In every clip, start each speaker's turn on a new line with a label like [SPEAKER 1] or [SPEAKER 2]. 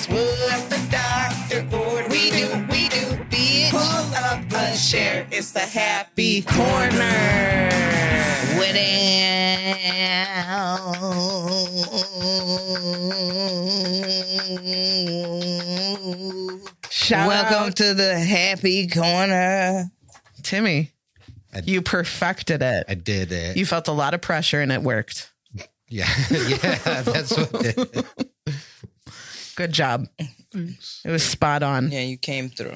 [SPEAKER 1] at the doctor board. We do, we do, bitch. Pull up a chair. It's the happy corner.
[SPEAKER 2] Without.
[SPEAKER 1] Shout
[SPEAKER 2] Welcome
[SPEAKER 1] out.
[SPEAKER 2] to the happy corner.
[SPEAKER 1] Timmy.
[SPEAKER 3] I-
[SPEAKER 1] You perfected it.
[SPEAKER 3] I did it.
[SPEAKER 1] You felt a lot of pressure and it worked.
[SPEAKER 3] yeah, yeah, that's what. It,
[SPEAKER 1] Good job. It was spot on.
[SPEAKER 2] Yeah, you came through.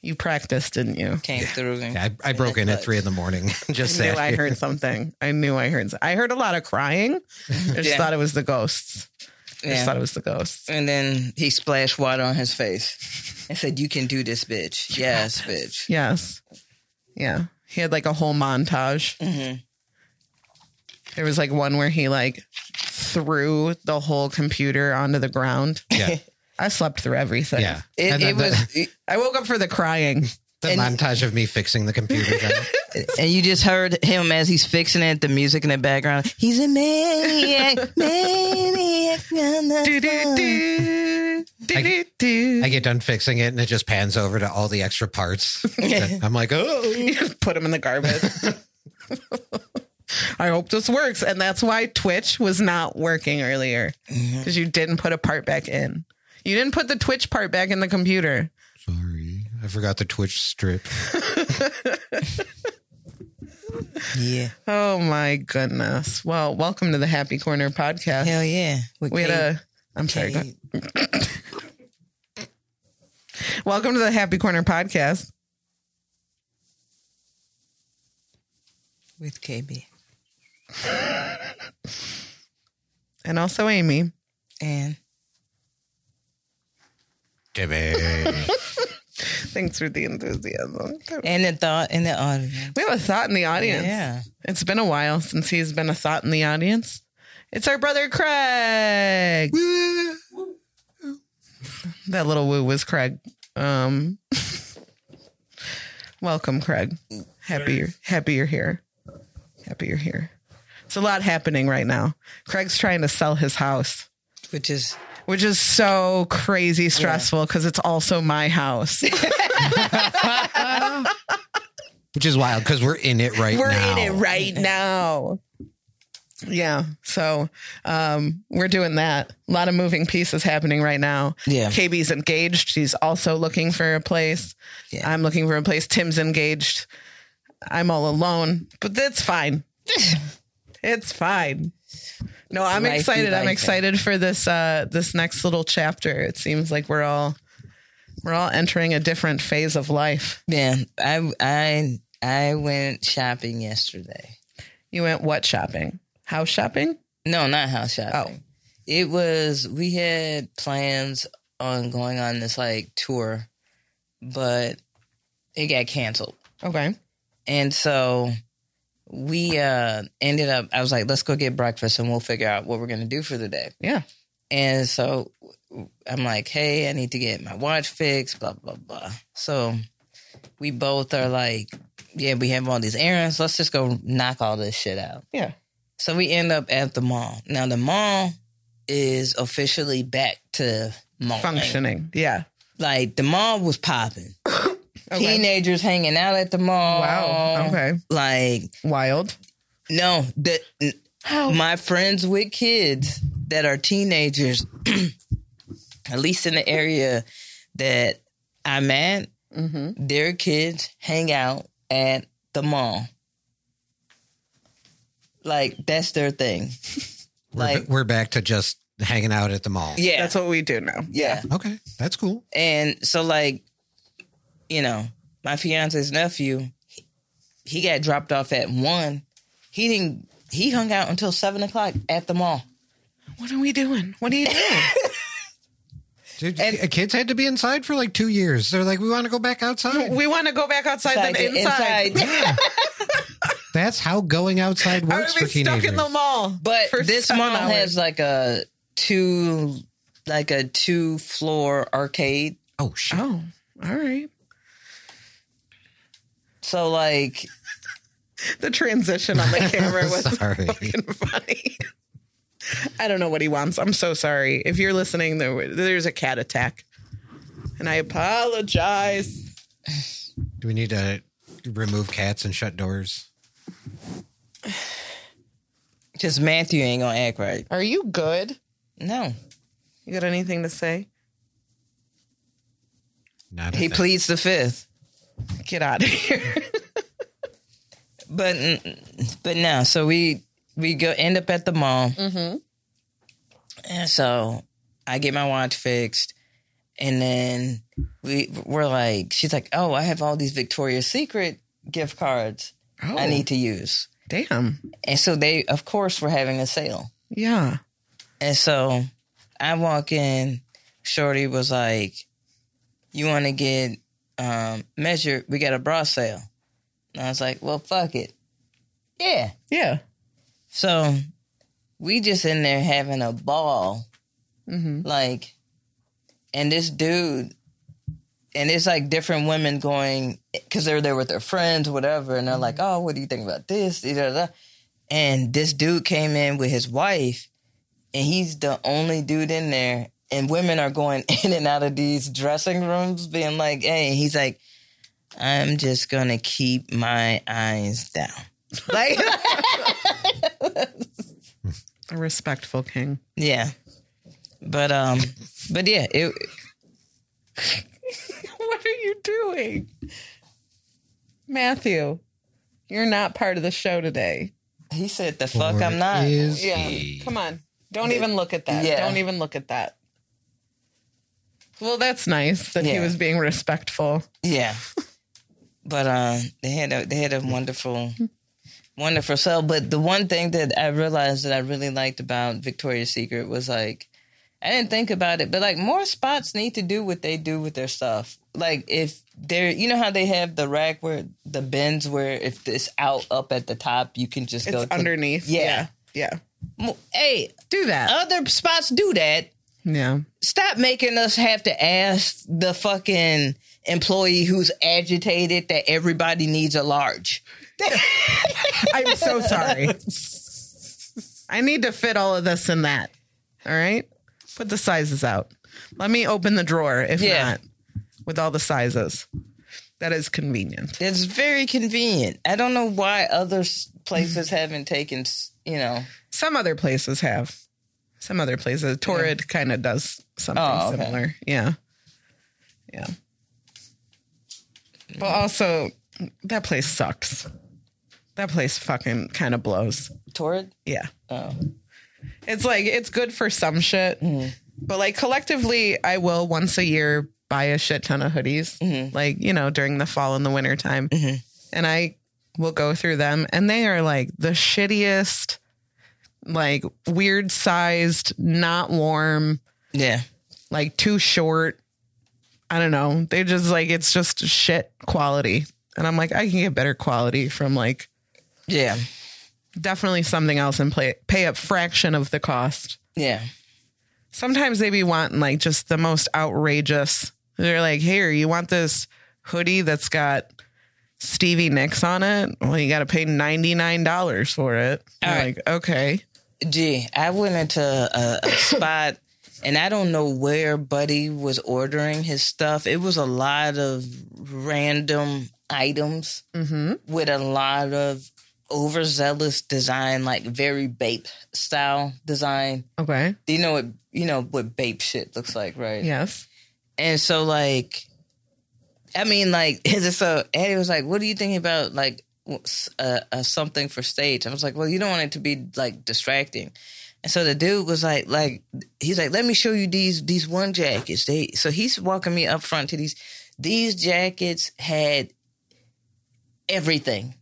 [SPEAKER 1] You practiced, didn't you?
[SPEAKER 2] Came through.
[SPEAKER 3] I, I broke in at three in the morning. Just
[SPEAKER 1] I
[SPEAKER 3] sat
[SPEAKER 1] knew I
[SPEAKER 3] here.
[SPEAKER 1] heard something. I knew I heard. I heard a lot of crying. I just
[SPEAKER 2] Yeah.
[SPEAKER 1] thought it was the ghosts. I just
[SPEAKER 2] Yeah.
[SPEAKER 1] thought it was the ghosts.
[SPEAKER 2] And then he splashed water on his face and said, You can do this, bitch. Yes, bitch.
[SPEAKER 1] Yes. Yeah. He had like a whole montage.
[SPEAKER 2] Mm-hmm.
[SPEAKER 1] There was like one where he like threw the whole computer onto the ground.
[SPEAKER 3] Yeah,
[SPEAKER 1] I slept through everything.
[SPEAKER 3] yeah.
[SPEAKER 2] It,
[SPEAKER 3] And then
[SPEAKER 2] it
[SPEAKER 3] the-
[SPEAKER 2] was,
[SPEAKER 1] I woke up for the crying.
[SPEAKER 3] the
[SPEAKER 2] and-
[SPEAKER 3] montage of me fixing the computer. down.
[SPEAKER 2] and you just heard him as he's fixing it, the music in the background. He's a maniac, maniac. na, na,
[SPEAKER 1] Do, do,
[SPEAKER 2] na.
[SPEAKER 1] do, do,
[SPEAKER 3] I-
[SPEAKER 1] do, do.
[SPEAKER 3] I get done fixing it, and it just pans over to all the extra parts. I'm like, oh,
[SPEAKER 1] You just put them in the garbage. I hope this works. And that's why Twitch was not working earlier because you didn't put a part back in. You didn't put the Twitch part back in the computer.
[SPEAKER 3] sorry, I forgot the Twitch strip.
[SPEAKER 2] Yeah.
[SPEAKER 1] Oh my goodness. Well, welcome to the Happy Corner podcast.
[SPEAKER 2] Hell yeah.
[SPEAKER 1] we had a. I'm uh, sorry. go-
[SPEAKER 2] Kate.
[SPEAKER 1] Welcome to the Happy Corner podcast.
[SPEAKER 2] with KB
[SPEAKER 1] And also Amy.
[SPEAKER 2] and
[SPEAKER 3] Timmy.
[SPEAKER 1] Thanks for the enthusiasm.
[SPEAKER 2] and the thought in the audience.
[SPEAKER 1] We have a thought in the audience.
[SPEAKER 2] Yeah.
[SPEAKER 1] It's been a while since he's been a thought in the audience. It's our brother Craig. That little woo was Craig. Um, welcome, Craig. Happy you're, happy you're here. Happy you're here. It's a lot happening right now. Craig's trying to sell his house,
[SPEAKER 2] Which is
[SPEAKER 1] which is so crazy stressful because it's also my house.
[SPEAKER 3] Which is wild because we're in it right
[SPEAKER 1] we're
[SPEAKER 3] now.
[SPEAKER 1] in it right now. Yeah. So um, we're doing that. A lot of moving pieces happening right now.
[SPEAKER 2] Yeah.
[SPEAKER 1] KB's engaged. She's also looking for a place.
[SPEAKER 2] Yeah.
[SPEAKER 1] I'm looking for a place. Tim's engaged. I'm all alone, but that's fine. it's fine. No, I'm
[SPEAKER 2] Life be
[SPEAKER 1] excited. I'm
[SPEAKER 2] life. eh?
[SPEAKER 1] excited for this uh this next little chapter. It seems like we're all we're all entering a different phase of life.
[SPEAKER 2] man, I I I went shopping yesterday.
[SPEAKER 1] You went what shopping? House shopping?
[SPEAKER 2] No, not house shopping.
[SPEAKER 1] Oh.
[SPEAKER 2] It was we had plans on going on this like tour, but it got canceled.
[SPEAKER 1] Okay.
[SPEAKER 2] And so we uh ended up I was like, let's go get breakfast and we'll figure out what we're gonna do for the day.
[SPEAKER 1] Yeah.
[SPEAKER 2] And so I'm like, hey, I need to get my watch fixed, blah, blah, blah. So we both are like, yeah, we have all these errands. Let's just go knock all this shit out.
[SPEAKER 1] Yeah.
[SPEAKER 2] So we end up at the mall. Now, the mall is officially back to mall
[SPEAKER 1] Functioning. Yeah.
[SPEAKER 2] Like, the mall was popping.
[SPEAKER 1] Okay. Oh.
[SPEAKER 2] Teenagers hanging out at the mall.
[SPEAKER 1] Wow. Okay.
[SPEAKER 2] Like,
[SPEAKER 1] Wild.
[SPEAKER 2] no, the,
[SPEAKER 1] Oh.
[SPEAKER 2] my friends with kids that are teenagers, at least in the area that I'm at,
[SPEAKER 1] Mm-hmm.
[SPEAKER 2] their kids hang out at the mall. Like that's their thing.
[SPEAKER 3] We're,
[SPEAKER 2] Like-
[SPEAKER 3] we're back to just hanging out at the mall.
[SPEAKER 2] Yeah.
[SPEAKER 1] That's what we do now.
[SPEAKER 2] yeah.
[SPEAKER 3] Okay, that's cool.
[SPEAKER 2] And so like, you know, my fiance's nephew, he, he got dropped off at one. He didn't he hung out until seven o'clock at the mall.
[SPEAKER 1] What are we doing? What are you doing?
[SPEAKER 3] Dude,
[SPEAKER 2] And-
[SPEAKER 3] kids had to be inside for like two years. They're like, we want to go back outside.
[SPEAKER 1] we want to go back outside than
[SPEAKER 2] Inside-
[SPEAKER 1] inside.
[SPEAKER 2] inside.
[SPEAKER 3] That's how going outside
[SPEAKER 1] I would
[SPEAKER 3] works
[SPEAKER 1] be
[SPEAKER 3] for
[SPEAKER 1] stuck
[SPEAKER 3] teenagers.
[SPEAKER 1] in the mall.
[SPEAKER 2] But
[SPEAKER 1] for
[SPEAKER 2] this
[SPEAKER 1] seven
[SPEAKER 2] mall
[SPEAKER 1] hours.
[SPEAKER 2] has like a two like a two floor arcade.
[SPEAKER 3] oh shit!
[SPEAKER 1] Oh, all right.
[SPEAKER 2] So like
[SPEAKER 1] The transition on the camera was
[SPEAKER 3] Sorry.
[SPEAKER 1] fucking funny. I don't know what he wants. I'm so sorry. If you're listening, there, there's a cat attack. and I apologize.
[SPEAKER 3] Do we need to remove cats and shut doors?
[SPEAKER 2] Just Matthew ain't gonna act right.
[SPEAKER 1] Are you good?
[SPEAKER 2] No.
[SPEAKER 1] You got anything to say?
[SPEAKER 3] Not a
[SPEAKER 2] He
[SPEAKER 3] thing.
[SPEAKER 2] pleads the fifth.
[SPEAKER 1] Get out of here.
[SPEAKER 2] But but no, so we we go end up at the mall.
[SPEAKER 1] mm-hmm.
[SPEAKER 2] And so I get my watch fixed. And then we we're like, she's like, Oh, I have all these Victoria's Secret gift cards
[SPEAKER 1] Oh,
[SPEAKER 2] I need to use.
[SPEAKER 1] damn.
[SPEAKER 2] And so they of course were having a sale.
[SPEAKER 1] Yeah.
[SPEAKER 2] And so I walk in, Shorty was like, You wanna get um measured, we got a bra sale. And I was like, Well fuck it. Yeah.
[SPEAKER 1] Yeah.
[SPEAKER 2] So we just in there having a ball.
[SPEAKER 1] Mm-hmm.
[SPEAKER 2] like and this dude and it's like different women going because they're there with their friends whatever and they're like oh what do you think about this Da, da, da. and this dude came in with his wife and he's the only dude in there and women are going in and out of these dressing rooms being like hey and he's like i'm just gonna keep my eyes down like
[SPEAKER 1] A respectful king.
[SPEAKER 2] yeah but um but yeah it
[SPEAKER 1] what are you doing? Matthew, you're not part of the show today.
[SPEAKER 2] He said, "The fuck,
[SPEAKER 3] Or
[SPEAKER 2] I'm not."
[SPEAKER 3] is
[SPEAKER 1] Yeah.
[SPEAKER 3] he?
[SPEAKER 1] Come on. Don't even look at that.
[SPEAKER 2] Yeah.
[SPEAKER 1] Don't even look at that. Well, that's nice that he
[SPEAKER 2] Yeah.
[SPEAKER 1] was being respectful.
[SPEAKER 2] Yeah, but uh, they had a they had a wonderful, wonderful sale. But the one thing that I realized that I really liked about Victoria's Secret was like, I didn't think about it, but like more spots need to do what they do with their stuff. Like if they're, you know how they have the rack where the bins where if it's out up at the top, you can just
[SPEAKER 1] It's
[SPEAKER 2] go.
[SPEAKER 1] underneath.
[SPEAKER 2] Yeah.
[SPEAKER 1] yeah. Yeah.
[SPEAKER 2] To, hey,
[SPEAKER 1] Do that.
[SPEAKER 2] other spots do that.
[SPEAKER 1] yeah.
[SPEAKER 2] stop making us have to ask the fucking employee who's agitated that everybody needs a large.
[SPEAKER 1] I'm so sorry. I need to fit all of this in that. All right. Put the sizes out. Let me open the drawer, if
[SPEAKER 2] Yeah.
[SPEAKER 1] not, with all the sizes. That is convenient.
[SPEAKER 2] That's very convenient. I don't know why other s- places haven't taken, s- you know.
[SPEAKER 1] Some other places have. Some other places. Torrid kind of does something
[SPEAKER 2] Oh, okay.
[SPEAKER 1] similar. Yeah. Yeah. But also, that place sucks. That place fucking kind of blows.
[SPEAKER 2] Torrid?
[SPEAKER 1] Yeah.
[SPEAKER 2] Oh.
[SPEAKER 1] It's like it's good for some shit, but like collectively, I will once a year buy a shit ton of hoodies, like you know during the fall and the winter time, and I will go through them, and they are like the shittiest, like weird sized, not warm,
[SPEAKER 2] Yeah.
[SPEAKER 1] like too short. I don't know. They just like it's just shit quality, and I'm like I can get better quality from like
[SPEAKER 2] Yeah.
[SPEAKER 1] definitely something else and play, pay a fraction of the cost.
[SPEAKER 2] Yeah.
[SPEAKER 1] sometimes they be wanting like just the most outrageous. They're like, here, you want this hoodie that's got Stevie Nicks on it? Well, you got to pay $99 for it.
[SPEAKER 2] All
[SPEAKER 1] I'm
[SPEAKER 2] right.
[SPEAKER 1] Like, okay.
[SPEAKER 2] Gee, I went into a, a spot and I don't know where Buddy was ordering his stuff. It was a lot of random items
[SPEAKER 1] Mm-hmm.
[SPEAKER 2] with a lot of overzealous design, like very Bape style design.
[SPEAKER 1] Okay.
[SPEAKER 2] Do you know what you know what Bape shit looks like, right?
[SPEAKER 1] Yes.
[SPEAKER 2] And so like, I mean, like, is it so? Eddie was like, "What do you think about like what's- a, a something for stage?" I was like, "Well, you don't want it to be like distracting." And so the dude was like, like he's like, "Let me show you these these one jackets." They so he's walking me up front to these. These jackets had everything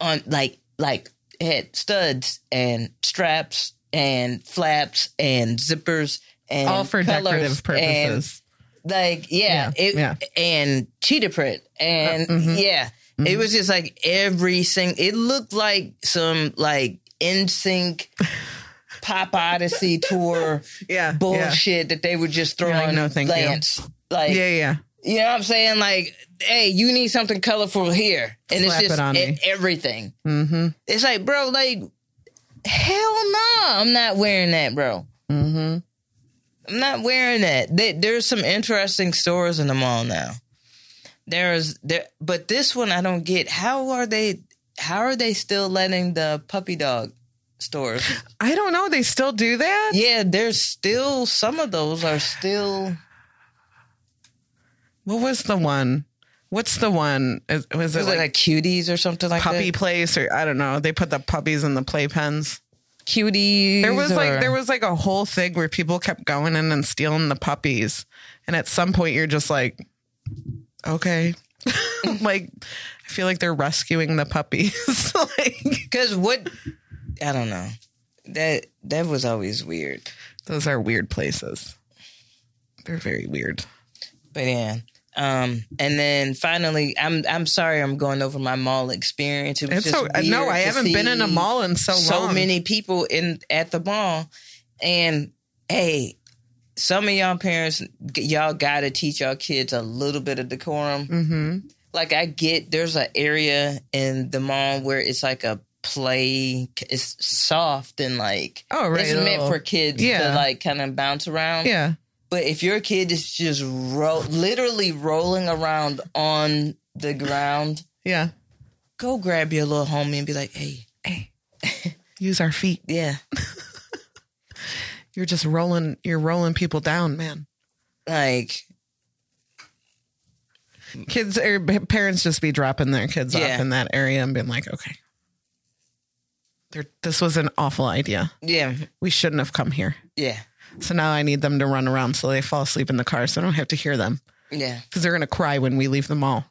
[SPEAKER 2] on, like like it had studs and straps and flaps and zippers and
[SPEAKER 1] All for
[SPEAKER 2] colors
[SPEAKER 1] decorative
[SPEAKER 2] and
[SPEAKER 1] purposes.
[SPEAKER 2] like yeah,
[SPEAKER 1] Yeah,
[SPEAKER 2] it,
[SPEAKER 1] yeah. Uh, mm-hmm.
[SPEAKER 2] and cheetah print and yeah it was just like every single it looked like some like in sync pop odyssey tour
[SPEAKER 1] yeah.
[SPEAKER 2] bullshit that they were just throwing
[SPEAKER 1] like, "No, thank you."
[SPEAKER 2] glance like
[SPEAKER 1] Yeah. Yeah. Yeah.
[SPEAKER 2] you know what i'm saying like hey you need something colorful here and
[SPEAKER 1] Slap
[SPEAKER 2] it's just
[SPEAKER 1] it on
[SPEAKER 2] e-
[SPEAKER 1] me.
[SPEAKER 2] everything
[SPEAKER 1] Mm-hmm.
[SPEAKER 2] it's like bro like hell no i'm not wearing that bro
[SPEAKER 1] Mm-hmm.
[SPEAKER 2] I'm not wearing that. They, there's some interesting stores in the mall now. There's there, but this one I don't get. How are they? How are they still letting the puppy dog stores?
[SPEAKER 1] I don't know. They still do that?
[SPEAKER 2] yeah, there's still some of those are still.
[SPEAKER 1] What was the one? What's the one? Is, was it
[SPEAKER 2] Was it
[SPEAKER 1] like,
[SPEAKER 2] like cuties or something like
[SPEAKER 1] puppy
[SPEAKER 2] that?
[SPEAKER 1] place or I don't know? They put the puppies in the playpens.
[SPEAKER 2] Cuties.
[SPEAKER 1] There was
[SPEAKER 2] or-
[SPEAKER 1] like there was like a whole thing where people kept going in and stealing the puppies, and at some point you're just like, okay, like I feel like they're rescuing the puppies. like
[SPEAKER 2] Because what I don't know that that was always weird.
[SPEAKER 1] those are weird places. They're very weird.
[SPEAKER 2] But yeah. Um, and then finally, I'm I'm sorry I'm going over my mall experience. It was
[SPEAKER 1] It's
[SPEAKER 2] just
[SPEAKER 1] so no,
[SPEAKER 2] weird
[SPEAKER 1] I
[SPEAKER 2] to
[SPEAKER 1] haven't been in a
[SPEAKER 2] see
[SPEAKER 1] mall in so,
[SPEAKER 2] so
[SPEAKER 1] long.
[SPEAKER 2] many people in at the mall, and hey, some of y'all parents, g- y'all gotta teach y'all kids a little bit of decorum.
[SPEAKER 1] hmm
[SPEAKER 2] Like I get there's an area in the mall where it's like a play, it's soft and like
[SPEAKER 1] Oh right,
[SPEAKER 2] it's
[SPEAKER 1] a
[SPEAKER 2] meant
[SPEAKER 1] little-
[SPEAKER 2] for kids
[SPEAKER 1] Yeah.
[SPEAKER 2] to like kind of bounce around.
[SPEAKER 1] yeah.
[SPEAKER 2] But if your kid is just ro- literally rolling around on the ground,
[SPEAKER 1] Yeah.
[SPEAKER 2] go grab your little homie and be like, "Hey,
[SPEAKER 1] Hey, use our feet.
[SPEAKER 2] yeah,
[SPEAKER 1] You're just rolling. You're rolling people down, man.
[SPEAKER 2] like,
[SPEAKER 1] Kids or p- parents just be dropping their kids
[SPEAKER 2] Yeah.
[SPEAKER 1] off in that area and being like, okay, They're, this was an awful idea.
[SPEAKER 2] yeah,
[SPEAKER 1] We shouldn't have come here.
[SPEAKER 2] yeah,
[SPEAKER 1] So now I need them to run around so they fall asleep in the car, so I don't have to hear them
[SPEAKER 2] yeah."
[SPEAKER 1] because they're gonna cry when we leave the mall.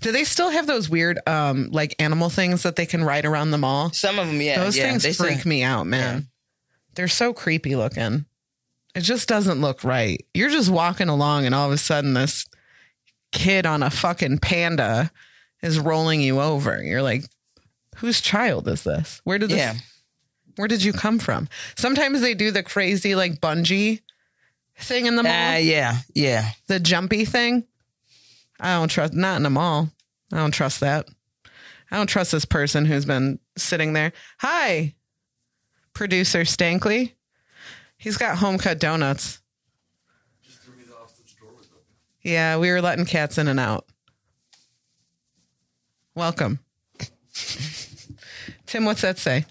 [SPEAKER 1] Do they still have those weird, um, like animal things that they can ride around the mall?
[SPEAKER 2] Some of them, yeah,
[SPEAKER 1] Those
[SPEAKER 2] yeah,
[SPEAKER 1] things
[SPEAKER 2] say-
[SPEAKER 1] freak me out, man. They're so creepy looking. It just doesn't look right. You're just walking along, and all of a sudden, this kid on a fucking panda is rolling you over. You're like, whose child is this? Where did this?
[SPEAKER 2] Yeah.
[SPEAKER 1] Where did you come from? Sometimes they do the crazy like bungee thing in the mall,
[SPEAKER 2] Ah, yeah, yeah.
[SPEAKER 1] the jumpy thing. I don't trust. Not in the mall. I don't trust that. I don't trust this person who's been sitting there. Hi, producer Stankley. He's got home cut donuts. Yeah, we were letting cats in and out. Welcome. Tim, what's that say?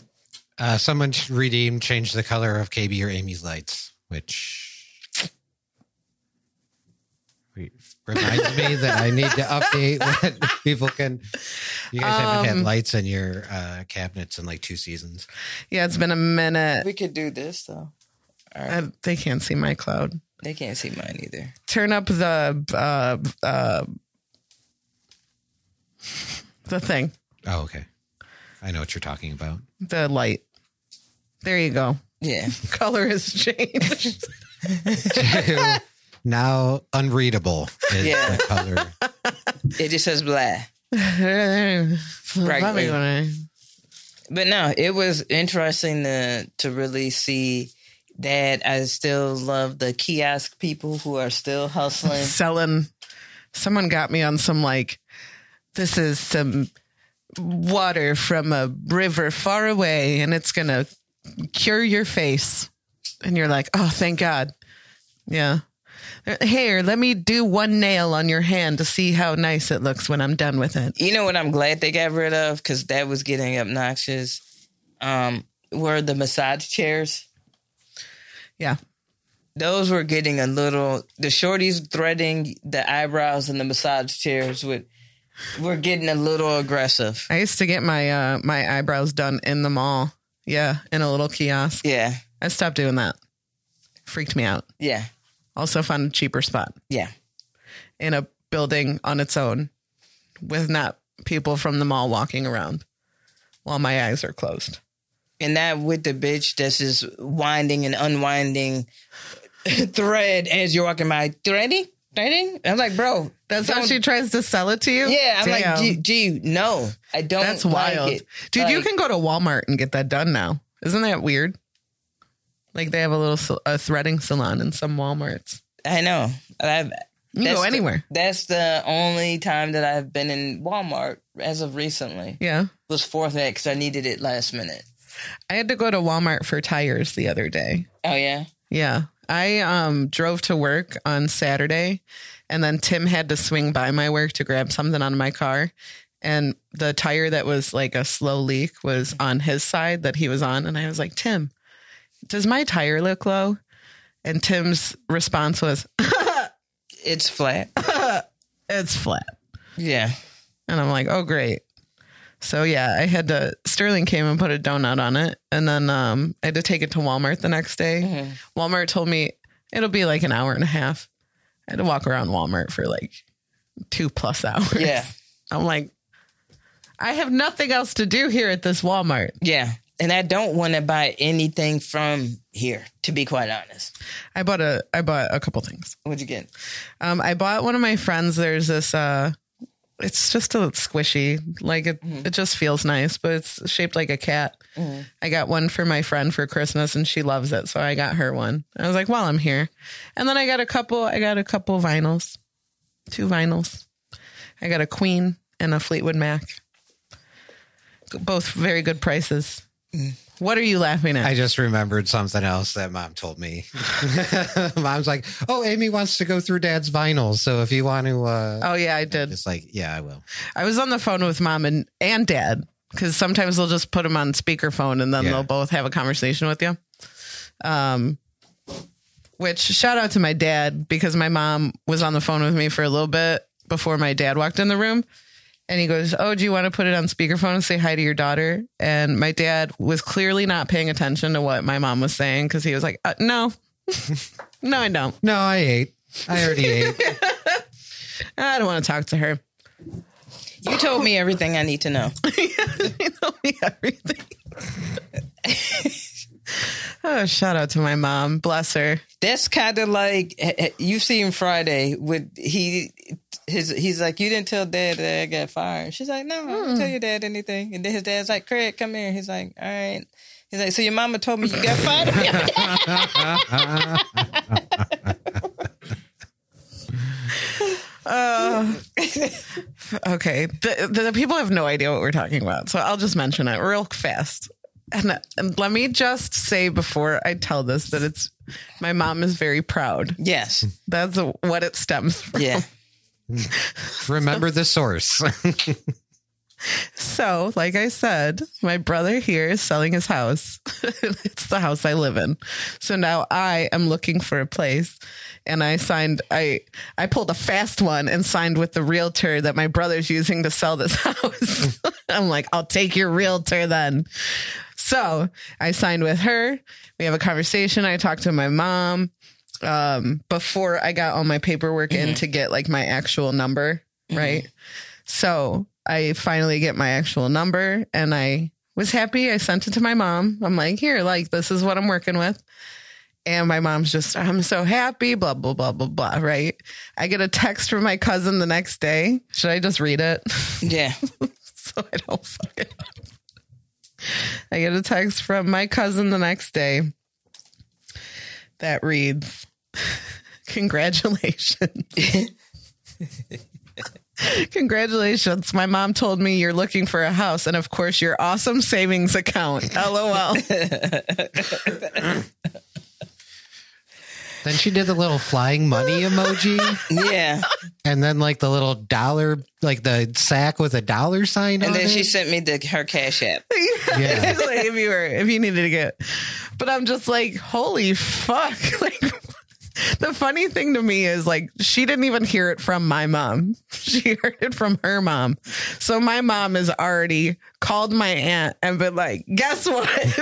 [SPEAKER 3] Uh, someone ch- redeemed, changed the color of KB or Amy's lights, which re- reminds me that I need to update that people can. You guys haven't had
[SPEAKER 1] Um,
[SPEAKER 3] lights in your uh, cabinets in like two seasons.
[SPEAKER 1] Yeah, it's been a minute.
[SPEAKER 2] We could do this though. All right,
[SPEAKER 1] I, they can't see my cloud.
[SPEAKER 2] they can't see mine either.
[SPEAKER 1] Turn up the uh, uh, the thing,
[SPEAKER 3] Oh, okay. I know what you're talking about.
[SPEAKER 1] the light. There you go.
[SPEAKER 2] Yeah,
[SPEAKER 1] Color has changed.
[SPEAKER 3] now unreadable is
[SPEAKER 2] Yeah.
[SPEAKER 3] the color.
[SPEAKER 2] it just says blah.
[SPEAKER 1] Probably
[SPEAKER 2] but no, it was interesting to to really see that. I still love the kiosk people who are still hustling.
[SPEAKER 1] selling. Someone got me on some like, this is some water from a river far away, and it's gonna cure your face. And you're like, oh, thank God. Yeah. Here, let me do one nail on your hand to see how nice it looks when I'm done with it.
[SPEAKER 2] You know what? I'm glad they got rid of because that was getting obnoxious. Um, were the massage chairs?
[SPEAKER 1] Yeah.
[SPEAKER 2] Those were getting a little. The shorties threading the eyebrows in the massage chairs with. We're getting a little aggressive.
[SPEAKER 1] I used to get my uh my eyebrows done in the mall. Yeah, in a little kiosk.
[SPEAKER 2] Yeah,
[SPEAKER 1] I stopped doing that. Freaked me out.
[SPEAKER 2] yeah,
[SPEAKER 1] Also found a cheaper spot.
[SPEAKER 2] yeah.
[SPEAKER 1] in a building on its own with not people from the mall walking around while my eyes are closed.
[SPEAKER 2] and that with the bitch that's just winding and unwinding thread as you're walking by. Threading? Threading? I'm like, bro,
[SPEAKER 1] That's how
[SPEAKER 2] don't-
[SPEAKER 1] she tries to sell it to you?
[SPEAKER 2] Yeah, I'm
[SPEAKER 1] Damn.
[SPEAKER 2] like, gee, gee, no, I don't.
[SPEAKER 1] that's
[SPEAKER 2] like
[SPEAKER 1] wild.
[SPEAKER 2] it.
[SPEAKER 1] Dude, you
[SPEAKER 2] Like-
[SPEAKER 1] can go to Walmart and get that done now. Isn't that weird? Like they have a little sal- a threading salon in some Walmarts.
[SPEAKER 2] I know. I've,
[SPEAKER 1] You can
[SPEAKER 2] That's
[SPEAKER 1] go
[SPEAKER 2] the-
[SPEAKER 1] anywhere.
[SPEAKER 2] that's the only time that I've been in Walmart as of recently.
[SPEAKER 1] yeah.
[SPEAKER 2] Was fourth that because I needed it last minute.
[SPEAKER 1] I had to go to Walmart for tires the other day.
[SPEAKER 2] Oh yeah,
[SPEAKER 1] Yeah. I um, drove to work on Saturday, and then Tim had to swing by my work to grab something on my car. And the tire that was like a slow leak was on his side that he was on. And I was like, Tim, does my tire look low? And Tim's response was,
[SPEAKER 2] It's flat.
[SPEAKER 1] It's flat.
[SPEAKER 2] Yeah.
[SPEAKER 1] And I'm like, oh, great. So yeah, I had to. Sterling came and put a donut on it, and then um, I had to take it to Walmart the next day.
[SPEAKER 2] Mm-hmm.
[SPEAKER 1] Walmart told me it'll be like an hour and a half. I had to walk around Walmart for like two plus hours.
[SPEAKER 2] Yeah.
[SPEAKER 1] I'm like, I have nothing else to do here at this Walmart.
[SPEAKER 2] Yeah. And I don't want to buy anything from here, to be quite honest.
[SPEAKER 1] I bought a I bought a couple things.
[SPEAKER 2] What'd you get?
[SPEAKER 1] Um, I bought one of my friends. There's this. Uh, it's just a squishy, like it. It just feels nice, but it's shaped like a cat. I got one for my friend for Christmas, and she loves it, so I got her one. I was like, "Well, I'm here," and then I got a couple. I got a couple vinyls, two vinyls. I got a Queen and a Fleetwood Mac. Both very good prices. What are you laughing at?
[SPEAKER 3] I just remembered something else that mom told me. Mom's like, "Oh, Amy wants to go through Dad's vinyls, so if you want to, uh,
[SPEAKER 1] oh yeah, I did.
[SPEAKER 3] it's like, yeah, I will."
[SPEAKER 1] I was on the phone with mom and, and dad because sometimes they'll just put them on speakerphone and then
[SPEAKER 3] Yeah.
[SPEAKER 1] they'll both have a conversation with you. Um, which shout out to my dad because my mom was on the phone with me for a little bit before my dad walked in the room. And he goes, Oh, do you want to put it on speakerphone and say hi to your daughter? And my dad was clearly not paying attention to what my mom was saying because he was like, uh, No, no, I don't.
[SPEAKER 3] No, I ate. I already ate.
[SPEAKER 1] I don't want to talk to her.
[SPEAKER 2] You told me everything I need to know.
[SPEAKER 1] They know me everything. oh, shout out to my mom. Bless her.
[SPEAKER 2] That's kind of like eh, eh, you've seen Friday with he his he's like you didn't tell dad that I got fired. She's like no, I didn't tell your dad anything. And then his dad's like Craig, come here. He's like all right. He's like so your mama told me you got fired.
[SPEAKER 1] Okay. The, the people have no idea what we're talking about. So I'll just mention it real fast. And, and let me just say before I tell this that it's my mom is very proud.
[SPEAKER 2] yes.
[SPEAKER 1] That's what it stems from.
[SPEAKER 2] Yeah.
[SPEAKER 3] Remember the source.
[SPEAKER 1] So, like I said, my brother here is selling his house. it's the house I live in. So now I am looking for a place and I signed I I pulled a fast one and signed with the realtor that my brother's using to sell this house. I'm like, "I'll take your realtor then." So, I signed with her. We have a conversation. I talked to my mom um before I got all my paperwork in to get like my actual number, right? So I finally get my actual number and I was happy. I sent it to my mom. I'm like, here, like, this is what I'm working with. And my mom's just, I'm so happy, blah, blah, blah, blah, blah, right? I get a text from my cousin the next day. Should I just read it?
[SPEAKER 2] Yeah.
[SPEAKER 1] so I don't fuck it up. I get a text from my cousin the next day that reads, Congratulations. Congratulations. My mom told me you're looking for a house and, of course, your awesome savings account. LOL.
[SPEAKER 3] then she did the little flying money emoji,
[SPEAKER 2] Yeah.
[SPEAKER 3] and then like the little dollar, like the sack with a dollar sign
[SPEAKER 2] And
[SPEAKER 3] on
[SPEAKER 2] then
[SPEAKER 3] it.
[SPEAKER 2] she sent me the her cash app.
[SPEAKER 3] yeah.
[SPEAKER 1] It's like if you were if you needed to get but i'm just like holy fuck like the funny thing to me is like she didn't even hear it from my mom she heard it from her mom so my mom has already called my aunt and been like guess what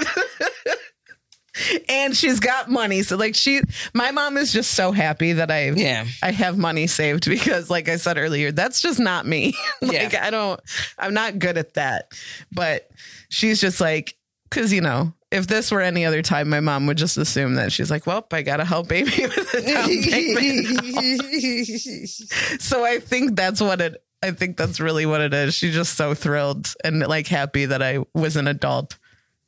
[SPEAKER 1] and she's got money so like she my mom is just so happy that i
[SPEAKER 2] Yeah.
[SPEAKER 1] I have money saved because, like I said earlier, that's just not me. like,
[SPEAKER 2] Yeah.
[SPEAKER 1] I don't, I'm not good at that. But she's just like, because, you know, if this were any other time, my mom would just assume that she's like, well, I got to help baby with the down payment. so I think that's what it, I think that's really what it is. She's just so thrilled and like happy that I was an adult,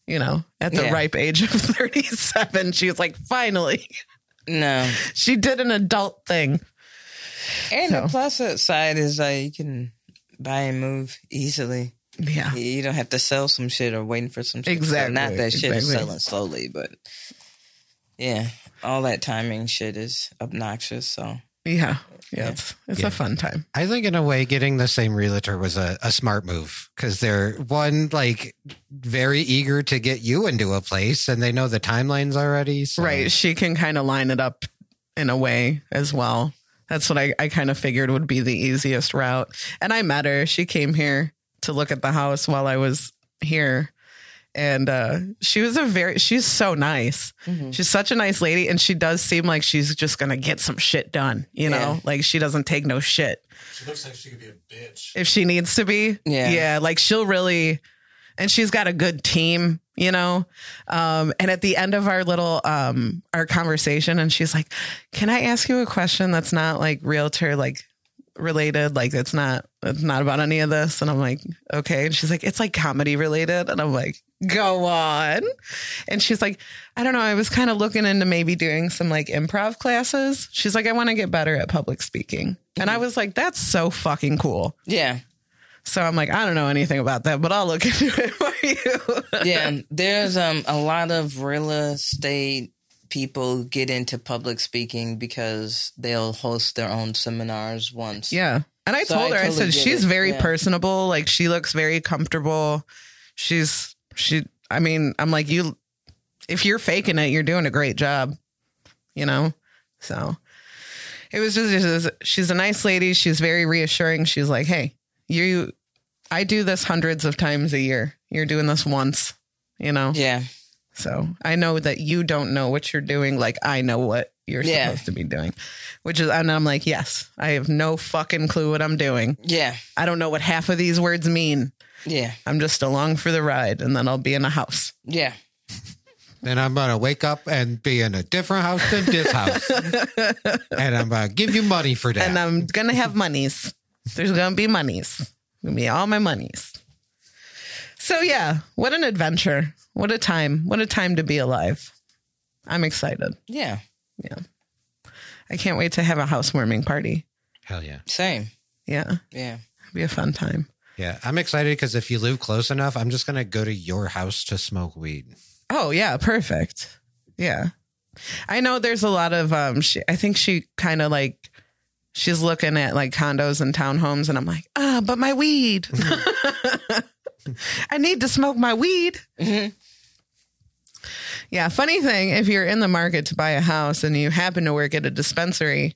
[SPEAKER 1] you know, at the
[SPEAKER 2] Yeah.
[SPEAKER 1] ripe age of 37. She was like, finally,
[SPEAKER 2] no.
[SPEAKER 1] she did an adult thing.
[SPEAKER 2] And
[SPEAKER 1] So.
[SPEAKER 2] the plus side is like you can buy and move easily.
[SPEAKER 1] Yeah.
[SPEAKER 2] You you don't have to sell some shit or waiting for some shit.
[SPEAKER 1] Exactly,
[SPEAKER 2] Not that shit is
[SPEAKER 1] exactly.
[SPEAKER 2] selling slowly, but yeah. all that timing shit is obnoxious. So
[SPEAKER 1] Yeah. Yeah. It's, it's
[SPEAKER 3] Yeah.
[SPEAKER 1] a fun time.
[SPEAKER 3] I think in a way, getting the same realtor was a, a smart move because they're one like very eager to get you into a place, and they know the timelines already. so-
[SPEAKER 1] Right. She can kind of line it up in a way as well. That's what I, I kind of figured would be the easiest route. And I met her. She came here to look at the house while I was here. And uh, she was a very, she's so nice. She's such a nice lady. And she does seem like she's just going to get some shit done. You know,
[SPEAKER 2] Yeah.
[SPEAKER 1] like she doesn't take no shit
[SPEAKER 4] She looks like she could be a bitch.
[SPEAKER 1] if she needs to be.
[SPEAKER 2] Yeah.
[SPEAKER 1] Yeah. Like she'll really, and she's got a good team, you know? Um, and at the end of our little, um, our conversation, and she's like, can I ask you a question that's not like realtor, like, related like it's not it's not about any of this and i'm like okay and she's like it's like comedy related and i'm like go on and she's like i don't know i was kind of looking into maybe doing some like improv classes she's like i want to get better at public speaking and i was like that's so fucking cool
[SPEAKER 2] yeah,
[SPEAKER 1] so I'm like, I don't know anything about that, but I'll look into it for you.
[SPEAKER 2] yeah. There's um a lot of real estate people who get into public speaking because they'll host their own seminars once.
[SPEAKER 1] yeah. And I
[SPEAKER 2] So
[SPEAKER 1] told
[SPEAKER 2] I
[SPEAKER 1] her, I
[SPEAKER 2] totally
[SPEAKER 1] said,
[SPEAKER 2] get
[SPEAKER 1] she's
[SPEAKER 2] it.
[SPEAKER 1] very
[SPEAKER 2] Yeah.
[SPEAKER 1] personable. Like she looks very comfortable. She's, she, I mean, I'm like, you, if you're faking it, you're doing a great job, you know? So it was just, it was- she's a nice lady. She's very reassuring. She's like, hey, you, I do this hundreds of times a year. You're doing this once, you know?
[SPEAKER 2] yeah.
[SPEAKER 1] So I know that you don't know what you're doing. Like I know what you're
[SPEAKER 2] Yeah.
[SPEAKER 1] supposed to be doing, which is, and I'm like, yes, I have no fucking clue what I'm doing.
[SPEAKER 2] Yeah.
[SPEAKER 1] I don't know what half of these words mean.
[SPEAKER 2] Yeah.
[SPEAKER 1] I'm just along for the ride and then I'll be in a house.
[SPEAKER 2] Yeah.
[SPEAKER 3] Then I'm gonna wake up and be in a different house than this house, and I'm gonna give you money for that.
[SPEAKER 1] And I'm going to have monies. There's going to be monies. Going to be all my monies. So yeah, what an adventure. What a time. What a time to be alive. I'm excited.
[SPEAKER 2] Yeah.
[SPEAKER 1] I can't wait to have a housewarming party.
[SPEAKER 3] Hell yeah,
[SPEAKER 2] Same.
[SPEAKER 1] Yeah.
[SPEAKER 2] Yeah.
[SPEAKER 1] Be a fun time.
[SPEAKER 3] yeah! I'm excited because if you live close enough, I'm just gonna go to your house to smoke weed.
[SPEAKER 1] Oh yeah, perfect. Yeah. I know there's a lot of um she, I think she kind of like she's looking at like condos and townhomes and I'm like, "Ah, but my weed." I need to smoke my weed.
[SPEAKER 2] Mhm.
[SPEAKER 1] Yeah, funny thing, if you're in the market to buy a house and you happen to work at a dispensary,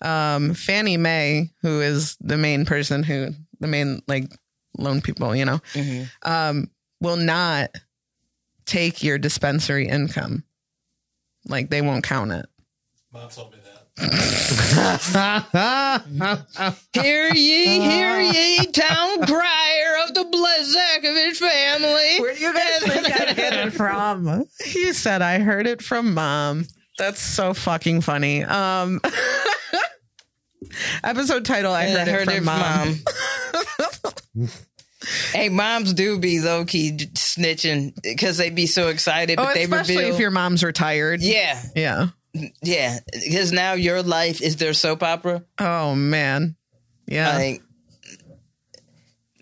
[SPEAKER 1] um Fannie Mae, who is the main person who the main like loan people, you know,
[SPEAKER 2] hmm
[SPEAKER 1] um, will not take your dispensary income. Like they won't count it.
[SPEAKER 4] Mom told me that.
[SPEAKER 2] Hear ye,
[SPEAKER 1] Ah.
[SPEAKER 2] hear ye, town crier of the Blazakovich family.
[SPEAKER 1] do you guys think I get it from? He said I heard it from mom. That's so fucking funny. Um, episode title I heard, it, from mom.
[SPEAKER 2] hey, moms do be low key snitching because they be so excited,
[SPEAKER 1] Oh,
[SPEAKER 2] but they
[SPEAKER 1] especially
[SPEAKER 2] reveal.
[SPEAKER 1] if your mom's retired.
[SPEAKER 2] yeah,
[SPEAKER 1] Yeah.
[SPEAKER 2] yeah, because now your life is their soap opera.
[SPEAKER 1] Oh man. Yeah.
[SPEAKER 2] Like,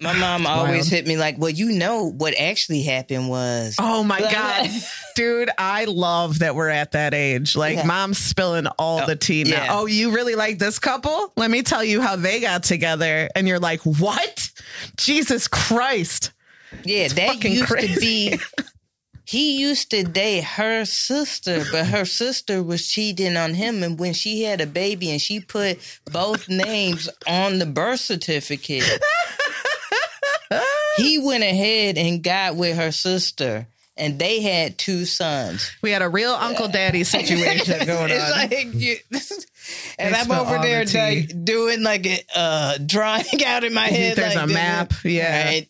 [SPEAKER 2] my mom always
[SPEAKER 1] wild.
[SPEAKER 2] hit me like, "Well, you know what actually happened was."
[SPEAKER 1] Oh my god, dude! I love that we're at that age. Like,
[SPEAKER 2] Yeah.
[SPEAKER 1] mom's spilling all the tea now.
[SPEAKER 2] yeah.
[SPEAKER 1] Oh, you really like this couple? Let me tell you how they got together. And you're like, what? Jesus Christ!
[SPEAKER 2] Yeah, that
[SPEAKER 1] fucking
[SPEAKER 2] used
[SPEAKER 1] crazy.
[SPEAKER 2] to be. He used to date her sister, but her sister was cheating on him. And when she had a baby, and she put both names on the birth certificate, he went ahead and got with her sister, and they had two sons.
[SPEAKER 1] We had a real Uncle Daddy situation going
[SPEAKER 2] it's
[SPEAKER 1] on.
[SPEAKER 2] like you, and
[SPEAKER 1] They
[SPEAKER 2] I'm
[SPEAKER 1] spill
[SPEAKER 2] over
[SPEAKER 1] all
[SPEAKER 2] there
[SPEAKER 1] the tea.
[SPEAKER 2] like doing like a uh, drawing out in my head.
[SPEAKER 1] There's
[SPEAKER 2] like
[SPEAKER 1] a
[SPEAKER 2] this.
[SPEAKER 1] map, yeah.
[SPEAKER 2] Right?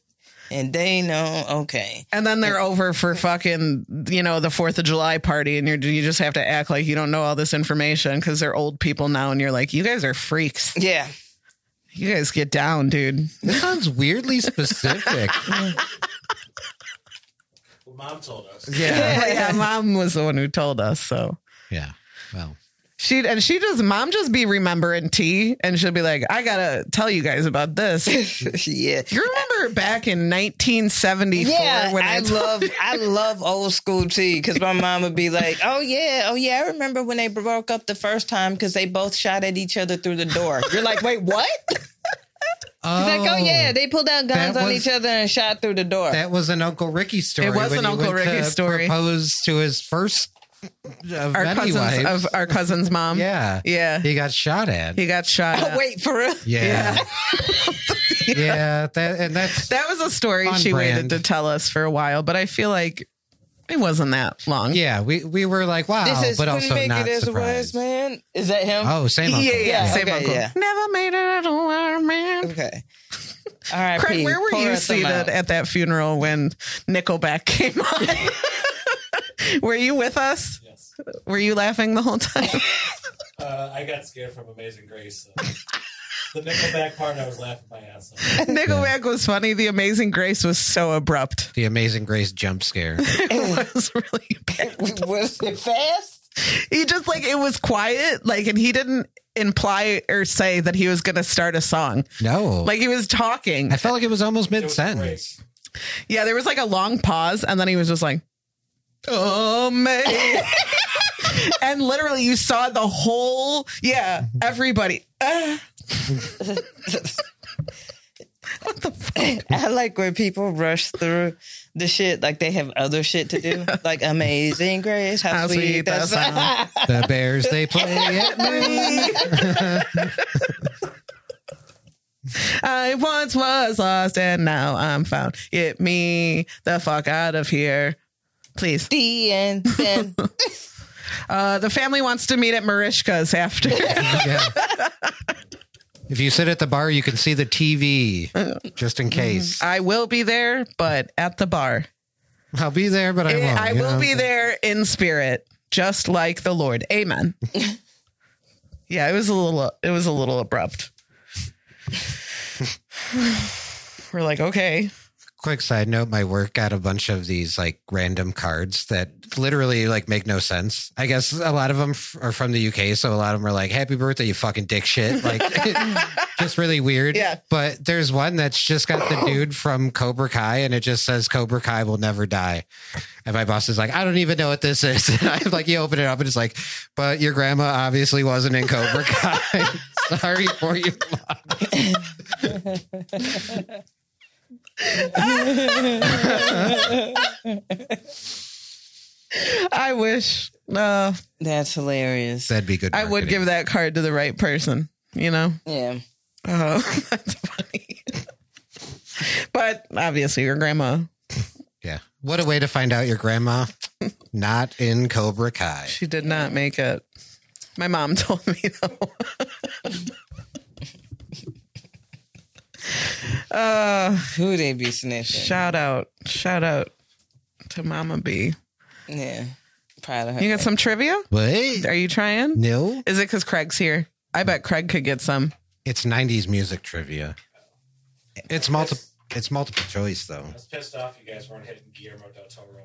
[SPEAKER 2] And they know, okay.
[SPEAKER 1] and then they're over for fucking, you know, the Fourth of July party, and you're you just have to act like you don't know all this information because they're old people now, and you're like, you guys are freaks.
[SPEAKER 2] Yeah.
[SPEAKER 1] You guys get down, dude.
[SPEAKER 3] this sounds weirdly specific.
[SPEAKER 4] Well, Mom told us.
[SPEAKER 3] yeah,
[SPEAKER 1] yeah, mom was the one who told us, so.
[SPEAKER 3] yeah. Well,
[SPEAKER 1] She and she just mom just be remembering tea, and she'll be like, "I gotta tell you guys about this." you
[SPEAKER 2] yeah.
[SPEAKER 1] remember back in 1974
[SPEAKER 2] Yeah,
[SPEAKER 1] when I,
[SPEAKER 2] I
[SPEAKER 1] told-
[SPEAKER 2] love I love old school tea because my mom would be like, "Oh yeah, oh yeah, I remember when they broke up the first time because they both shot at each other through the door." You're like, "Wait, what?"
[SPEAKER 3] Oh,
[SPEAKER 2] She's like, "Oh yeah, they pulled out guns
[SPEAKER 3] That
[SPEAKER 2] on
[SPEAKER 3] was-
[SPEAKER 2] each other and shot through the door."
[SPEAKER 3] That was an Uncle Ricky story.
[SPEAKER 1] was
[SPEAKER 3] when
[SPEAKER 1] an
[SPEAKER 3] he
[SPEAKER 1] Uncle
[SPEAKER 3] went
[SPEAKER 1] Ricky
[SPEAKER 3] to
[SPEAKER 1] story.
[SPEAKER 3] Propose to his first of
[SPEAKER 1] our
[SPEAKER 3] many
[SPEAKER 1] cousins
[SPEAKER 3] wives.
[SPEAKER 1] of our cousin's mom.
[SPEAKER 3] yeah,
[SPEAKER 1] yeah,
[SPEAKER 3] he got shot at.
[SPEAKER 1] he got shot.
[SPEAKER 2] oh, wait, for real?
[SPEAKER 3] yeah, yeah. that and that's
[SPEAKER 1] That was a story
[SPEAKER 3] On
[SPEAKER 1] she waited
[SPEAKER 3] brand.
[SPEAKER 1] to tell us for a while, but I feel like it wasn't that long.
[SPEAKER 3] yeah. We we were like, wow,
[SPEAKER 2] This is
[SPEAKER 3] but
[SPEAKER 2] couldn't
[SPEAKER 3] also
[SPEAKER 2] make
[SPEAKER 3] not
[SPEAKER 2] it as
[SPEAKER 3] surprised.
[SPEAKER 2] a wise man. Is that him?
[SPEAKER 3] Oh, same uncle.
[SPEAKER 1] yeah, yeah, same
[SPEAKER 2] okay,
[SPEAKER 1] uncle.
[SPEAKER 2] yeah.
[SPEAKER 1] Never made it a man.
[SPEAKER 2] Okay. All right.
[SPEAKER 1] Craig, where were you seated
[SPEAKER 2] That
[SPEAKER 1] at that funeral when Nickelback came on? were you with us?
[SPEAKER 4] Yes.
[SPEAKER 1] Were you laughing the whole time?
[SPEAKER 4] Uh, I got scared from Amazing Grace. So. the Nickelback part, I was laughing my ass off.
[SPEAKER 1] Nickelback was funny. The Amazing Grace was so abrupt.
[SPEAKER 3] The Amazing Grace jump scare.
[SPEAKER 1] It was really bad.
[SPEAKER 2] was it fast?
[SPEAKER 1] He just like it was quiet, like, and he didn't imply or say that he was going to start a song.
[SPEAKER 3] No,
[SPEAKER 1] Like he was talking.
[SPEAKER 3] I felt like it was almost
[SPEAKER 4] It
[SPEAKER 3] mid
[SPEAKER 4] was
[SPEAKER 3] sentence.
[SPEAKER 4] great.
[SPEAKER 1] Yeah, there was like a long pause, and then he was just like, "Oh man," and literally you saw the whole yeah everybody. "Ah." what the fuck?
[SPEAKER 2] I like when people rush through the shit like they have other shit to do. Like Amazing Grace, how,
[SPEAKER 1] How
[SPEAKER 2] sweet,
[SPEAKER 1] sweet
[SPEAKER 2] that
[SPEAKER 1] that
[SPEAKER 2] sound.
[SPEAKER 3] The Bears they play at me.
[SPEAKER 1] I once was lost and now I'm found. Get me the fuck out of here. Please.
[SPEAKER 2] The end. then.
[SPEAKER 1] Uh, the family wants to meet at Marishka's after.
[SPEAKER 3] Yeah. If you sit at the bar, you can see the TV just in case.
[SPEAKER 1] Mm-hmm. I will be there, but at the bar.
[SPEAKER 3] I'll be there, but I won't.
[SPEAKER 1] I
[SPEAKER 3] you
[SPEAKER 1] will
[SPEAKER 3] know?
[SPEAKER 1] be there in spirit, just like the Lord. Amen. yeah, it was a little it was a little abrupt. We're like, okay.
[SPEAKER 3] Quick side note: My work got a bunch of these like random cards that literally like make no sense. I guess a lot of them f- are from the UK, so a lot of them are like "Happy birthday, you fucking dick shit," like just really weird.
[SPEAKER 1] Yeah.
[SPEAKER 3] But there's one that's just got the dude from Cobra Kai, and it just says "Cobra Kai will never die." And my boss is like, "I don't even know what this is." And I'm like, "You open it up, and it's like, but your grandma obviously wasn't in Cobra Kai. Sorry for you."
[SPEAKER 1] I wish uh,
[SPEAKER 2] That's hilarious.
[SPEAKER 3] That'd be good.
[SPEAKER 1] I would
[SPEAKER 3] marketing.
[SPEAKER 1] give that card to the right person, you know?
[SPEAKER 2] Yeah.
[SPEAKER 1] Oh, that's funny. but obviously your grandma,
[SPEAKER 3] Yeah. What a way to find out your grandma not in Cobra Kai.
[SPEAKER 1] she did not make it. My mom told me though. uh
[SPEAKER 2] Who they be snitching?
[SPEAKER 1] Shout out, shout out to Mama B.
[SPEAKER 2] Yeah. Proud of her.
[SPEAKER 1] You got some trivia?
[SPEAKER 3] Wait.
[SPEAKER 1] Are you trying?
[SPEAKER 3] No,
[SPEAKER 1] Is it because Craig's here? I bet Craig could get some.
[SPEAKER 3] it's 90s music trivia. It's multiple it's multiple choice though.
[SPEAKER 4] I was pissed off you guys weren't hitting Guillermo del Toro.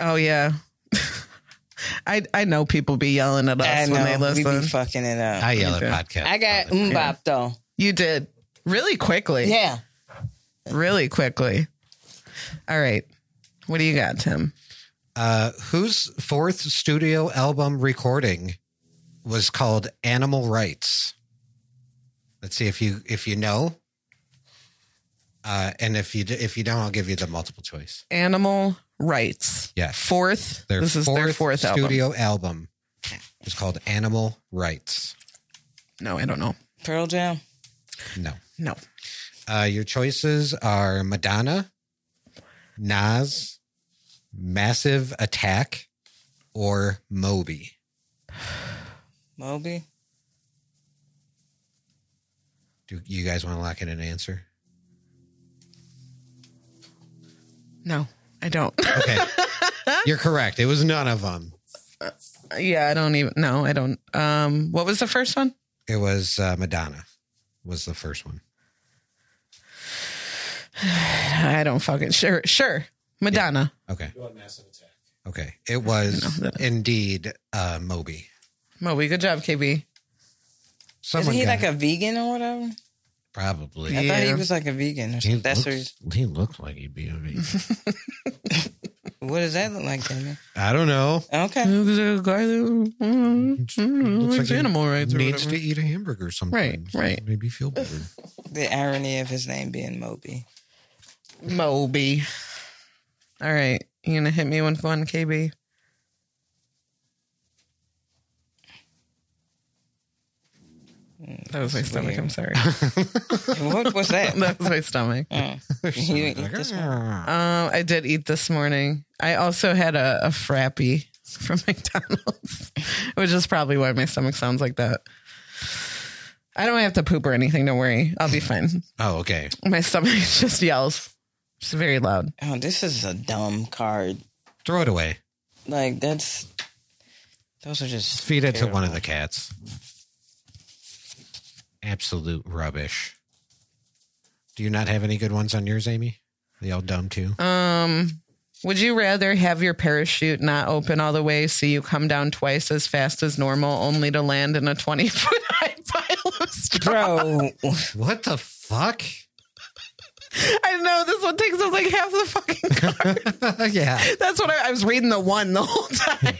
[SPEAKER 1] Oh yeah. I I know people be yelling at us
[SPEAKER 2] I know.
[SPEAKER 1] when they
[SPEAKER 2] We
[SPEAKER 1] listen.
[SPEAKER 2] be fucking it up. I,
[SPEAKER 3] I yell at
[SPEAKER 1] Okay.
[SPEAKER 3] podcasts.
[SPEAKER 2] got
[SPEAKER 3] all the time.
[SPEAKER 2] mbop though.
[SPEAKER 1] you did really quickly.
[SPEAKER 2] Yeah.
[SPEAKER 1] Really quickly. All right. What do you got, Tim?
[SPEAKER 3] uh whose fourth studio album recording was called Animal Rights. Let's see if you if you know. Uh and if you d- if you don't I'll give you the multiple choice.
[SPEAKER 1] Animal Rights.
[SPEAKER 3] Yeah.
[SPEAKER 1] Fourth.
[SPEAKER 3] Their
[SPEAKER 1] this is
[SPEAKER 3] fourth
[SPEAKER 1] their fourth album.
[SPEAKER 3] studio album. It's called Animal Rights.
[SPEAKER 1] No, I don't know.
[SPEAKER 2] Pearl Jam.
[SPEAKER 3] No.
[SPEAKER 1] No.
[SPEAKER 3] Uh, your choices are Madonna, Nas, Massive Attack, or Moby.
[SPEAKER 2] Moby.
[SPEAKER 3] Do you guys want to lock in an answer?
[SPEAKER 1] No, I don't.
[SPEAKER 3] Okay. You're correct. It was none of them.
[SPEAKER 1] yeah, I don't even no, I don't. Um what was the first one?
[SPEAKER 3] It was uh, Madonna was the first one.
[SPEAKER 1] I don't fucking sure. Sure, Madonna.
[SPEAKER 3] Okay.
[SPEAKER 4] You want Massive Attack.
[SPEAKER 3] Okay. It
[SPEAKER 1] No,
[SPEAKER 3] was
[SPEAKER 1] that-
[SPEAKER 3] indeed uh, Moby.
[SPEAKER 1] Moe, good job, KB.
[SPEAKER 3] Someone
[SPEAKER 2] Isn't he
[SPEAKER 3] got
[SPEAKER 2] like
[SPEAKER 3] it.
[SPEAKER 2] a vegan or whatever?
[SPEAKER 5] Probably.
[SPEAKER 2] I thought he
[SPEAKER 1] Yeah.
[SPEAKER 2] was like a vegan. Or
[SPEAKER 5] He
[SPEAKER 2] something. That's
[SPEAKER 5] looks, he looks like he'd be a vegan.
[SPEAKER 2] what, what does that look like, Damien?
[SPEAKER 3] I don't know.
[SPEAKER 2] Okay.
[SPEAKER 1] Looks like a guy that mm, mm,
[SPEAKER 3] Looks
[SPEAKER 1] likes
[SPEAKER 3] like he
[SPEAKER 1] animal rights or
[SPEAKER 3] Needs
[SPEAKER 1] whatever.
[SPEAKER 3] to eat a hamburger sometimes.
[SPEAKER 1] right.
[SPEAKER 3] Maybe feel better.
[SPEAKER 2] The irony of his name being Moby.
[SPEAKER 1] Moby. All right. You gonna hit me with one, KB?
[SPEAKER 3] Mm,
[SPEAKER 1] That was my stomach. I'm sorry.
[SPEAKER 2] What was that?
[SPEAKER 1] that was my stomach.
[SPEAKER 2] Oh. You didn't eat this one?
[SPEAKER 3] "Ah."
[SPEAKER 1] Um, I did eat this morning. I also had a, a frappy from McDonald's, which is probably why my stomach sounds like that. I don't have to poop or anything. Don't worry. I'll be fine.
[SPEAKER 3] Oh, okay.
[SPEAKER 1] My stomach just yells. It's very loud.
[SPEAKER 2] Oh, this is a dumb card.
[SPEAKER 3] Throw it away.
[SPEAKER 2] Like that's those are just
[SPEAKER 3] Feed it to
[SPEAKER 2] terrible.
[SPEAKER 3] one of the cats. Absolute rubbish. Do you not have any good ones on yours, Amy? They all dumb too.
[SPEAKER 1] Um, would you rather have your parachute not open all the way so you come down twice as fast as normal only to land in a 20 foot high pile of straw?
[SPEAKER 2] Bro,
[SPEAKER 3] What the fuck?
[SPEAKER 1] I know this one takes us like half the fucking
[SPEAKER 3] yeah.
[SPEAKER 1] That's what I, I was reading the one the whole time.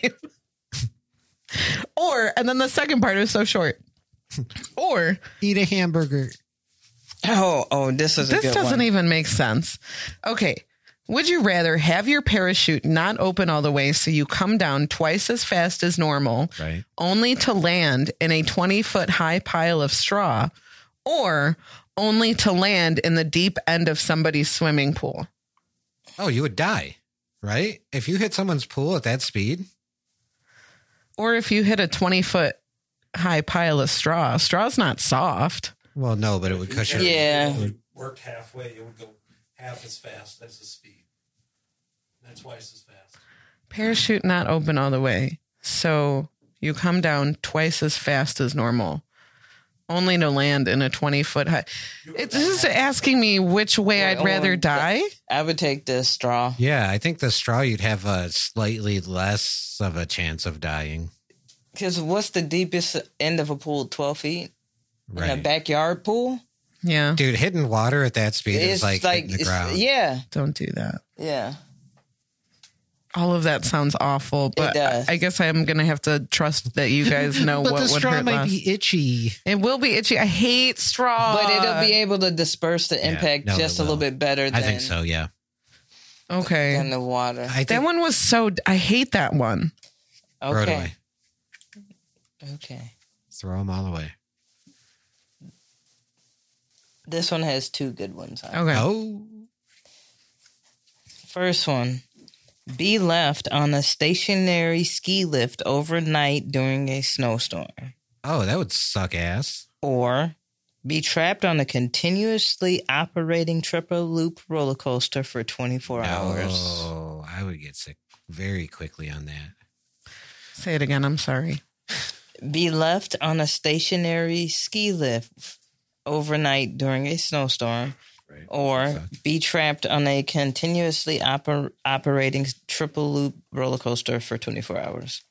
[SPEAKER 1] or, and then the second part is so short. Or,
[SPEAKER 3] Eat a hamburger.
[SPEAKER 2] oh, oh, this is a
[SPEAKER 1] this
[SPEAKER 2] good
[SPEAKER 1] doesn't
[SPEAKER 2] one.
[SPEAKER 1] even make sense. Okay. Would you rather have your parachute not open all the way so you come down twice as fast as normal,
[SPEAKER 5] Right.
[SPEAKER 1] only to land in a 20 foot high pile of straw, or only to land in the deep end of somebody's swimming pool?
[SPEAKER 3] Oh, you would die, right? If you hit someone's pool at that speed,
[SPEAKER 1] Or if you hit a 20 foot high pile of straw, straw's not soft.
[SPEAKER 3] well, no, but it would cushion.
[SPEAKER 2] Yeah.
[SPEAKER 4] Worked halfway, it would go half as fast as the speed. That's twice as fast.
[SPEAKER 1] parachute not open all the way. So you come down twice as fast as normal, only to land in a 20 foot high. It's just asking me which way
[SPEAKER 2] Yeah,
[SPEAKER 1] I'd rather
[SPEAKER 2] um,
[SPEAKER 1] die.
[SPEAKER 2] I would take this straw.
[SPEAKER 3] Yeah, I think the straw you'd have a slightly less of a chance of dying.
[SPEAKER 2] Because what's the deepest end of a pool? 12 feet? In a
[SPEAKER 3] Right.
[SPEAKER 2] backyard pool?
[SPEAKER 1] Yeah,
[SPEAKER 3] Dude, hitting water at that speed is like, hitting the
[SPEAKER 2] it's-
[SPEAKER 3] ground.
[SPEAKER 2] yeah,
[SPEAKER 1] don't do that.
[SPEAKER 2] yeah.
[SPEAKER 1] All of that sounds awful, but I,
[SPEAKER 2] does.
[SPEAKER 1] I guess I'm going to have to trust that you guys know
[SPEAKER 3] but the
[SPEAKER 1] what would
[SPEAKER 3] straw
[SPEAKER 1] hurt
[SPEAKER 3] might
[SPEAKER 1] less.
[SPEAKER 3] be itchy.
[SPEAKER 1] it will be itchy. I hate straw.
[SPEAKER 2] But it'll
[SPEAKER 1] Uh,
[SPEAKER 2] be able to disperse the impact
[SPEAKER 3] no, it
[SPEAKER 2] just a little
[SPEAKER 3] will.
[SPEAKER 2] bit better
[SPEAKER 3] I
[SPEAKER 2] than,
[SPEAKER 3] think so. Yeah,
[SPEAKER 1] Okay.
[SPEAKER 2] than the water.
[SPEAKER 3] I think
[SPEAKER 1] That one was so, I hate that one.
[SPEAKER 3] throw it
[SPEAKER 2] Okay.
[SPEAKER 3] away.
[SPEAKER 2] Okay.
[SPEAKER 3] Throw them all away.
[SPEAKER 2] This one has two good ones. on it.
[SPEAKER 1] Okay.
[SPEAKER 3] Oh,
[SPEAKER 2] First one be left on a stationary ski lift overnight during a snowstorm,
[SPEAKER 3] oh, that would suck ass.
[SPEAKER 2] or be trapped on a continuously operating triple loop roller coaster for 24 hours.
[SPEAKER 3] Oh, I would get sick very quickly on that.
[SPEAKER 1] Say it again. I'm sorry.
[SPEAKER 2] Be left on a stationary ski lift overnight during a snowstorm.
[SPEAKER 5] Right.
[SPEAKER 2] Or be trapped on a continuously oper- operating triple loop roller coaster for 24 hours.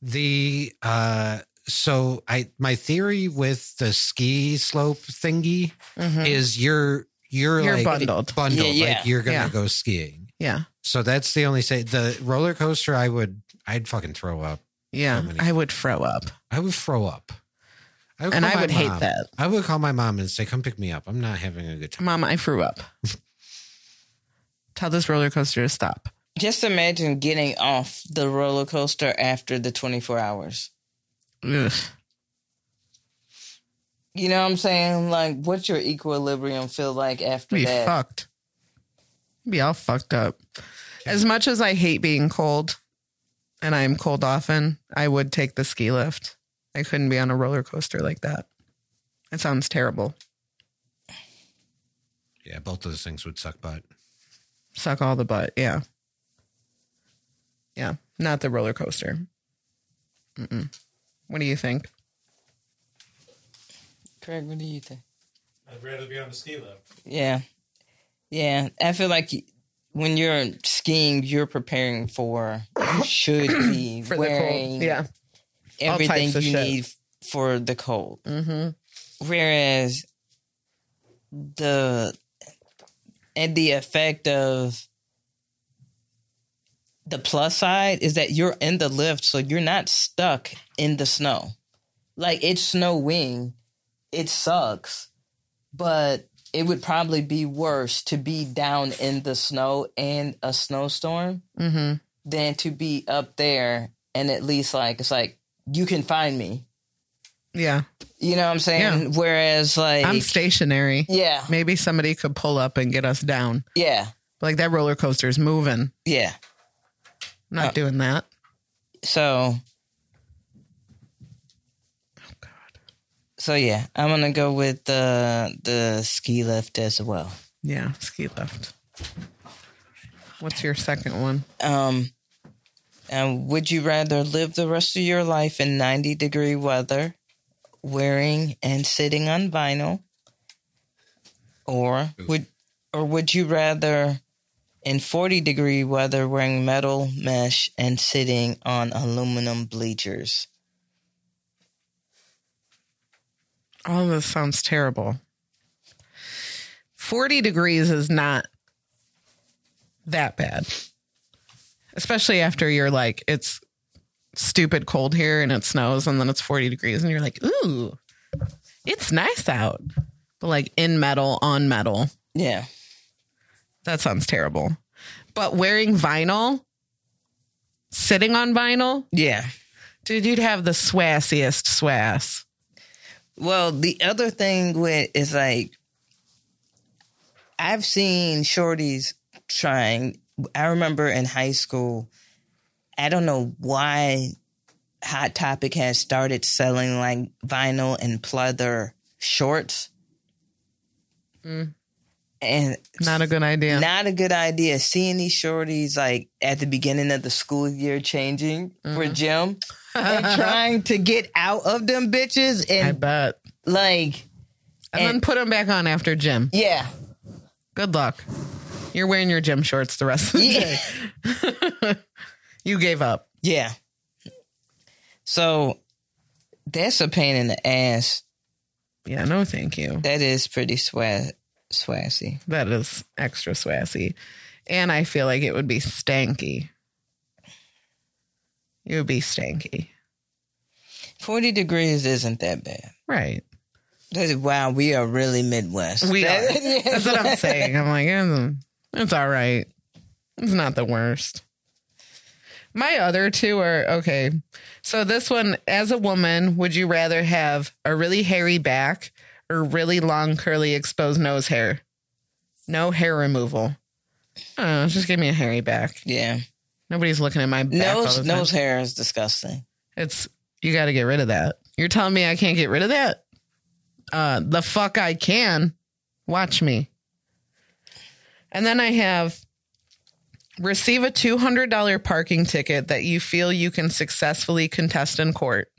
[SPEAKER 3] The uh, so I my theory with the ski slope thingy
[SPEAKER 1] Mhm.
[SPEAKER 3] is you're you're,
[SPEAKER 1] You're
[SPEAKER 3] like
[SPEAKER 1] bundled.
[SPEAKER 3] bundled,
[SPEAKER 2] Yeah, yeah.
[SPEAKER 3] like you're gonna
[SPEAKER 1] Yeah.
[SPEAKER 3] go skiing.
[SPEAKER 1] Yeah.
[SPEAKER 3] So that's the only say. The roller coaster, I would, I'd fucking throw up.
[SPEAKER 1] Yeah.
[SPEAKER 3] many-
[SPEAKER 1] I would throw up.
[SPEAKER 3] I would throw up. I would
[SPEAKER 1] And
[SPEAKER 3] call
[SPEAKER 1] I
[SPEAKER 3] my
[SPEAKER 1] would hate
[SPEAKER 3] mom.
[SPEAKER 1] that.
[SPEAKER 3] I would call my mom and say, "Come pick me up. I'm not having a good time."
[SPEAKER 1] Mom, I threw up. Tell this roller coaster to stop.
[SPEAKER 2] Just imagine getting off the roller coaster after the 24 hours.
[SPEAKER 1] Ugh.
[SPEAKER 2] You know what I'm saying? Like, what's your equilibrium feel like after
[SPEAKER 1] Be
[SPEAKER 2] that?
[SPEAKER 1] fucked. Be all fucked up. As much as I hate being cold, and I am cold often, I would take the ski lift. I couldn't be on a roller coaster like that. It sounds terrible.
[SPEAKER 3] Yeah, both those things would suck butt.
[SPEAKER 1] Suck all the butt. Yeah. Yeah. Not the roller coaster. Mm-mm. What do you think?
[SPEAKER 2] Craig, what do you think?
[SPEAKER 4] I'd rather be on the ski lift.
[SPEAKER 2] Yeah. Yeah. I feel like y- when you're skiing, you're preparing for, you should be
[SPEAKER 1] For the
[SPEAKER 2] wearing
[SPEAKER 1] cold. Yeah.
[SPEAKER 2] everything
[SPEAKER 1] types of
[SPEAKER 2] you
[SPEAKER 1] shit.
[SPEAKER 2] need for the cold.
[SPEAKER 1] Mm-hmm.
[SPEAKER 2] Whereas the and the effect of the plus side is that you're in the lift, so you're not stuck in the snow. Like it's snowing, it sucks, but it would probably be worse to be down in the snow and a snowstorm
[SPEAKER 1] Mm-hmm.
[SPEAKER 2] than to be up there and at least like it's like you can find me.
[SPEAKER 1] Yeah.
[SPEAKER 2] You know what I'm saying? Whereas like
[SPEAKER 1] I'm stationary.
[SPEAKER 2] yeah,
[SPEAKER 1] Maybe somebody could pull up and get us down.
[SPEAKER 2] yeah,
[SPEAKER 1] Like that roller coaster is moving.
[SPEAKER 2] yeah.
[SPEAKER 1] I'm not
[SPEAKER 2] Uh,
[SPEAKER 1] doing that.
[SPEAKER 2] So So yeah, I'm gonna go with the the ski lift as well.
[SPEAKER 1] Yeah. Ski lift. What's your second one?
[SPEAKER 2] Um, and would you rather live the rest of your life in 90 degree weather, wearing and sitting on vinyl, or would or would you rather in 40 degree weather wearing metal mesh and sitting on aluminum bleachers?
[SPEAKER 1] All of Oh, this sounds terrible. 40 degrees is not that bad, especially after you're like, it's stupid cold here and it snows, and then it's 40 degrees, and you're like, ooh, it's nice out. But like in metal, on metal,
[SPEAKER 2] Yeah,
[SPEAKER 1] that sounds terrible. But wearing vinyl, sitting on vinyl,
[SPEAKER 2] yeah.
[SPEAKER 1] dude, you'd have the swassiest swass.
[SPEAKER 2] Well, the other thing with is like I've seen shorties trying. I remember in high school, I don't know why Hot Topic has started selling like vinyl and pleather shorts.
[SPEAKER 1] Mm.
[SPEAKER 2] And
[SPEAKER 1] Not a good idea.
[SPEAKER 2] not a good idea. Seeing these shorties like at the beginning of the school year changing
[SPEAKER 1] Mm-hmm.
[SPEAKER 2] for gym and trying to get out of them bitches
[SPEAKER 1] I
[SPEAKER 2] and
[SPEAKER 1] bet.
[SPEAKER 2] like
[SPEAKER 1] And,
[SPEAKER 2] And-
[SPEAKER 1] then put them back on after gym.
[SPEAKER 2] yeah
[SPEAKER 1] Good luck. You're wearing your gym shorts the rest of the
[SPEAKER 2] yeah
[SPEAKER 1] day. You gave up.
[SPEAKER 2] yeah so that's a pain in the ass
[SPEAKER 1] Yeah, no, thank you.
[SPEAKER 2] that is pretty swaz swazzy
[SPEAKER 1] That is extra swassy. And I feel like it would be stanky. It would be stanky.
[SPEAKER 2] 40 degrees isn't that bad
[SPEAKER 1] Right.
[SPEAKER 2] That is- wow we are really midwest
[SPEAKER 1] We are.
[SPEAKER 2] That-
[SPEAKER 1] That's what I'm saying. I'm like, "Mm, it's all right. It's not the worst. My other two are okay. So this one, as a woman, would you rather have a really hairy back or really long, curly, exposed nose hair? No hair removal. Oh, just give me a hairy back.
[SPEAKER 2] yeah
[SPEAKER 1] Nobody's looking at my back. all
[SPEAKER 2] nose
[SPEAKER 1] the time.
[SPEAKER 2] nose hair is disgusting
[SPEAKER 1] It's you got to get rid of that. You're telling me I can't get rid of that? Uh, the fuck I can. Watch me. And then I have receive a $200 parking ticket that you feel you can successfully contest in court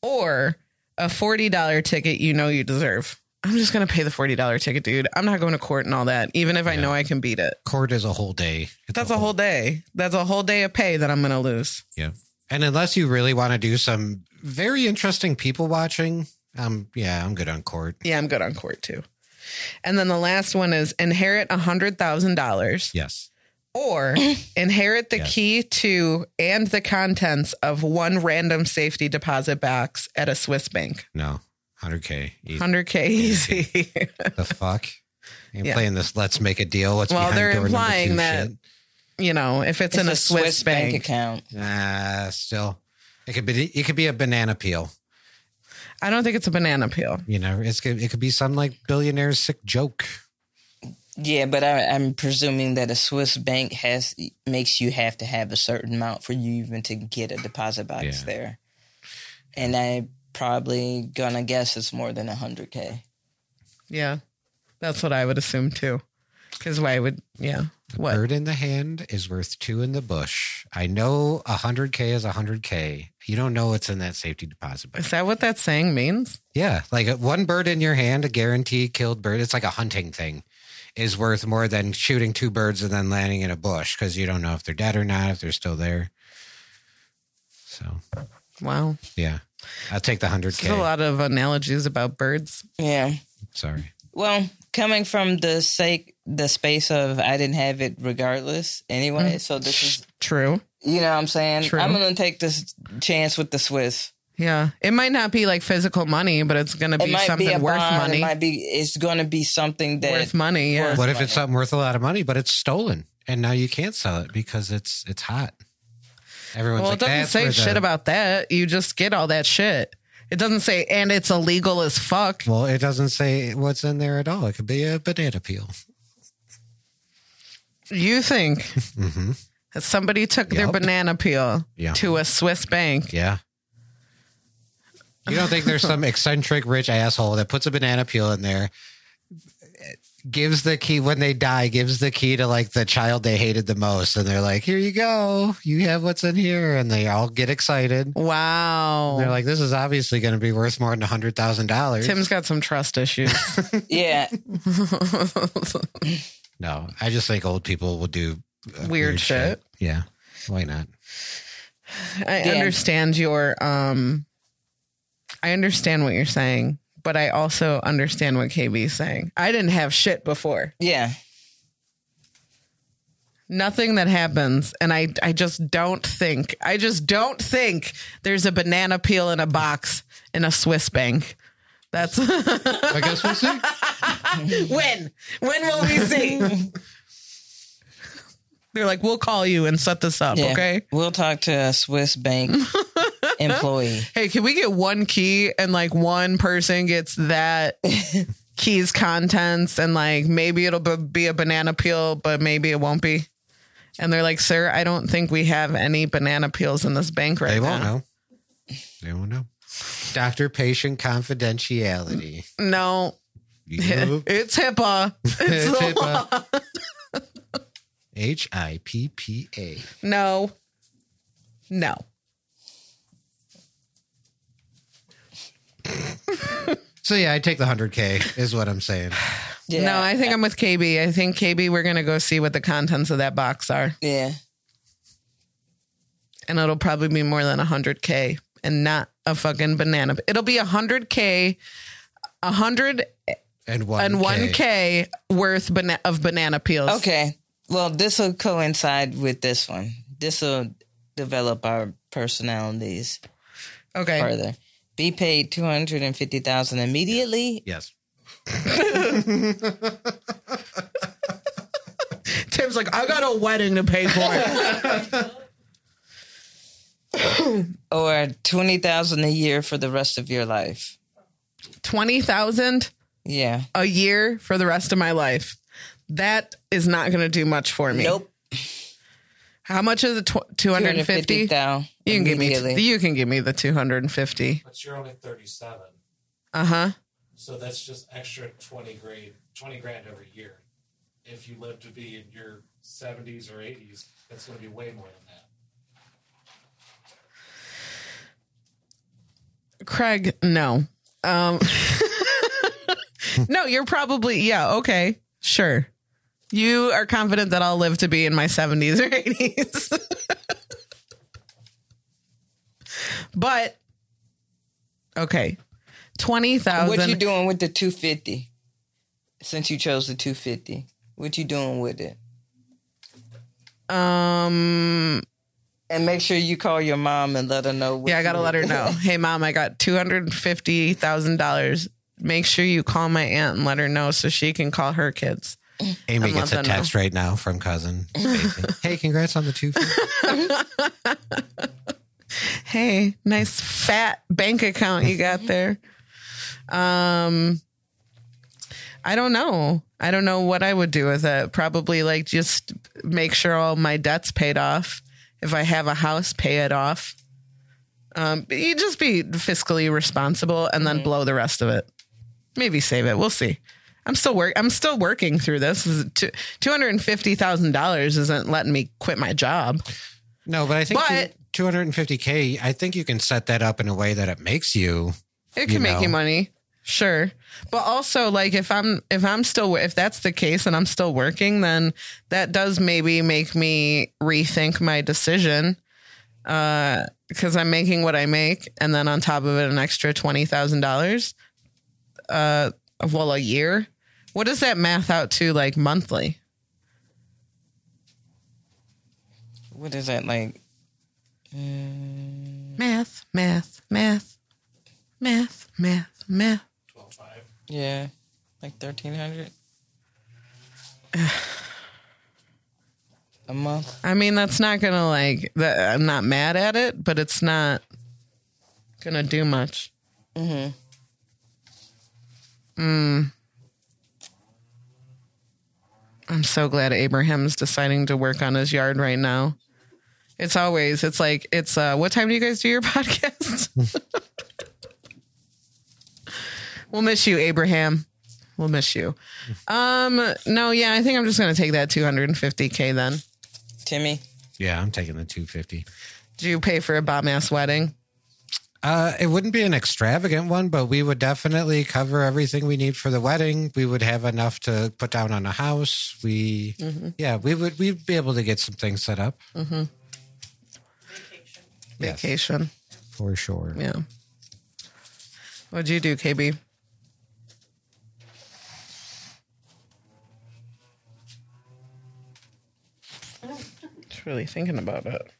[SPEAKER 1] or a $40 ticket you know you deserve. I'm just going to pay the $40 ticket, dude. I'm not going to court and all that, even if I know I can beat it.
[SPEAKER 3] Court is a whole day. It's
[SPEAKER 1] That's a whole day. That's a whole day of pay that I'm going to lose.
[SPEAKER 3] And unless you really want to do some very interesting people watching, um, yeah, I'm good on court.
[SPEAKER 1] Yeah, I'm good on court too. And then the last one is inherit a hundred thousand dollars
[SPEAKER 3] Yes.
[SPEAKER 1] or inherit the
[SPEAKER 3] Yeah.
[SPEAKER 1] key to and the contents of one random safety deposit box at a Swiss bank.
[SPEAKER 3] No. 100K. Easy.
[SPEAKER 1] Hundred K easy.
[SPEAKER 3] the fuck? You're
[SPEAKER 1] Yeah.
[SPEAKER 3] playing this. Let's make a deal. What's
[SPEAKER 1] Well,
[SPEAKER 3] behind
[SPEAKER 1] they're
[SPEAKER 3] door
[SPEAKER 1] implying
[SPEAKER 3] number two
[SPEAKER 1] that-
[SPEAKER 3] shit?
[SPEAKER 1] you know, if it's, in a, Swiss, bank.
[SPEAKER 2] account
[SPEAKER 3] Nah, still, it could be. It could be a banana peel.
[SPEAKER 1] I don't think it's a banana peel.
[SPEAKER 3] You know, it's could- it could be some like billionaire's sick joke.
[SPEAKER 2] yeah but I, i'm presuming that a swiss bank has makes you have to have a certain amount for you even to get a deposit box
[SPEAKER 5] Yeah.
[SPEAKER 2] there and i probably gonna guess it's more than 100k
[SPEAKER 1] Yeah. That's what I would assume too. Cause why would yeah. What?
[SPEAKER 3] Bird in the hand is worth two in the bush. I know hundred k is hundred k. You don't know what's in that safety deposit box.
[SPEAKER 1] Is that what that saying means?
[SPEAKER 3] Yeah, like uh, one bird in your hand, a guaranteed killed bird. It's like a hunting thing, is worth more than shooting two birds and then landing in a bush because you don't know if they're dead or not, if they're still there. So
[SPEAKER 1] Wow.
[SPEAKER 3] Yeah. I'll take the
[SPEAKER 1] There's a
[SPEAKER 3] 100K.
[SPEAKER 1] lot of analogies about birds.
[SPEAKER 2] Yeah.
[SPEAKER 3] Sorry.
[SPEAKER 2] Well, coming from the sake, the space of I didn't have it regardless anyway. So this is,
[SPEAKER 1] True.
[SPEAKER 2] you know what I'm saying?
[SPEAKER 1] Mm. True.
[SPEAKER 2] I'm going to take this chance with the Swiss.
[SPEAKER 1] Yeah. It might not be like physical money, but it's going to
[SPEAKER 2] It
[SPEAKER 1] be
[SPEAKER 2] might
[SPEAKER 1] something
[SPEAKER 2] be a
[SPEAKER 1] worth
[SPEAKER 2] bond. It
[SPEAKER 1] money.
[SPEAKER 2] might be, it's going to be something that,
[SPEAKER 1] worth money. Yeah.
[SPEAKER 3] What if it's something worth a lot of money, but it's stolen and now you can't sell it because it's it's hot? Everyone's
[SPEAKER 1] Well,
[SPEAKER 3] like,
[SPEAKER 1] it doesn't
[SPEAKER 3] "That's
[SPEAKER 1] say
[SPEAKER 3] where the-"
[SPEAKER 1] shit about that. You just get all that shit. It doesn't say, and it's illegal as fuck.
[SPEAKER 3] Well, it doesn't say what's in there at all. It could be a banana peel.
[SPEAKER 1] You think
[SPEAKER 3] hmm
[SPEAKER 1] that somebody took their
[SPEAKER 3] Yup.
[SPEAKER 1] banana peel
[SPEAKER 3] Yeah.
[SPEAKER 1] to a Swiss bank?
[SPEAKER 3] Yeah. You don't think there's some eccentric rich asshole that puts a banana peel in there, gives the key when they die, gives the key to like the child they hated the most, and they're like, "Here you go, you have what's in here," and they all get excited.
[SPEAKER 1] Wow.
[SPEAKER 3] They're like, "This is obviously going to be worth more than a hundred thousand dollars."
[SPEAKER 1] Oh. Tim's got some trust issues.
[SPEAKER 2] yeah,
[SPEAKER 3] No, I just think old people will do uh,
[SPEAKER 1] Weird shit.
[SPEAKER 3] Yeah, why not?
[SPEAKER 1] I
[SPEAKER 2] Yeah.
[SPEAKER 1] understand your um I understand what you're saying, but I also understand what KB's saying. I didn't have shit before.
[SPEAKER 2] yeah.
[SPEAKER 1] Nothing that happens and I I just don't think. I just don't think there's a banana peel in a box in a Swiss bank. That's
[SPEAKER 3] I guess we'll see.
[SPEAKER 1] when? When will we see? They're like, we'll call you and set this up,
[SPEAKER 2] Yeah.
[SPEAKER 1] okay?
[SPEAKER 2] We'll talk to a Swiss bank employee.
[SPEAKER 1] hey, can we get one key and like one person gets that key's contents and like maybe it'll b- be a banana peel, but maybe it won't be. And they're like, sir, I don't think we have any banana peels in this bank right
[SPEAKER 3] They
[SPEAKER 1] now.
[SPEAKER 3] won't know. They won't know. Doctor patient confidentiality.
[SPEAKER 1] No,
[SPEAKER 3] You-
[SPEAKER 1] it's HIPAA. It's the law.
[SPEAKER 3] H I P P A.
[SPEAKER 1] No, no.
[SPEAKER 3] So yeah, I take the hundred K is what I'm saying.
[SPEAKER 2] Yeah.
[SPEAKER 1] No, I think I'm with KB. I think KB, we're going to go see what the contents of that box are.
[SPEAKER 2] yeah.
[SPEAKER 1] and it'll probably be more than 100k and not a fucking banana. It'll be 100k 101k
[SPEAKER 3] And one
[SPEAKER 1] worth bana- of banana peels.
[SPEAKER 2] Okay. Well, this will coincide with this one. This will develop our personalities
[SPEAKER 1] Okay.
[SPEAKER 2] further. Be paid two hundred and fifty thousand immediately.
[SPEAKER 3] Yes.
[SPEAKER 1] Tim's like, I got a wedding to pay for.
[SPEAKER 2] or twenty thousand a year for the rest of your life.
[SPEAKER 1] 20,000
[SPEAKER 2] Yeah.
[SPEAKER 1] a year for the rest of my life. That is not going to do much for me. How much is it? Tw- 250?
[SPEAKER 2] thousand.
[SPEAKER 1] You can give me you can give me the 250.
[SPEAKER 4] But you're only 37,
[SPEAKER 1] Uh-huh.
[SPEAKER 4] so that's just extra 20 grade, 20 grand every year. If you live to be in your 70s or 80s, that's going to be way more than that.
[SPEAKER 1] Craig, no. Um, no, you're probably, yeah, okay, sure. You are confident that I'll live to be in my 70s or 80s. but, okay,
[SPEAKER 2] What you
[SPEAKER 1] 20,000.
[SPEAKER 2] doing with the two fifty? Since you chose the two fifty, what you doing with it?
[SPEAKER 1] Um,
[SPEAKER 2] And make sure you call your mom and let her know. What
[SPEAKER 1] yeah, I got to
[SPEAKER 2] you-
[SPEAKER 1] let her know. Hey, mom, I got $250,000. Make sure you call my aunt and let her know so she can call her kids.
[SPEAKER 3] Amy
[SPEAKER 1] I'm
[SPEAKER 3] gets a
[SPEAKER 1] not done
[SPEAKER 3] text right now from cousin. Stacy. hey, congrats on the two.
[SPEAKER 1] hey, nice fat bank account you got there. Um, I don't know. I don't know what I would do with it. Probably like just make sure all my debts paid off. If I have a house, pay it off. Um, but you just be fiscally responsible and then blow the rest of it. Maybe save it. We'll see. I'm still work. I'm still working through this. Two hundred and fifty thousand dollars isn't letting me quit my job.
[SPEAKER 3] No, but I think
[SPEAKER 1] But-
[SPEAKER 3] two hundred and fifty K. I think you can set that up in a way that it makes you.
[SPEAKER 1] It
[SPEAKER 3] you
[SPEAKER 1] can make
[SPEAKER 3] know?
[SPEAKER 1] you money, sure. But also, like if I'm if I'm still if that's the case and I'm still working, then that does maybe make me rethink my decision. Uh, because I'm making what I make, and then on top of it, an extra twenty thousand dollars. Uh, well, a year. What does that math out to, like monthly?
[SPEAKER 2] What is that like?
[SPEAKER 1] Math, math, math, math, math, math.
[SPEAKER 4] twelve five.
[SPEAKER 2] Yeah, like thirteen hundred a month.
[SPEAKER 1] I mean, that's not gonna like. That, I'm not mad at it, but it's not gonna do much. Mm-hmm. Mm. I'm so glad Abraham's deciding to work on his yard right now. It's always. It's like it's. uh What time do you guys do your podcast? we'll miss you, Abraham. We'll miss you. Um. No. Yeah. I think I'm just gonna take that 250k then.
[SPEAKER 2] Timmy,
[SPEAKER 5] Yeah, I'm taking the 250.
[SPEAKER 1] Do you pay for a bomb ass wedding?
[SPEAKER 3] Uh, it wouldn't be an extravagant one, but we would definitely cover everything we need for the wedding. We would have enough to put down on a house. We,
[SPEAKER 1] Mm-hmm.
[SPEAKER 3] yeah, we would we'd be able to get some things set up Yes.
[SPEAKER 1] Vacation.
[SPEAKER 3] for sure.
[SPEAKER 1] Yeah. What'd you do, KB? Just really thinking about it.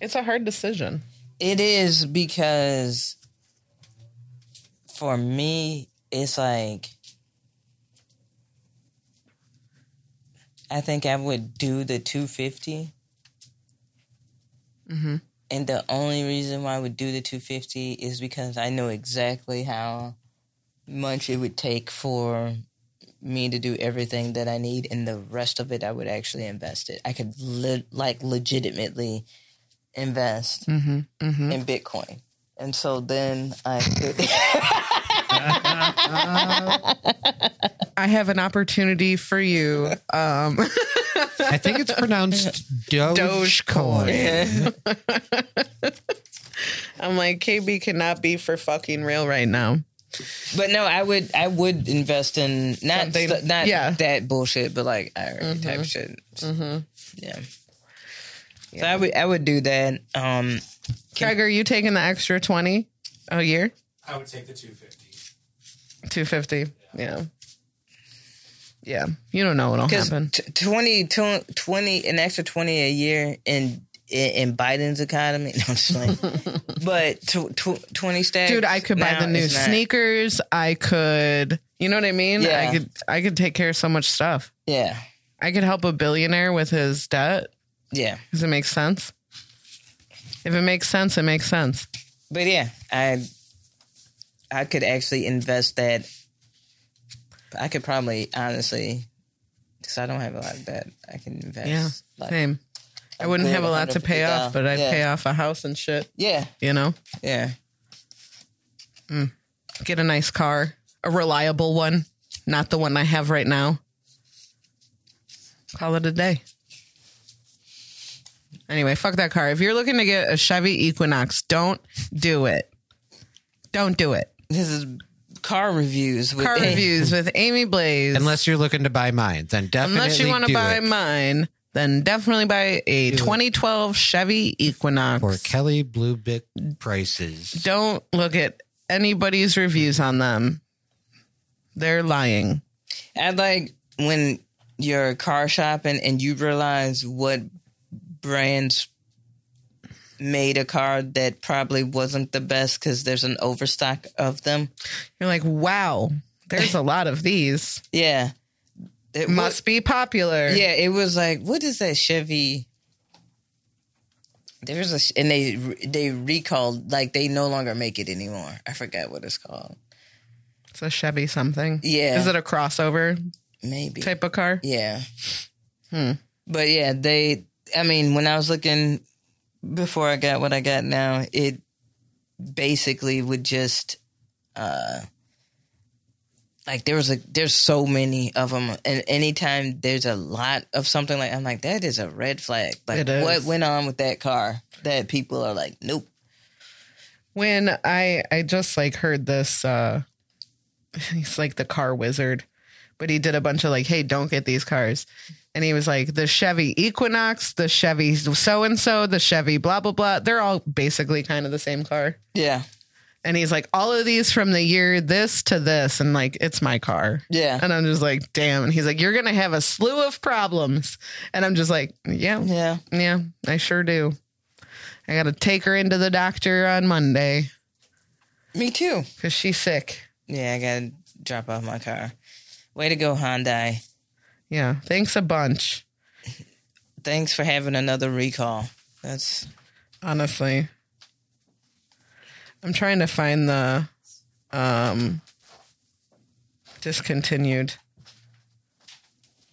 [SPEAKER 1] It's a hard decision.
[SPEAKER 2] it is because for me, it's like I think I would do the two
[SPEAKER 1] Mhm.
[SPEAKER 2] And the only reason why I would do the two fifty is because I know exactly how much it would take for me to do everything that I need, and the rest of it I would actually invest it. I could le- like legitimately invest
[SPEAKER 1] Mm-hmm. Mm-hmm.
[SPEAKER 2] in Bitcoin. And so then I could,
[SPEAKER 1] I have an opportunity for you. Um,
[SPEAKER 3] I think it's pronounced Doge Dogecoin.
[SPEAKER 1] I'm like, KB cannot be for fucking real right now.
[SPEAKER 2] but no, I would I would invest in not
[SPEAKER 1] Something-
[SPEAKER 2] stu- not
[SPEAKER 1] yeah. Mm-hmm.
[SPEAKER 2] that bullshit, but like IRA type shit. Yeah. So I would I would do that. Um,
[SPEAKER 1] Craig, are you taking the extra 20 a year?
[SPEAKER 4] I would take the two fifty.
[SPEAKER 1] 250. Yeah. Yeah. You don't know what'll
[SPEAKER 2] because
[SPEAKER 1] happen.
[SPEAKER 2] 20, 20 20 an extra twenty a year in in, in Biden's economy. No, I'm just like, but tw- tw- twenty stacks.
[SPEAKER 1] Dude, I could buy
[SPEAKER 2] now
[SPEAKER 1] the new
[SPEAKER 2] is not-
[SPEAKER 1] sneakers. I could, you know what I mean?
[SPEAKER 2] Yeah.
[SPEAKER 1] I could I could take care of so much stuff.
[SPEAKER 2] Yeah,
[SPEAKER 1] I could help a billionaire with his debt.
[SPEAKER 2] yeah.
[SPEAKER 1] Does it make sense? If it makes sense, it makes sense.
[SPEAKER 2] But yeah, I I could actually invest that. I could probably honestly, because I don't have a lot of debt, I can invest.
[SPEAKER 1] Yeah.
[SPEAKER 2] like-
[SPEAKER 1] Same. I
[SPEAKER 2] I'm
[SPEAKER 1] wouldn't
[SPEAKER 2] good,
[SPEAKER 1] have a lot to pay off, but I'd
[SPEAKER 2] yeah.
[SPEAKER 1] pay off a house and shit,
[SPEAKER 2] Yeah,
[SPEAKER 1] you know?
[SPEAKER 2] yeah,
[SPEAKER 1] Get a nice car, a reliable one, not the one I have right now. Call it a day. Anyway, fuck that car. If you're looking to get a Chevy Equinox, don't do it. Don't do it.
[SPEAKER 2] this is car reviews. With
[SPEAKER 1] Car reviews with Amy Blaze.
[SPEAKER 3] Unless you're looking to buy mine, then definitely
[SPEAKER 1] Unless you want
[SPEAKER 3] do
[SPEAKER 1] to buy
[SPEAKER 3] it.
[SPEAKER 1] mine, then definitely buy a 2012 Chevy Equinox.
[SPEAKER 3] for Kelly Blue Bit prices.
[SPEAKER 1] don't look at anybody's reviews on them. They're lying.
[SPEAKER 2] I like when you're car shopping and you realize what brands made a car that probably wasn't the best because there's an overstock of them.
[SPEAKER 1] You're like, wow, there's a lot of these.
[SPEAKER 2] Yeah, it was-
[SPEAKER 1] Must be popular.
[SPEAKER 2] Yeah, it was like what is that Chevy? There's a sh- and they they recalled like they no longer make it anymore. I forgot what it's called.
[SPEAKER 1] It's a Chevy something.
[SPEAKER 2] Yeah.
[SPEAKER 1] Is it a crossover
[SPEAKER 2] Maybe
[SPEAKER 1] type of car?
[SPEAKER 2] yeah. Hmm. But yeah, they. I mean, when I was looking before I got what I got now, it basically would just uh like there was a there's so many of them and anytime there's a lot of something like I'm like that is a red flag like
[SPEAKER 1] It is.
[SPEAKER 2] what went on with that car that people are like nope
[SPEAKER 1] when I I just like heard this uh he's like the car wizard but he did a bunch of like, hey, don't get these cars. And he was like, the Chevy Equinox, the Chevy so and so, the Chevy blah, blah, blah. They're all basically kind of the same car.
[SPEAKER 2] Yeah.
[SPEAKER 1] And he's like, all of these from the year this to this. And like, it's my car.
[SPEAKER 2] Yeah.
[SPEAKER 1] And I'm just like, damn. And he's like, you're going to have a slew of problems. And I'm just like, yeah,
[SPEAKER 2] Yeah.
[SPEAKER 1] yeah, I sure do. I got to take her into the doctor on Monday
[SPEAKER 2] Me too.
[SPEAKER 1] because she's sick.
[SPEAKER 2] Yeah, I gotta drop off my car. Way to go, Hyundai.
[SPEAKER 1] Yeah. Thanks a bunch.
[SPEAKER 2] Thanks for having another recall. That's
[SPEAKER 1] Honestly. I'm trying to find the um discontinued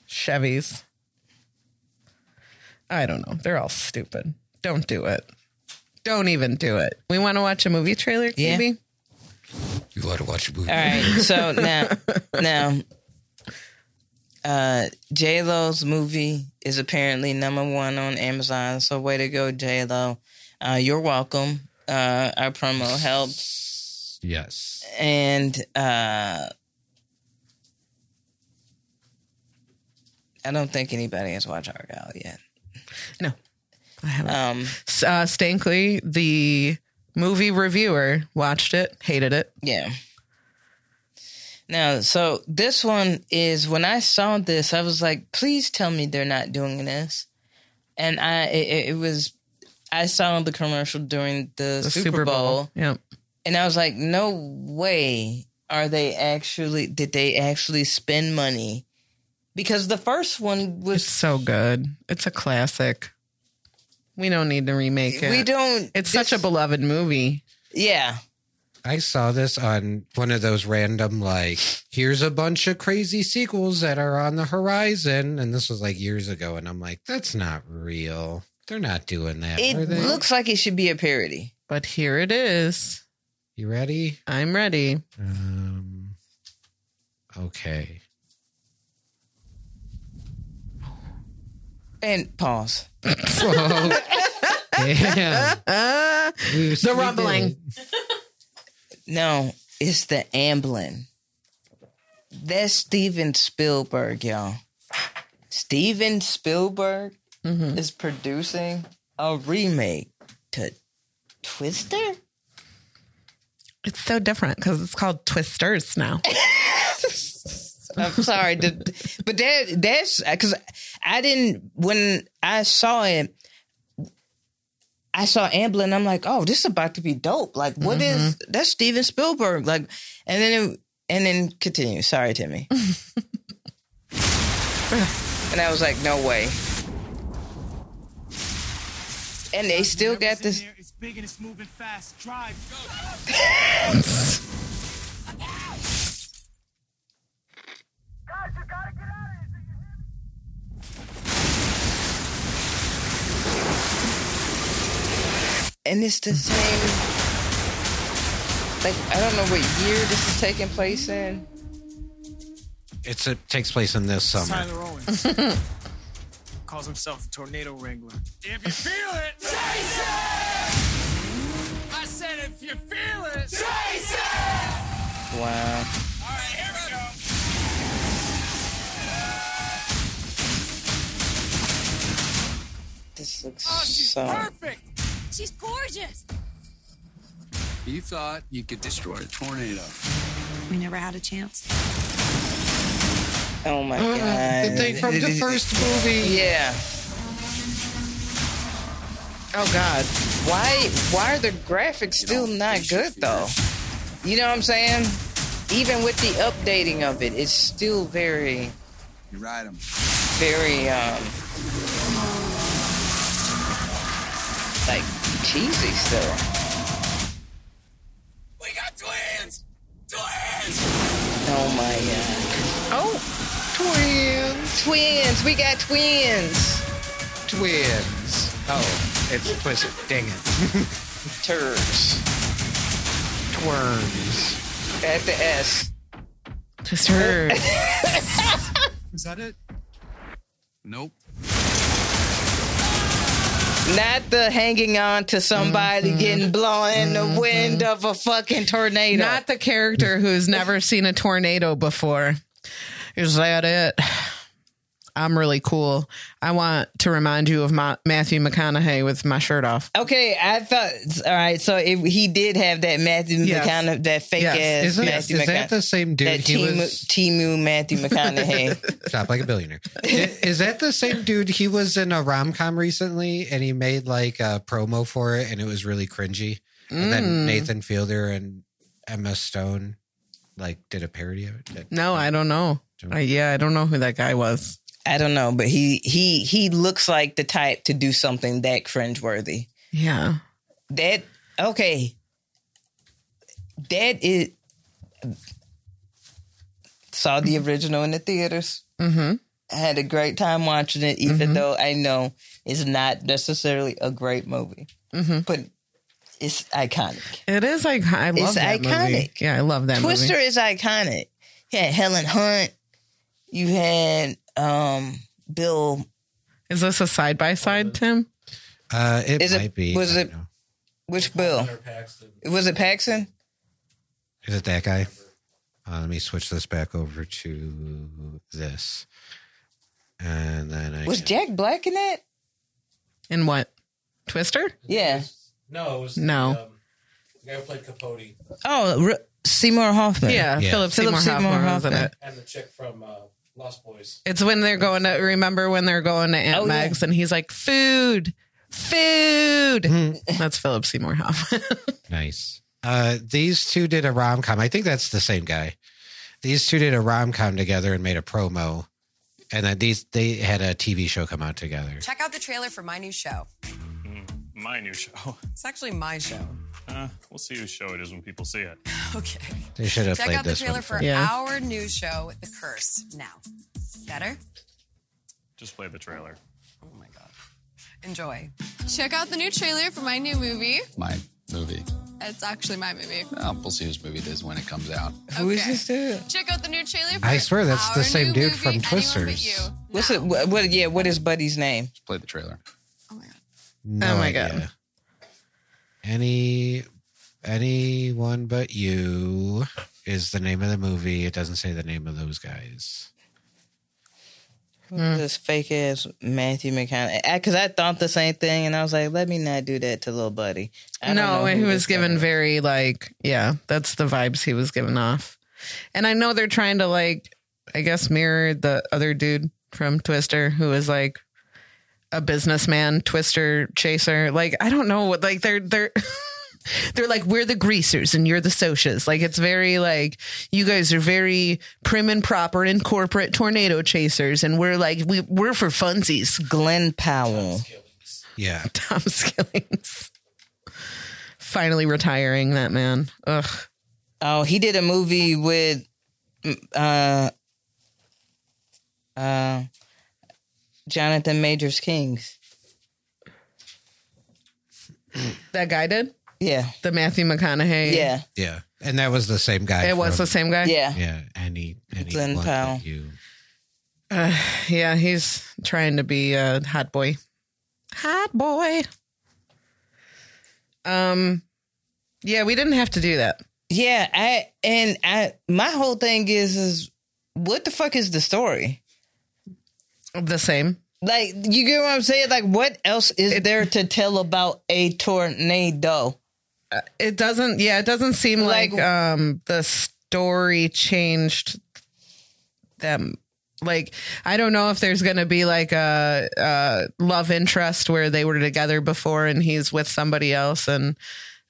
[SPEAKER 1] Chevys. I don't know. They're all stupid. Don't do it. Don't even do it. We want to watch a movie trailer,
[SPEAKER 2] Yeah.
[SPEAKER 1] maybe?
[SPEAKER 3] You want to watch a movie?
[SPEAKER 2] all right. So now, now, uh, J Lo's movie is apparently number one on Amazon. So way to go, J Lo. Uh, you're welcome. Uh, our promo helped.
[SPEAKER 5] Yes.
[SPEAKER 2] and uh I don't think anybody has watched Argyle yet.
[SPEAKER 1] I haven't.
[SPEAKER 2] Um
[SPEAKER 1] S- Uh, Stankley, the movie reviewer, watched it, hated it.
[SPEAKER 2] yeah. Now, so this one is when I saw this, I was like, please tell me they're not doing this. And I it, it was I saw the commercial during the,
[SPEAKER 1] The
[SPEAKER 2] Super, Bowl.
[SPEAKER 1] Yep.
[SPEAKER 2] and I was like, no way are they actually did they actually spend money? Because the first one
[SPEAKER 1] It's
[SPEAKER 2] was
[SPEAKER 1] so good. It's a classic. We don't need to remake it.
[SPEAKER 2] we don't
[SPEAKER 1] It's
[SPEAKER 2] this-
[SPEAKER 1] such a beloved movie.
[SPEAKER 2] yeah
[SPEAKER 3] I saw this on one of those random like, here's a bunch of crazy sequels that are on the horizon, and this was like years ago, and I'm like, that's not real. They're not doing that.
[SPEAKER 2] it
[SPEAKER 3] are they?
[SPEAKER 2] looks like it should be a parody
[SPEAKER 1] But here it is.
[SPEAKER 3] you ready?
[SPEAKER 1] I'm ready.
[SPEAKER 3] Um, okay.
[SPEAKER 2] and pause
[SPEAKER 3] Whoa. Damn.
[SPEAKER 1] Uh,
[SPEAKER 3] We- we did
[SPEAKER 1] rumbling.
[SPEAKER 3] it.
[SPEAKER 2] no it's the amblin that's steven spielberg y'all steven spielberg
[SPEAKER 1] mhm.
[SPEAKER 2] is producing a remake to twister
[SPEAKER 1] It's so different because it's called Twisters now.
[SPEAKER 2] I'm sorry, the- but that that's because I didn't when I saw it. I saw Amblin. I'm like, oh, this is about to be dope. Like, what is that's Steven Spielberg? Like, and then it, and then continue. Sorry, Timmy. and I was like, no way. And they still got this.
[SPEAKER 6] Whatever's in there, It's big and it's moving fast. Drive.
[SPEAKER 2] and it's the same. Like I don't know what year this is taking place in.
[SPEAKER 3] It's it takes place in this summer.
[SPEAKER 6] Tyler Owens. Calls himself Tornado Wrangler. If you feel it, chase it! I said if you feel it, chase it!
[SPEAKER 2] Wow.
[SPEAKER 6] All right, here we go.
[SPEAKER 2] This looks
[SPEAKER 6] Oh, she's
[SPEAKER 2] so.
[SPEAKER 6] perfect!
[SPEAKER 7] She's gorgeous.
[SPEAKER 8] You thought you could destroy a tornado.
[SPEAKER 7] We never had a chance.
[SPEAKER 2] Oh my
[SPEAKER 3] Uh,
[SPEAKER 2] god!
[SPEAKER 3] the thing from the first movie.
[SPEAKER 2] Yeah.
[SPEAKER 1] Oh, God.
[SPEAKER 2] Why? Why are the graphics still
[SPEAKER 8] don't
[SPEAKER 2] not
[SPEAKER 8] think she
[SPEAKER 2] good though? You know what I'm saying? Even with the updating of it, it's still very,
[SPEAKER 8] You ride them.
[SPEAKER 2] very um, like cheesy still.
[SPEAKER 6] We got twins! Twins!
[SPEAKER 2] Oh my
[SPEAKER 1] Oh, twins.
[SPEAKER 2] god! Twins! We got twins!
[SPEAKER 3] Twins. Oh, it's twisted. Dang it.
[SPEAKER 2] Turds
[SPEAKER 3] Twerms.
[SPEAKER 2] at the S.
[SPEAKER 1] Twisters.
[SPEAKER 6] Is that it?
[SPEAKER 8] Nope.
[SPEAKER 2] Not the hanging on to somebody
[SPEAKER 1] Mm-hmm.
[SPEAKER 2] getting blown in the wind of a fucking tornado.
[SPEAKER 1] Not the character who's never seen a tornado before. Is that it? I'm really cool. I want to remind you of my Matthew McConaughey with my shirt off.
[SPEAKER 2] Okay, I thought. All right, so if he did have that Matthew
[SPEAKER 1] Yes.
[SPEAKER 2] McConaughey, that fake
[SPEAKER 1] Yes.
[SPEAKER 2] ass
[SPEAKER 3] Isn't that,
[SPEAKER 2] Matthew
[SPEAKER 3] is that
[SPEAKER 2] McConaughey,
[SPEAKER 3] the same dude?
[SPEAKER 2] that
[SPEAKER 3] he
[SPEAKER 2] Timu,
[SPEAKER 3] was
[SPEAKER 2] Timu Matthew McConaughey.
[SPEAKER 3] stop like a billionaire. I- is that the same dude? He was in a rom com recently, and he made like a promo for it, and it was really cringy. And then
[SPEAKER 1] Mm.
[SPEAKER 3] Nathan Fielder and Emma Stone like did a parody of it.
[SPEAKER 1] No, I don't know. I, yeah, I don't know who that guy was.
[SPEAKER 2] I don't know, but he he he looks like the type to do something that cringeworthy.
[SPEAKER 1] Yeah.
[SPEAKER 2] That okay. That is saw the original in the theaters.
[SPEAKER 1] Mm-hmm.
[SPEAKER 2] I had a great time watching it, even
[SPEAKER 3] Mm-hmm.
[SPEAKER 1] Mhm.
[SPEAKER 2] though I know it's not necessarily a great movie,
[SPEAKER 1] Mm-hmm.
[SPEAKER 2] but it's iconic.
[SPEAKER 1] It is like I love
[SPEAKER 2] It's
[SPEAKER 1] that movie.
[SPEAKER 2] iconic.
[SPEAKER 1] Yeah, I love that
[SPEAKER 2] Twister
[SPEAKER 1] movie.
[SPEAKER 2] is iconic. You had Helen Hunt. You had um Bill.
[SPEAKER 1] Is this a side by side, Tim?
[SPEAKER 3] Uh, it
[SPEAKER 2] Is it-
[SPEAKER 3] might be.
[SPEAKER 2] was
[SPEAKER 3] I
[SPEAKER 2] it-
[SPEAKER 3] don't know.
[SPEAKER 2] Which Bill?
[SPEAKER 4] Hunter Paxton.
[SPEAKER 2] Was it Paxton?
[SPEAKER 3] Is it that guy? Uh, let me switch this back over to this, and then I
[SPEAKER 2] Was
[SPEAKER 3] can-
[SPEAKER 2] Jack Black in that?
[SPEAKER 1] In what? Twister?
[SPEAKER 2] Yeah.
[SPEAKER 4] No, it was
[SPEAKER 1] No.
[SPEAKER 4] The, um, the guy who played Capote
[SPEAKER 2] Oh, R- Seymour Hoffman.
[SPEAKER 1] Yeah,
[SPEAKER 3] Yeah.
[SPEAKER 1] Philip Seymour,
[SPEAKER 2] Philip Seymour
[SPEAKER 1] Hoffman was in
[SPEAKER 2] Hoffman.
[SPEAKER 1] it.
[SPEAKER 4] and the chick from uh, Lost Boys.
[SPEAKER 1] It's when they're going to remember when they're going to Aunt
[SPEAKER 2] Oh, yeah.
[SPEAKER 1] Meg's and he's like, food, food. That's Philip Seymour Hoffman.
[SPEAKER 3] Nice. Uh, these two did a rom com. I think that's the same guy. These two did a rom com together and made a promo, and then these they had a TV show come out together.
[SPEAKER 9] Check out the trailer for my new show.
[SPEAKER 10] Mm, My new show.
[SPEAKER 9] It's actually my show.
[SPEAKER 10] Uh, we'll see whose show it is when people see it.
[SPEAKER 9] Okay.
[SPEAKER 3] They should have
[SPEAKER 9] Check
[SPEAKER 3] played
[SPEAKER 9] out the
[SPEAKER 3] this
[SPEAKER 9] trailer
[SPEAKER 3] one.
[SPEAKER 9] for
[SPEAKER 3] For,
[SPEAKER 1] Yeah.
[SPEAKER 9] our new show, The Curse, now. Better?
[SPEAKER 10] Just play the trailer.
[SPEAKER 9] Oh my God. Enjoy.
[SPEAKER 11] Check out the new trailer for my new movie.
[SPEAKER 8] My movie.
[SPEAKER 11] It's actually my movie.
[SPEAKER 8] Well, we'll see whose movie it is when it comes out.
[SPEAKER 2] Who is
[SPEAKER 11] Okay.
[SPEAKER 2] this dude?
[SPEAKER 11] Check out the new trailer for
[SPEAKER 3] I swear that's the
[SPEAKER 11] our
[SPEAKER 3] same
[SPEAKER 11] new
[SPEAKER 3] dude
[SPEAKER 11] movie,
[SPEAKER 3] from
[SPEAKER 11] Anyone But
[SPEAKER 3] Twisters.
[SPEAKER 11] You.
[SPEAKER 2] What's it? What, what? Yeah. What is Buddy's name?
[SPEAKER 8] Just play the trailer.
[SPEAKER 11] Oh my god.
[SPEAKER 3] no
[SPEAKER 1] Oh my
[SPEAKER 3] idea.
[SPEAKER 1] God.
[SPEAKER 3] Any anyone but you is the name of the movie. It doesn't say the name of those guys.
[SPEAKER 2] This fake ass Matthew McConaughey. Because I, thought the same thing, and I was like, let me not do that to little buddy. I don't
[SPEAKER 1] no,
[SPEAKER 2] know
[SPEAKER 1] and
[SPEAKER 2] who
[SPEAKER 1] he
[SPEAKER 2] this
[SPEAKER 1] was given
[SPEAKER 2] guy is.
[SPEAKER 1] very like, yeah, that's the vibes he was giving off. And I know they're trying to like, I guess, mirror the other dude from Twister who is like a businessman, Twister chaser. Like, I don't know what, like, they're, they're, they're like, we're the greasers and you're the socias. Like, it's very like, you guys are very prim and proper and corporate tornado chasers. And we're like, we, we're for funsies.
[SPEAKER 2] Glenn Powell.
[SPEAKER 3] Yeah.
[SPEAKER 1] Tom Skillings. Finally retiring that man. Ugh.
[SPEAKER 2] Oh, he did a movie with uh uh Jonathan Majors Kings.
[SPEAKER 1] That guy did?
[SPEAKER 2] Yeah.
[SPEAKER 1] The Matthew McConaughey.
[SPEAKER 2] Yeah.
[SPEAKER 3] Yeah. And that was the same guy.
[SPEAKER 1] It was
[SPEAKER 3] from-
[SPEAKER 1] the same guy.
[SPEAKER 2] Yeah.
[SPEAKER 3] Yeah. Any any
[SPEAKER 2] Glenn Powell.
[SPEAKER 3] you
[SPEAKER 1] Yeah, he's trying to be a hot boy. Hot boy. Um yeah, we didn't have to do that.
[SPEAKER 2] Yeah, I and I my whole thing is is what the fuck is the story?
[SPEAKER 1] The same.
[SPEAKER 2] Like you get what I'm saying? Like what else is there to tell about a tornado?
[SPEAKER 1] Uh, It doesn't yeah, it doesn't seem like,
[SPEAKER 2] Like-
[SPEAKER 1] um the story changed them. Like I don't know if there's going to be like a, a love interest where they were together before and he's with somebody else and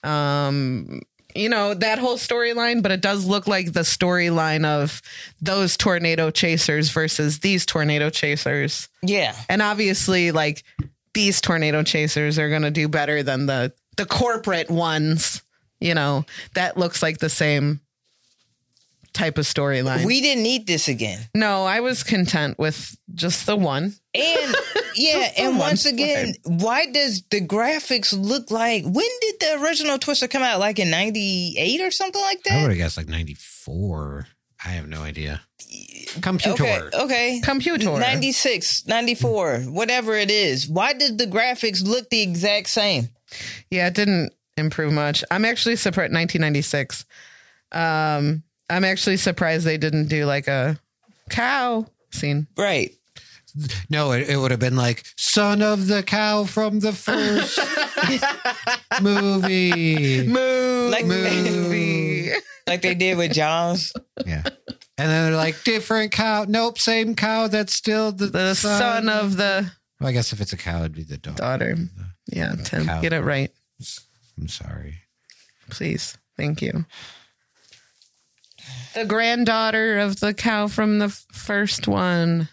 [SPEAKER 1] um you know that whole storyline but it does look like the storyline of those tornado chasers versus these tornado chasers.
[SPEAKER 2] Yeah.
[SPEAKER 1] And obviously, like these tornado chasers are going to do better than the the corporate ones. You know, that looks like the same type of storyline.
[SPEAKER 2] We didn't need this again.
[SPEAKER 1] no, I was content with just the one.
[SPEAKER 2] And yeah,
[SPEAKER 1] Just the
[SPEAKER 2] and
[SPEAKER 1] one
[SPEAKER 2] once again, why does the graphics look like when did the original Twister come out? Like in ninety eight or something like
[SPEAKER 3] I
[SPEAKER 2] that?
[SPEAKER 3] would have guessed like 94. I have no idea. Computer.
[SPEAKER 2] Okay,
[SPEAKER 1] uh
[SPEAKER 2] okay.
[SPEAKER 1] Computer.
[SPEAKER 2] 96, 94, whatever it is. Why did the graphics look the exact same?
[SPEAKER 1] Yeah, it didn't improve much. I'm actually surprised. 1996. Um, I'm actually surprised they didn't do like a cow scene.
[SPEAKER 2] Right.
[SPEAKER 3] No, it, it would have been like son of the cow from the first movie.
[SPEAKER 1] Moo.
[SPEAKER 2] Like-
[SPEAKER 1] movie.
[SPEAKER 2] Like they did with John's.
[SPEAKER 3] Yeah. And then they're like, different cow. Nope, same cow. That's still the,
[SPEAKER 1] the son of the
[SPEAKER 3] Well, I guess if it's a cow, it'd be the dog.
[SPEAKER 1] daughter. Yeah, Tim,
[SPEAKER 3] Cow.
[SPEAKER 1] get it right,
[SPEAKER 3] I'm sorry.
[SPEAKER 1] please. Thank you. The granddaughter of the cow from the f- first one.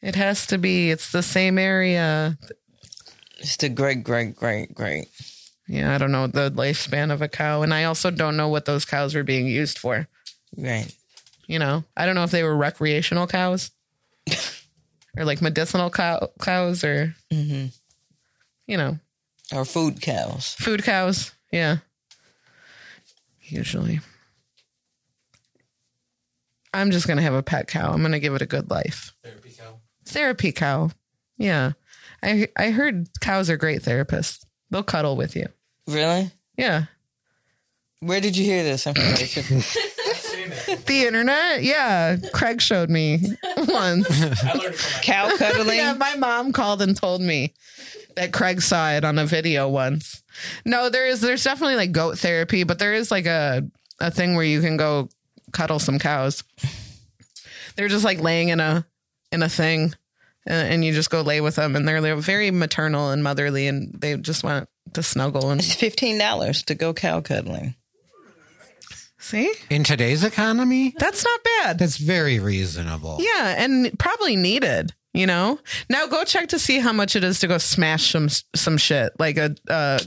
[SPEAKER 1] It has to be. It's the same area.
[SPEAKER 2] It's the great, great, great, great.
[SPEAKER 1] Yeah, I don't know the lifespan of a cow. And I also don't know what those cows were being used for.
[SPEAKER 2] Right.
[SPEAKER 1] You know, I don't know if they were recreational cows or like medicinal cow- cows or,
[SPEAKER 2] Mm-hmm.
[SPEAKER 1] you know,
[SPEAKER 2] Or food cows.
[SPEAKER 1] food cows. Yeah. Usually. I'm just going to have a pet cow. I'm going to give it a good life.
[SPEAKER 4] Therapy cow.
[SPEAKER 1] Therapy cow. Yeah. I I heard cows are great therapists. They'll cuddle with you.
[SPEAKER 2] Really?
[SPEAKER 1] Yeah.
[SPEAKER 2] Where did you hear this information?
[SPEAKER 4] Seen it.
[SPEAKER 1] The internet? Yeah. Craig showed me once.
[SPEAKER 4] I learned it from my
[SPEAKER 2] Cow cuddling?
[SPEAKER 1] yeah, my mom called and told me that Craig saw it on a video once. No, there is there's definitely like goat therapy, but there is like a a thing where you can go cuddle some cows. They're just like laying in a in a thing, and, and you just go lay with them, and they're, they're very maternal and motherly, and they just want to snuggle and
[SPEAKER 2] It's fifteen dollars to go cow cuddling.
[SPEAKER 1] see.
[SPEAKER 3] In today's economy,
[SPEAKER 1] That's not bad.
[SPEAKER 3] that's very reasonable.
[SPEAKER 1] Yeah, and probably needed. You know. Now go check to see how much it is to go smash some some shit like a uh,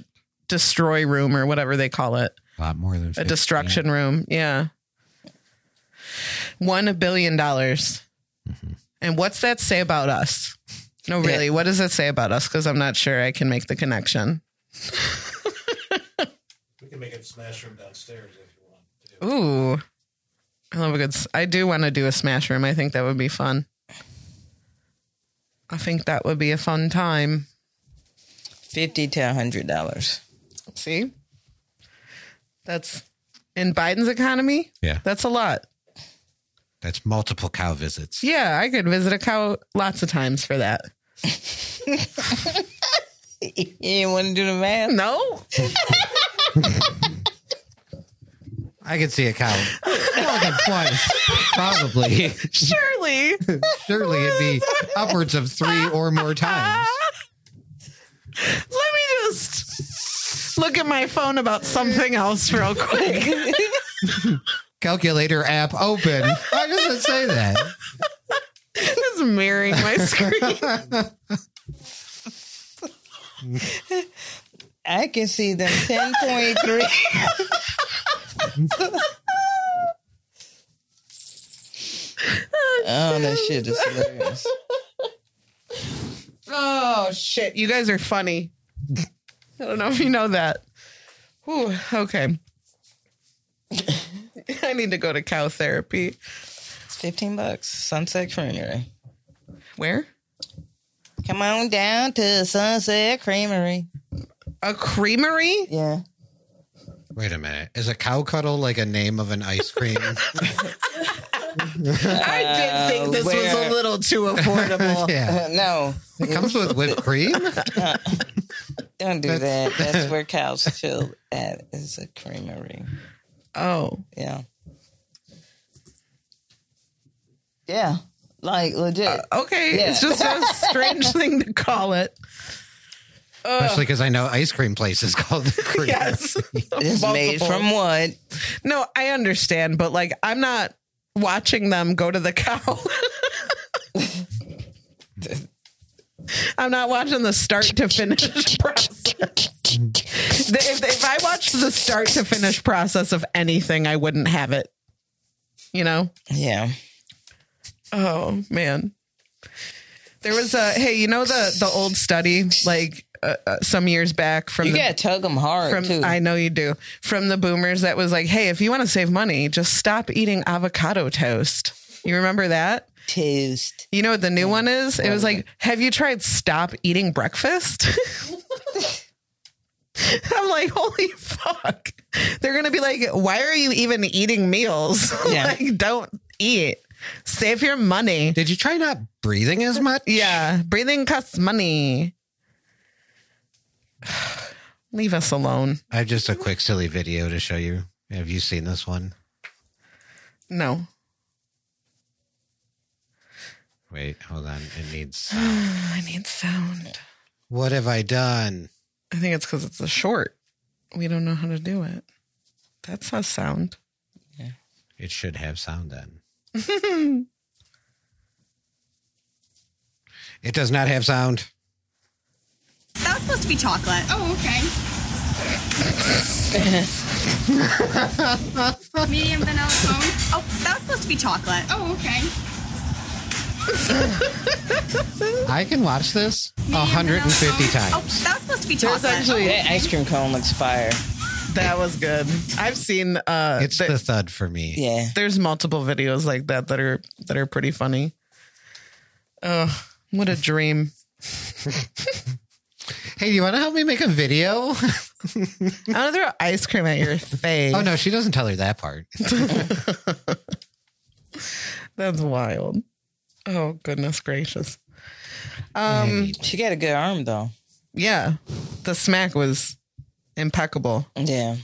[SPEAKER 1] destroy room or whatever they call it,
[SPEAKER 3] A lot more than
[SPEAKER 1] a
[SPEAKER 3] 15.
[SPEAKER 1] destruction room. Yeah, one billion dollars. And what's that say about us? No, really, what does it say about us? Because I'm not sure I can make the connection.
[SPEAKER 4] We can make a smash room downstairs if you want to do it.
[SPEAKER 1] Ooh, I love a good. s- I do want to do a smash room. I think that would be fun. I think that would be a fun time.
[SPEAKER 2] Fifty to hundred dollars.
[SPEAKER 1] See? That's in Biden's economy?
[SPEAKER 3] Yeah.
[SPEAKER 1] That's a lot.
[SPEAKER 3] That's multiple cow visits.
[SPEAKER 1] Yeah, I could visit a cow lots of times for that.
[SPEAKER 2] You didn't want to do the math?
[SPEAKER 1] No?
[SPEAKER 3] I could see a cow more than twice, probably.
[SPEAKER 1] Surely.
[SPEAKER 3] Surely it'd be upwards of three or more times.
[SPEAKER 1] Ah! Let me just look at my phone about something else real quick.
[SPEAKER 3] Calculator app open. Why does it say that?
[SPEAKER 1] It's mirroring my screen.
[SPEAKER 2] I can see them ten point three. Oh, that shit is hilarious.
[SPEAKER 1] Oh shit! You guys are funny. I don't know if you know that. Ooh, okay. I need to go to cow therapy.
[SPEAKER 2] It's fifteen bucks. Sunset Creamery.
[SPEAKER 1] Where?
[SPEAKER 2] Come on down to Sunset Creamery.
[SPEAKER 1] A creamery?
[SPEAKER 2] Yeah.
[SPEAKER 3] Wait a minute. Is a cow cuddle like a name of an ice cream?
[SPEAKER 1] I did think this was
[SPEAKER 2] where-
[SPEAKER 1] a little too affordable.
[SPEAKER 3] yeah.
[SPEAKER 2] Uh, no,
[SPEAKER 3] It comes with whipped cream?
[SPEAKER 2] don't do that. That's where cows chill at. Is a creamery.
[SPEAKER 1] Oh,
[SPEAKER 2] Yeah. Yeah. Like
[SPEAKER 1] Uh,
[SPEAKER 2] legit.
[SPEAKER 1] okay.
[SPEAKER 2] Yeah.
[SPEAKER 1] It's just a strange thing to call it.
[SPEAKER 3] Especially because I know ice cream place is called the cream.
[SPEAKER 1] Yes.
[SPEAKER 2] it's made
[SPEAKER 1] Multiple.
[SPEAKER 2] from wood.
[SPEAKER 1] No, I understand, but like I'm not watching them go to the cow. I'm not watching the start to finish process. The- If, if I watched the start to finish process of anything, I wouldn't have it. You know?
[SPEAKER 2] Yeah.
[SPEAKER 1] Oh man, there was a hey, you know the the old study like uh, uh, some years back from
[SPEAKER 2] You
[SPEAKER 1] the,
[SPEAKER 2] gotta tug them hard
[SPEAKER 1] from
[SPEAKER 2] too.
[SPEAKER 1] I know you do from the boomers that was like, hey, if you want to save money, just stop eating avocado toast. You remember that?
[SPEAKER 2] Toast.
[SPEAKER 1] You know what the new one is? It was like, have you tried stop eating breakfast? I'm like, holy fuck. They're going to be like, why are you even eating meals?
[SPEAKER 2] Yeah.
[SPEAKER 1] like, don't eat. Save your money.
[SPEAKER 3] Did you try not breathing as much?
[SPEAKER 1] Yeah, breathing costs money. Leave us alone.
[SPEAKER 3] I have just a quick silly video to show you. Have you seen this one?
[SPEAKER 1] No.
[SPEAKER 3] Wait, hold on. It needs.
[SPEAKER 1] I need sound.
[SPEAKER 3] What have I done?
[SPEAKER 1] I think it's because it's a short. We don't know how to do it. That's how sound.
[SPEAKER 3] It should have sound then. It does not have sound.
[SPEAKER 9] That was supposed to be chocolate.
[SPEAKER 11] Oh,
[SPEAKER 9] okay. Medium vanilla cone. Oh, that was supposed to be chocolate.
[SPEAKER 11] Oh, okay.
[SPEAKER 3] I can watch this
[SPEAKER 9] Medium vanilla
[SPEAKER 3] 150
[SPEAKER 9] cone.
[SPEAKER 3] times.
[SPEAKER 9] Oh, that was supposed to be
[SPEAKER 2] There's
[SPEAKER 9] chocolate.
[SPEAKER 2] actually that ice cream cone looks fire.
[SPEAKER 1] That was good. I've seen uh
[SPEAKER 3] It's
[SPEAKER 1] th-
[SPEAKER 3] the thud for me.
[SPEAKER 2] Yeah.
[SPEAKER 1] there's multiple videos like that that are that are pretty funny. Oh, what a dream.
[SPEAKER 3] Hey, do you want to help me make a video?
[SPEAKER 1] I'm gonna throw ice cream at your face.
[SPEAKER 3] Oh no, she doesn't tell her that part.
[SPEAKER 1] That's wild. Oh goodness gracious.
[SPEAKER 3] Um,
[SPEAKER 2] She got a good arm though.
[SPEAKER 1] Yeah. The smack was impeccable.
[SPEAKER 2] Yeah.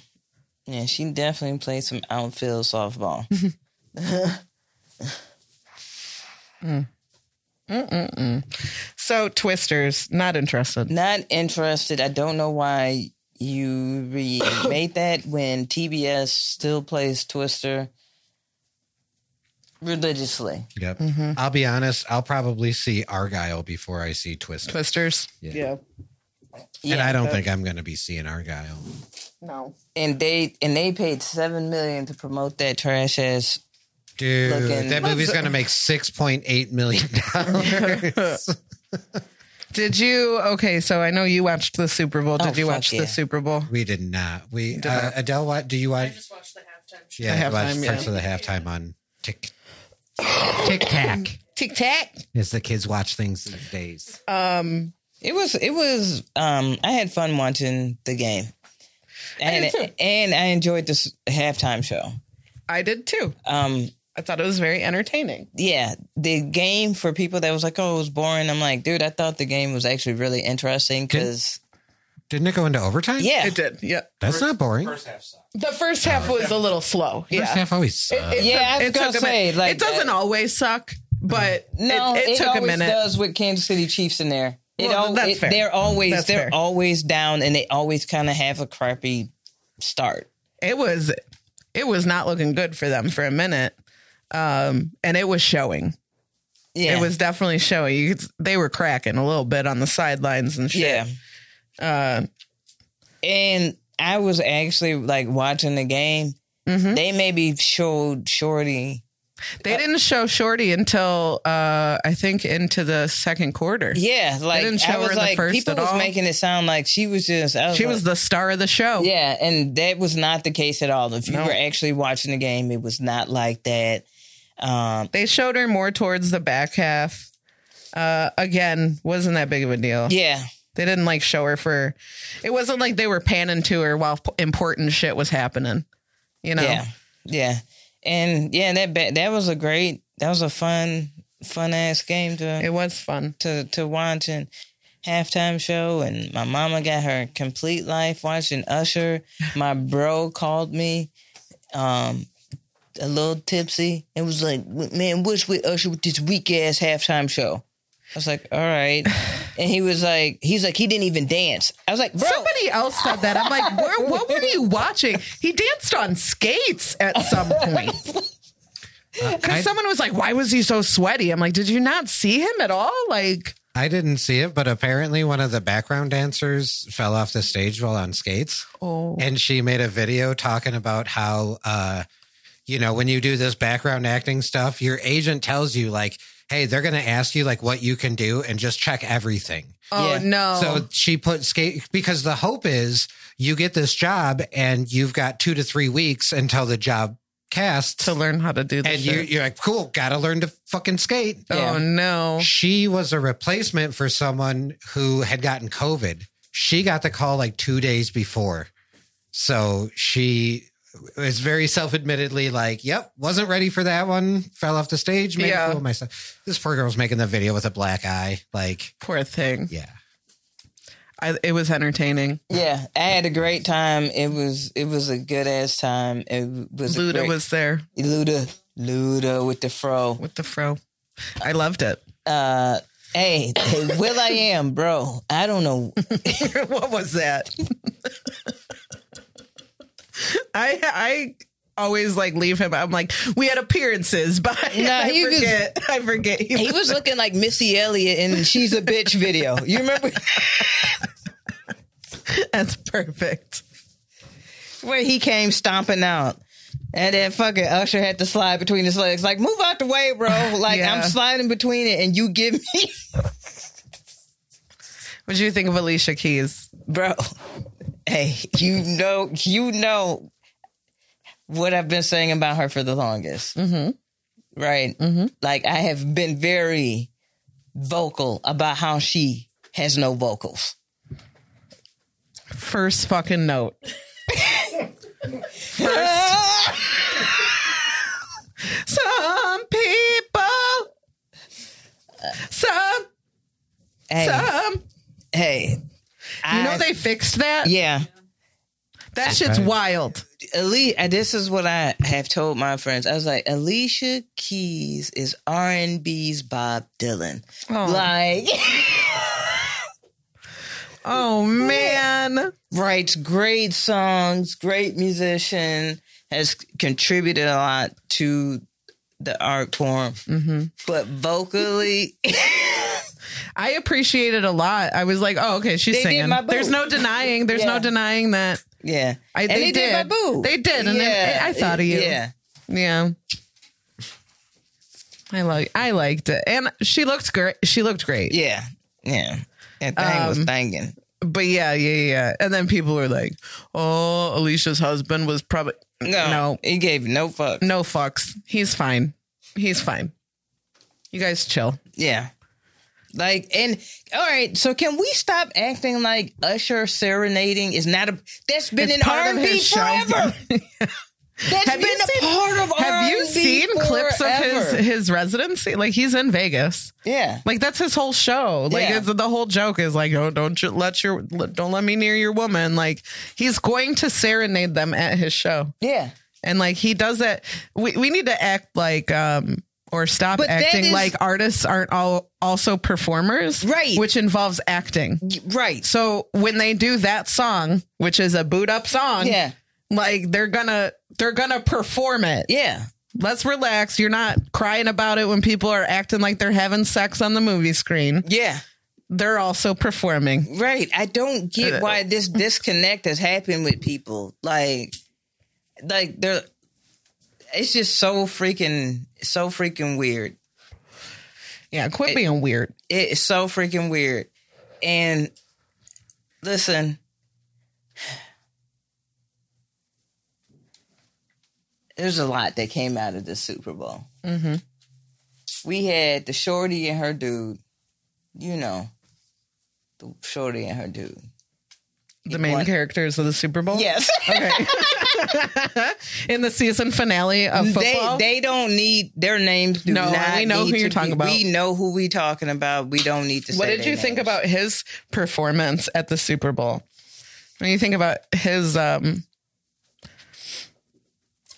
[SPEAKER 2] Yeah, she definitely played some outfield softball.
[SPEAKER 1] So twisters, not interested.
[SPEAKER 2] Not interested. I don't know why you remade that when TBS still plays Twister religiously.
[SPEAKER 3] Yep. mm-hmm. I'll be honest. I'll probably see Argyle before I see Twister,
[SPEAKER 1] Twisters.
[SPEAKER 2] Yeah.
[SPEAKER 3] and I don't think I'm going to be seeing Argyle.
[SPEAKER 1] No.
[SPEAKER 2] and they and they paid seven million to promote that trash ass.
[SPEAKER 3] Dude,
[SPEAKER 2] Looking-
[SPEAKER 3] that movie's going to make six point eight million dollars.
[SPEAKER 1] Did you okay, so I know you watched the Super Bowl. Did
[SPEAKER 2] Oh,
[SPEAKER 1] you
[SPEAKER 2] fuck
[SPEAKER 1] watch
[SPEAKER 2] yeah.
[SPEAKER 1] the Super Bowl?
[SPEAKER 3] we did not. We uh, Adele, what do you watch?
[SPEAKER 12] just watched the halftime show.
[SPEAKER 3] Yeah,
[SPEAKER 1] The
[SPEAKER 3] I watched
[SPEAKER 1] halftime,
[SPEAKER 3] parts
[SPEAKER 1] yeah.
[SPEAKER 3] of the halftime on Tick Tic Tac.
[SPEAKER 1] Tic Tac.
[SPEAKER 3] As the kids watch things these days.
[SPEAKER 1] Um
[SPEAKER 2] It was it was um I had fun watching the game. And
[SPEAKER 1] did too.
[SPEAKER 2] and I enjoyed this halftime show.
[SPEAKER 1] I did too.
[SPEAKER 2] Um
[SPEAKER 1] I thought it was very entertaining.
[SPEAKER 2] yeah, the game for people that was like, oh, it was boring. I'm like, dude, I thought the game was actually really interesting because,
[SPEAKER 3] Didn't it go into overtime?
[SPEAKER 2] yeah,
[SPEAKER 1] It did. Yeah.
[SPEAKER 3] that's not boring.
[SPEAKER 4] First
[SPEAKER 3] First
[SPEAKER 4] half sucked.
[SPEAKER 1] The first half was a little slow. Yeah.
[SPEAKER 3] half always. sucked.
[SPEAKER 2] Yeah, I was
[SPEAKER 1] it took
[SPEAKER 2] gonna
[SPEAKER 1] a minute.
[SPEAKER 2] say, like,
[SPEAKER 1] it doesn't
[SPEAKER 2] that-
[SPEAKER 1] always suck, but
[SPEAKER 2] no,
[SPEAKER 1] it, it took a
[SPEAKER 2] always
[SPEAKER 1] minute.
[SPEAKER 2] does with Kansas City Chiefs in there. It
[SPEAKER 1] Well,
[SPEAKER 2] al-
[SPEAKER 1] that's
[SPEAKER 2] it-
[SPEAKER 1] fair.
[SPEAKER 2] They're always
[SPEAKER 1] That's
[SPEAKER 2] they're
[SPEAKER 1] fair.
[SPEAKER 2] always down, and they always kind of have a crappy start.
[SPEAKER 1] It was it was not looking good for them for a minute. Um, and it was showing.
[SPEAKER 2] Yeah,
[SPEAKER 1] It was definitely showing. You could, they were cracking a little bit on the sidelines and shit.
[SPEAKER 2] yeah.
[SPEAKER 1] Uh,
[SPEAKER 2] And I was actually like watching the game.
[SPEAKER 1] mhm.
[SPEAKER 2] They maybe showed Shorty.
[SPEAKER 1] They didn't show Shorty until uh, I think into the second quarter.
[SPEAKER 2] Yeah, like
[SPEAKER 1] didn't show
[SPEAKER 2] I
[SPEAKER 1] her
[SPEAKER 2] was
[SPEAKER 1] the
[SPEAKER 2] like
[SPEAKER 1] first
[SPEAKER 2] people
[SPEAKER 1] at
[SPEAKER 2] was
[SPEAKER 1] all.
[SPEAKER 2] making it sound like she was just. I was
[SPEAKER 1] She
[SPEAKER 2] like,
[SPEAKER 1] was the star of the show.
[SPEAKER 2] Yeah, and that was not the case at all. If you
[SPEAKER 1] Oh. No.
[SPEAKER 2] were actually watching the game, it was not like that. Um,
[SPEAKER 1] They showed her more towards the back half. Uh, again, wasn't that big of a deal.
[SPEAKER 2] yeah,
[SPEAKER 1] They didn't like show her for. It wasn't like they were panning to her while p- important shit was happening. You know.
[SPEAKER 2] yeah, yeah, and yeah, that ba- that was a great, that was a fun, fun ass game to
[SPEAKER 1] It was fun.
[SPEAKER 2] to to watch and halftime show. And my mama got her complete life watching Usher. My bro called me. Um, a little tipsy and was like, "Man, what's with Usher with this weak ass halftime show?" I was like, "All right," and he was like, "He's like, he didn't even dance." I was like, "Bro,
[SPEAKER 1] Somebody else said that. I'm like, Where, what were you watching? He danced on skates at some point.
[SPEAKER 3] I-
[SPEAKER 1] Because someone was like, why was he so sweaty? I'm like, did you not see him at all? Like,
[SPEAKER 3] I didn't see it, but apparently one of the background dancers fell off the stage while on skates.
[SPEAKER 1] oh,
[SPEAKER 3] And she made a video talking about how, uh, you know, when you do this background acting stuff, your agent tells you, like, hey, they're going to ask you, like, what you can do and just check everything.
[SPEAKER 1] oh
[SPEAKER 2] Yeah.
[SPEAKER 1] no.
[SPEAKER 3] So she put skate because the hope is you get this job and you've got two to three weeks until the job casts.
[SPEAKER 1] to learn how to do
[SPEAKER 3] and
[SPEAKER 1] this.
[SPEAKER 3] you, you're like, cool, got to learn to fucking skate.
[SPEAKER 1] Oh
[SPEAKER 2] Yeah.
[SPEAKER 1] no.
[SPEAKER 3] She was a replacement for someone who had gotten COVID. She got the call like two days before. So she is very self-admittedly like, "Yep, wasn't ready for that one. Fell off the stage, made
[SPEAKER 1] Yeah.
[SPEAKER 3] a fool of myself." This poor girl's making the video with a black eye. Like,
[SPEAKER 1] Poor thing.
[SPEAKER 3] Yeah.
[SPEAKER 1] I, it was entertaining.
[SPEAKER 2] Yeah, I had a great time. It was it was a good ass time. It was a
[SPEAKER 1] Luda
[SPEAKER 2] great-
[SPEAKER 1] was there.
[SPEAKER 2] Luda, Luda with the fro,
[SPEAKER 1] with the fro. I loved it.
[SPEAKER 2] Uh, hey, hey, Will I am, bro. I don't know
[SPEAKER 1] what was that. I I always like leave him. I'm like, we had appearances, but
[SPEAKER 2] Nah,
[SPEAKER 1] I,
[SPEAKER 2] he was-
[SPEAKER 1] forget, I forget.
[SPEAKER 2] He was looking like Missy Elliott in "She's a Bitch" video. You remember
[SPEAKER 1] That's perfect.
[SPEAKER 2] where he came stomping out, and then fucking Usher had to slide between his legs, like "Move out the way, bro!" Like
[SPEAKER 1] Yeah.
[SPEAKER 2] I'm sliding between it, and you give me,
[SPEAKER 1] What do you think of Alicia Keys?
[SPEAKER 2] bro. Hey, you know, you know what I've been saying about her for the longest,
[SPEAKER 1] Mm-hmm.
[SPEAKER 2] right? Like I have been very vocal about how she has no vocals.
[SPEAKER 1] First fucking note. Some people. Some.
[SPEAKER 2] Hey,
[SPEAKER 1] Some.
[SPEAKER 2] hey,
[SPEAKER 1] you know
[SPEAKER 2] I-
[SPEAKER 1] they fixed that.
[SPEAKER 2] yeah.
[SPEAKER 1] That shit's
[SPEAKER 3] Right.
[SPEAKER 1] wild.
[SPEAKER 2] Ali, uh, this is what I have told my friends. I was like, Alicia Keys is R and B's Bob Dylan. Like,
[SPEAKER 1] Oh man.
[SPEAKER 2] writes great songs, great musician, has contributed a lot to the art form,
[SPEAKER 1] hmm
[SPEAKER 2] but vocally,
[SPEAKER 1] I appreciate it a lot. I was like, oh, okay, she's
[SPEAKER 2] They did
[SPEAKER 1] singing.
[SPEAKER 2] my boo.
[SPEAKER 1] There's no denying. There's
[SPEAKER 2] Yeah.
[SPEAKER 1] no denying that.
[SPEAKER 2] yeah.
[SPEAKER 1] I,
[SPEAKER 2] and they did. my boo.
[SPEAKER 1] They did, and then I I thought of you.
[SPEAKER 2] Yeah,
[SPEAKER 1] Yeah. I like. I liked it, and she looked great. She looked great.
[SPEAKER 2] yeah, yeah. That thing was
[SPEAKER 1] Um,
[SPEAKER 2] banging.
[SPEAKER 1] But yeah, yeah, yeah, yeah. And then people were like, "Oh, Alicia's husband was probably
[SPEAKER 2] No,
[SPEAKER 1] no.
[SPEAKER 2] he gave no fuck.
[SPEAKER 1] no fucks. He's fine. He's fine. You guys chill."
[SPEAKER 2] Yeah. Like and all right, so can we stop acting like Usher serenading is not a that's been
[SPEAKER 1] It's
[SPEAKER 2] an
[SPEAKER 1] part of
[SPEAKER 2] R&B
[SPEAKER 1] his show.
[SPEAKER 2] forever. That's
[SPEAKER 1] Have you
[SPEAKER 2] been a
[SPEAKER 1] seen-
[SPEAKER 2] part of
[SPEAKER 1] Have you
[SPEAKER 2] R&B
[SPEAKER 1] seen clips of his
[SPEAKER 2] forever.
[SPEAKER 1] his residency? Like he's in Vegas.
[SPEAKER 2] Yeah.
[SPEAKER 1] Like that's his whole show. Like
[SPEAKER 2] Yeah.
[SPEAKER 1] it's, the whole joke is like, oh, don't you let your don't let me near your woman. Like he's going to serenade them at his show,
[SPEAKER 2] Yeah.
[SPEAKER 1] and like he does that. We we need to act like um or stop
[SPEAKER 2] But that
[SPEAKER 1] acting
[SPEAKER 2] is-
[SPEAKER 1] like artists aren't all also performers,
[SPEAKER 2] Right.
[SPEAKER 1] Which involves acting.
[SPEAKER 2] Right.
[SPEAKER 1] So when they do that song, which is a boot up song,
[SPEAKER 2] Yeah.
[SPEAKER 1] like they're gonna they're gonna perform it.
[SPEAKER 2] Yeah.
[SPEAKER 1] Let's relax. You're not crying about it when people are acting like they're having sex on the movie screen.
[SPEAKER 2] Yeah.
[SPEAKER 1] They're also performing.
[SPEAKER 2] Right. I don't get why this disconnect has happened with people. Like like they're it's just so freaking so freaking weird.
[SPEAKER 1] Yeah, quit being weird.
[SPEAKER 2] It's so freaking weird. And listen, there's a lot that came out of the Super Bowl.
[SPEAKER 1] Mm-hmm.
[SPEAKER 2] We had the shorty and her dude, you know, the shorty and her dude.
[SPEAKER 1] The main
[SPEAKER 2] What?
[SPEAKER 1] characters of the Super Bowl.
[SPEAKER 2] Yes.
[SPEAKER 1] Okay. In the season finale of
[SPEAKER 2] They
[SPEAKER 1] football.
[SPEAKER 2] they don't need their names. Do
[SPEAKER 1] No, and
[SPEAKER 2] not
[SPEAKER 1] we know
[SPEAKER 2] need
[SPEAKER 1] who
[SPEAKER 2] to
[SPEAKER 1] you're
[SPEAKER 2] be-
[SPEAKER 1] talking about.
[SPEAKER 2] We know who we talking about. We don't need to.
[SPEAKER 1] what
[SPEAKER 2] say
[SPEAKER 1] did
[SPEAKER 2] their
[SPEAKER 1] you think
[SPEAKER 2] names.
[SPEAKER 1] about his performance at the Super Bowl? When you think about his um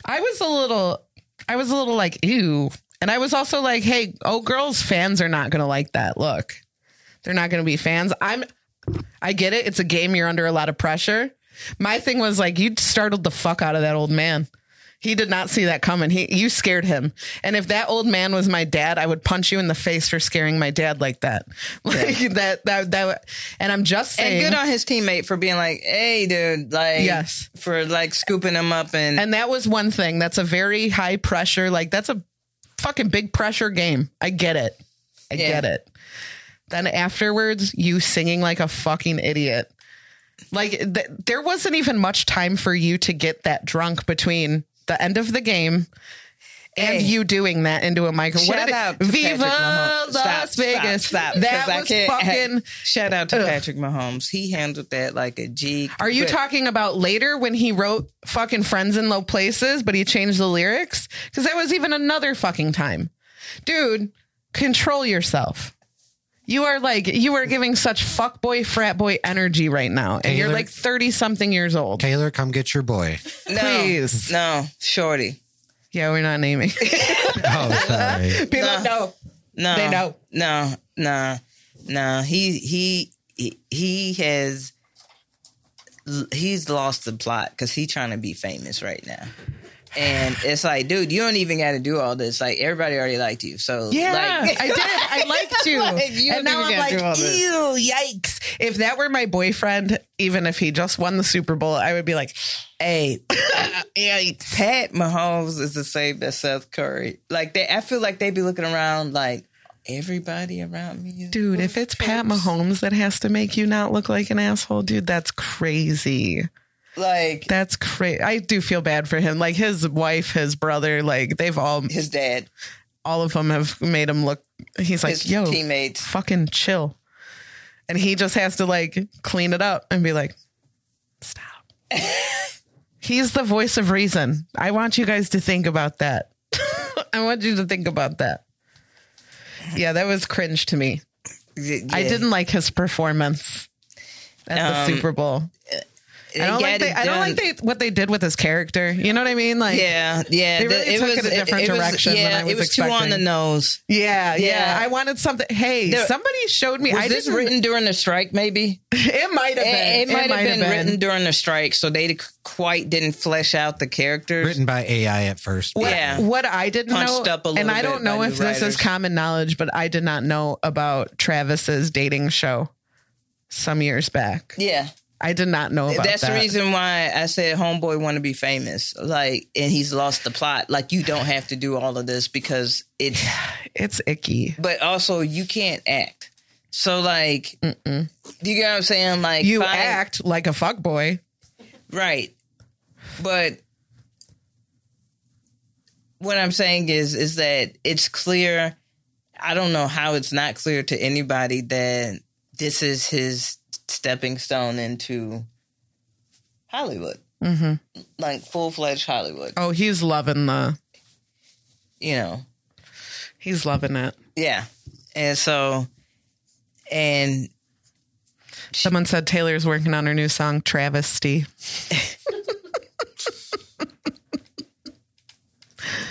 [SPEAKER 1] I was a little I was a little like ew. And I was also like, hey, oh girls fans are not gonna like that. Look. They're not gonna be fans. I'm I get it. It's a game, you're under a lot of pressure. My thing was like you startled the fuck out of that old man. He did not see that coming. He you scared him. And if that old man was my dad, I would punch you in the face for scaring my dad like that. Like that that that and I'm just
[SPEAKER 2] And
[SPEAKER 1] saying
[SPEAKER 2] good on his teammate for being like, "Hey, dude!" Like,
[SPEAKER 1] Yes.
[SPEAKER 2] for like scooping him up and,
[SPEAKER 1] And that was one thing. That's a very high pressure. Like that's a fucking big pressure game. I get it. I
[SPEAKER 2] Yeah.
[SPEAKER 1] get it. Then afterwards, you singing like a fucking idiot. Like th- there wasn't even much time for you to get that drunk between the end of the game and you doing that into a microphone.
[SPEAKER 2] Eh. Shout
[SPEAKER 1] what did
[SPEAKER 2] out
[SPEAKER 1] it,
[SPEAKER 2] to
[SPEAKER 1] Viva
[SPEAKER 2] Patrick Mahomes.
[SPEAKER 1] Las
[SPEAKER 2] Stop,
[SPEAKER 1] Vegas.
[SPEAKER 2] Stop, stop,
[SPEAKER 1] that
[SPEAKER 2] 'cause I
[SPEAKER 1] was
[SPEAKER 2] can't-
[SPEAKER 1] fucking.
[SPEAKER 2] Shout out to
[SPEAKER 1] Ugh.
[SPEAKER 2] Patrick Mahomes. He handled that like a G.
[SPEAKER 1] Are you
[SPEAKER 2] But-
[SPEAKER 1] talking about later when he wrote fucking Friends in Low Places, but he changed the lyrics? Because that was even another fucking time. Dude, control yourself. You are like, you are giving such fuckboy, frat boy energy right now. And you're
[SPEAKER 3] Taylor-
[SPEAKER 1] like 30 something years old.
[SPEAKER 3] Taylor, come get your boy.
[SPEAKER 2] No,
[SPEAKER 1] Please.
[SPEAKER 2] no, shorty.
[SPEAKER 1] Yeah, we're not naming.
[SPEAKER 3] Oh, sorry.
[SPEAKER 1] People
[SPEAKER 2] No.
[SPEAKER 1] know.
[SPEAKER 2] No,
[SPEAKER 1] They know.
[SPEAKER 2] No, no, no. He he he- he has he's lost the plot because he's trying to be famous right now. And it's like, dude, you don't even got to do all this. Like everybody already liked you, so
[SPEAKER 1] Yeah,
[SPEAKER 2] like,
[SPEAKER 1] I did. I liked you.
[SPEAKER 2] Like, you
[SPEAKER 1] and
[SPEAKER 2] don't
[SPEAKER 1] now
[SPEAKER 2] even gotta
[SPEAKER 1] I'm
[SPEAKER 2] do all
[SPEAKER 1] like,
[SPEAKER 2] this.
[SPEAKER 1] ew, yikes. If that were my boyfriend, even if he just won the Super Bowl, I would be like,
[SPEAKER 2] Hey, Pat Mahomes is the same as Seth Curry. Like they, I feel like they be looking around like everybody around me. is-
[SPEAKER 1] dude, if it's Pat Mahomes that has to make you not look like an asshole, dude, that's crazy.
[SPEAKER 2] like
[SPEAKER 1] That's crazy. I do feel bad for him. Like his wife, his brother, like they've all,
[SPEAKER 2] his dad,
[SPEAKER 1] all of them have made him look. He's like,
[SPEAKER 2] his
[SPEAKER 1] yo,
[SPEAKER 2] teammates.
[SPEAKER 1] fucking chill. And he just has to like clean it up and be like, stop. He's the voice of reason. I want you guys to think about that. I want you to think about that. Yeah, that was cringe to me. I
[SPEAKER 2] Yeah.
[SPEAKER 1] didn't like his performance at the
[SPEAKER 2] Um,
[SPEAKER 1] Super Bowl.
[SPEAKER 2] They
[SPEAKER 1] I don't
[SPEAKER 2] got
[SPEAKER 1] like they,
[SPEAKER 2] it
[SPEAKER 1] I don't
[SPEAKER 2] done.
[SPEAKER 1] like they, what they did with his character. You know what I mean? Like
[SPEAKER 2] Yeah, yeah.
[SPEAKER 1] They really took it a different direction than I
[SPEAKER 2] it
[SPEAKER 1] was
[SPEAKER 2] was too on
[SPEAKER 1] expecting.
[SPEAKER 2] the nose.
[SPEAKER 1] yeah, yeah,
[SPEAKER 2] Yeah.
[SPEAKER 1] I wanted something. Hey,
[SPEAKER 2] There-
[SPEAKER 1] somebody showed me.
[SPEAKER 2] Was
[SPEAKER 1] I
[SPEAKER 2] this
[SPEAKER 1] didn't.
[SPEAKER 2] written during the strike? Maybe
[SPEAKER 1] it might have
[SPEAKER 2] it,
[SPEAKER 1] been.
[SPEAKER 2] it might have been, written during the strike, so they c- quite didn't flesh out the characters.
[SPEAKER 3] Written by AI at first.
[SPEAKER 2] What- Yeah.
[SPEAKER 1] What I didn't
[SPEAKER 2] Punched
[SPEAKER 1] know,
[SPEAKER 2] up a little
[SPEAKER 1] and I
[SPEAKER 2] bit
[SPEAKER 1] don't
[SPEAKER 2] by
[SPEAKER 1] know
[SPEAKER 2] new
[SPEAKER 1] if this
[SPEAKER 2] writers.
[SPEAKER 1] is common knowledge, but I did not know about Travis's dating show some years back.
[SPEAKER 2] Yeah,
[SPEAKER 1] I did not know about
[SPEAKER 2] that's
[SPEAKER 1] that.
[SPEAKER 2] the reason why I said homeboy want to be famous. Like, and he's lost the plot. Like, you don't have to do all of this because it's.
[SPEAKER 1] It's icky.
[SPEAKER 2] But also, you can't act. So like, you get what I'm saying? Like,
[SPEAKER 1] You
[SPEAKER 2] find-
[SPEAKER 1] act like a fuckboy.
[SPEAKER 2] Right. But what I'm saying is is that it's clear I don't know how it's not clear to anybody that this is his stepping stone into Hollywood.
[SPEAKER 1] Mhm.
[SPEAKER 2] Like full-fledged Hollywood,
[SPEAKER 1] Oh, he's loving the.
[SPEAKER 2] you know.
[SPEAKER 1] He's loving it.
[SPEAKER 2] Yeah. And so and
[SPEAKER 1] Someone said Taylor's working on her new song, Travesty.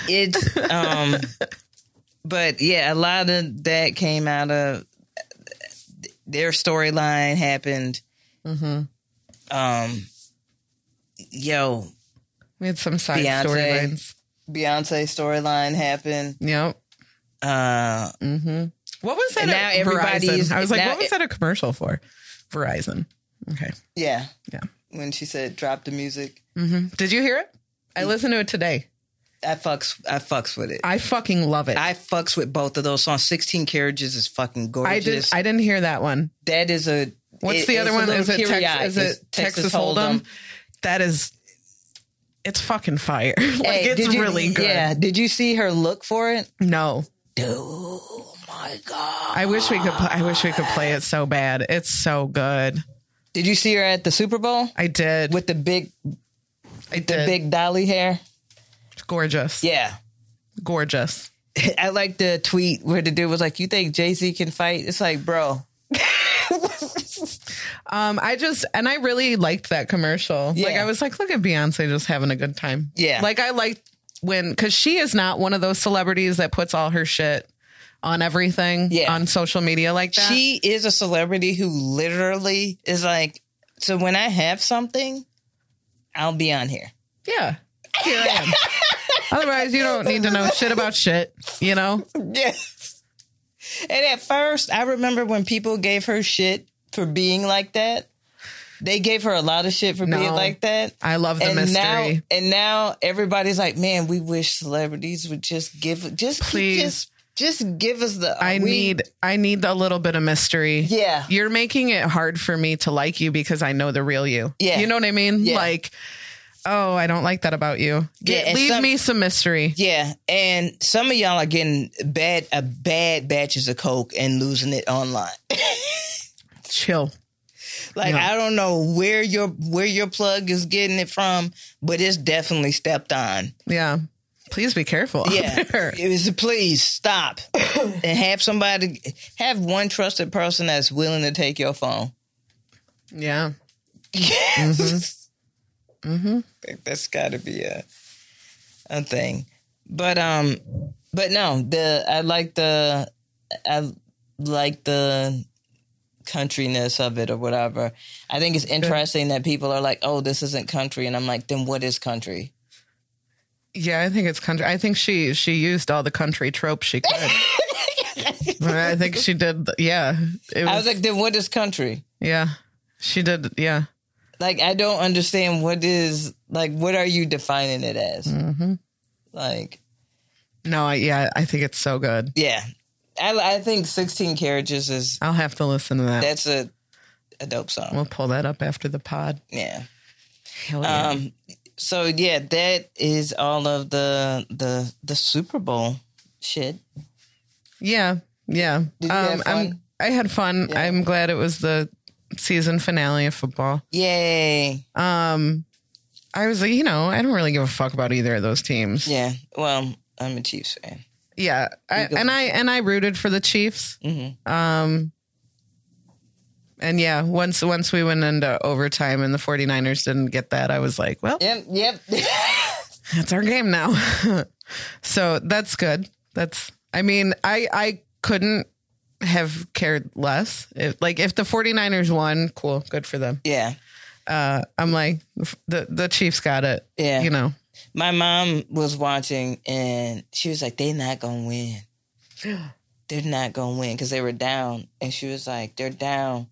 [SPEAKER 2] it's um but yeah a lot of that came out of their storyline happened
[SPEAKER 1] Mm-hmm.
[SPEAKER 2] um yo
[SPEAKER 1] We had some side
[SPEAKER 2] Beyonce.
[SPEAKER 1] storylines.
[SPEAKER 2] beyonce storyline happened
[SPEAKER 1] Yep.
[SPEAKER 2] uh
[SPEAKER 1] Mm-hmm. What was that?
[SPEAKER 2] And now
[SPEAKER 1] Now
[SPEAKER 2] everybody's-
[SPEAKER 1] Verizon? I was like,
[SPEAKER 2] now
[SPEAKER 1] what was
[SPEAKER 2] it-
[SPEAKER 1] that a commercial for? Verizon. Okay.
[SPEAKER 2] yeah
[SPEAKER 1] Yeah.
[SPEAKER 2] when she said drop the music
[SPEAKER 1] hmm Did you hear it?
[SPEAKER 2] Mm.
[SPEAKER 1] I listened to it today.
[SPEAKER 2] i fucks i fucks with it
[SPEAKER 1] I fucking love it. I,
[SPEAKER 2] I fucks with both of those songs. Sixteen Carriages is fucking
[SPEAKER 1] did.
[SPEAKER 2] gorgeous.
[SPEAKER 1] I didn't hear that one.
[SPEAKER 2] that is a.
[SPEAKER 1] What's
[SPEAKER 2] it-
[SPEAKER 1] the other
[SPEAKER 2] it's a
[SPEAKER 1] one?
[SPEAKER 2] little
[SPEAKER 1] Is it,
[SPEAKER 2] teary-eyed.
[SPEAKER 1] Tex- is
[SPEAKER 2] It's
[SPEAKER 1] it Texas Hold'em? That is. It's fucking fire. like
[SPEAKER 2] Hey,
[SPEAKER 1] it's
[SPEAKER 2] did you-
[SPEAKER 1] really good.
[SPEAKER 2] Yeah. Did you see her look for it?
[SPEAKER 1] No,
[SPEAKER 2] Dude, oh my god!
[SPEAKER 1] I wish we could. Pl- I wish we could play it so bad. It's so good.
[SPEAKER 2] Did you see her at the Super Bowl
[SPEAKER 1] I did.
[SPEAKER 2] with the big,
[SPEAKER 1] I did.
[SPEAKER 2] the big dolly hair?
[SPEAKER 1] gorgeous.
[SPEAKER 2] Yeah,
[SPEAKER 1] Gorgeous.
[SPEAKER 2] I like the tweet where the dude was like, "You think Jay Z can fight?" It's like, bro,
[SPEAKER 1] Um, I just and I really liked that commercial. Like
[SPEAKER 2] Yeah.
[SPEAKER 1] I was like, look at Beyonce just having a good time.
[SPEAKER 2] Yeah.
[SPEAKER 1] Like I liked when because she is not one of those celebrities that puts all her shit on everything
[SPEAKER 2] Yeah.
[SPEAKER 1] on social media like that.
[SPEAKER 2] she is a celebrity who literally is like, so when I have something, I'll be on here.
[SPEAKER 1] yeah. Here I am. Otherwise, you don't need to know shit about shit. You know,
[SPEAKER 2] Yes. And at first, I remember when people gave her shit for being like that. They gave her a lot of shit for being
[SPEAKER 1] No.
[SPEAKER 2] like that.
[SPEAKER 1] I love the
[SPEAKER 2] and
[SPEAKER 1] mystery.
[SPEAKER 2] now and now everybody's like, man, we wish celebrities would just give just
[SPEAKER 1] Please.
[SPEAKER 2] just just give us the
[SPEAKER 1] I
[SPEAKER 2] we-
[SPEAKER 1] need I need a little bit of mystery.
[SPEAKER 2] Yeah.
[SPEAKER 1] You're making it hard for me to like you because I know the real you.
[SPEAKER 2] Yeah.
[SPEAKER 1] You know what I mean?
[SPEAKER 2] Yeah.
[SPEAKER 1] Like Oh, I don't like that about you.
[SPEAKER 2] Yeah,
[SPEAKER 1] Get-
[SPEAKER 2] and
[SPEAKER 1] leave
[SPEAKER 2] some-
[SPEAKER 1] me some mystery.
[SPEAKER 2] Yeah, and some of y'all are getting bad a bad batches of coke and losing it online.
[SPEAKER 1] Chill.
[SPEAKER 2] Like
[SPEAKER 1] Yeah.
[SPEAKER 2] I don't know where your where your plug is getting it from, but it's definitely stepped on.
[SPEAKER 1] Yeah. Please be careful. out
[SPEAKER 2] Yeah,
[SPEAKER 1] there.
[SPEAKER 2] It was, please stop and have somebody have one trusted person that's willing to take your phone.
[SPEAKER 1] Yeah.
[SPEAKER 2] Yes.
[SPEAKER 1] Mm-hmm.
[SPEAKER 2] think that's got to be a a thing. But um, but no, the I like the I like the countryness of it or whatever. I think it's interesting that people are like, "Oh, this isn't country," and I'm like, "Then what is country?"
[SPEAKER 1] Yeah, I think it's country. I think she she used all the country tropes she could. I think she did. Yeah, it
[SPEAKER 2] I was like, "Then what is country?"
[SPEAKER 1] yeah, she did. Yeah,
[SPEAKER 2] Like, I don't understand what is like. What are you defining it as?
[SPEAKER 1] Mhm.
[SPEAKER 2] Like,
[SPEAKER 1] no, I, yeah, I think it's so good.
[SPEAKER 2] yeah, I I think 16 carriages is
[SPEAKER 1] I'll have to listen to that.
[SPEAKER 2] that's a a dope song.
[SPEAKER 1] we'll pull that up after the pod.
[SPEAKER 2] yeah.
[SPEAKER 1] Hell Oh, yeah.
[SPEAKER 2] Um, so yeah, that is all of the the the Super Bowl shit.
[SPEAKER 1] yeah, yeah. Um,
[SPEAKER 2] Did you have
[SPEAKER 1] I'm
[SPEAKER 2] fun?
[SPEAKER 1] I had fun.
[SPEAKER 2] Yeah.
[SPEAKER 1] I'm glad it was the season finale of football.
[SPEAKER 2] Yay!
[SPEAKER 1] Um, I was like, you know, I don't really give a fuck about either of those teams.
[SPEAKER 2] Yeah. Well, I'm a Chiefs fan.
[SPEAKER 1] Yeah, I,
[SPEAKER 2] go.
[SPEAKER 1] and I and I rooted for the Chiefs.
[SPEAKER 2] Mm-hmm.
[SPEAKER 1] Um, and yeah, once once we went into overtime and the 49ers didn't get that, I was like, well,
[SPEAKER 2] Yep. Yep.
[SPEAKER 1] that's our game now. so that's good. That's I mean, I I couldn't have cared less. If, like if the 49ers won, cool, good for them.
[SPEAKER 2] yeah.
[SPEAKER 1] Uh, I'm like the the Chiefs got it.
[SPEAKER 2] Yeah.
[SPEAKER 1] You know.
[SPEAKER 2] My mom was watching, and she was like, "They're not gonna win. They're not gonna win because they were down." And she was like, "They're down."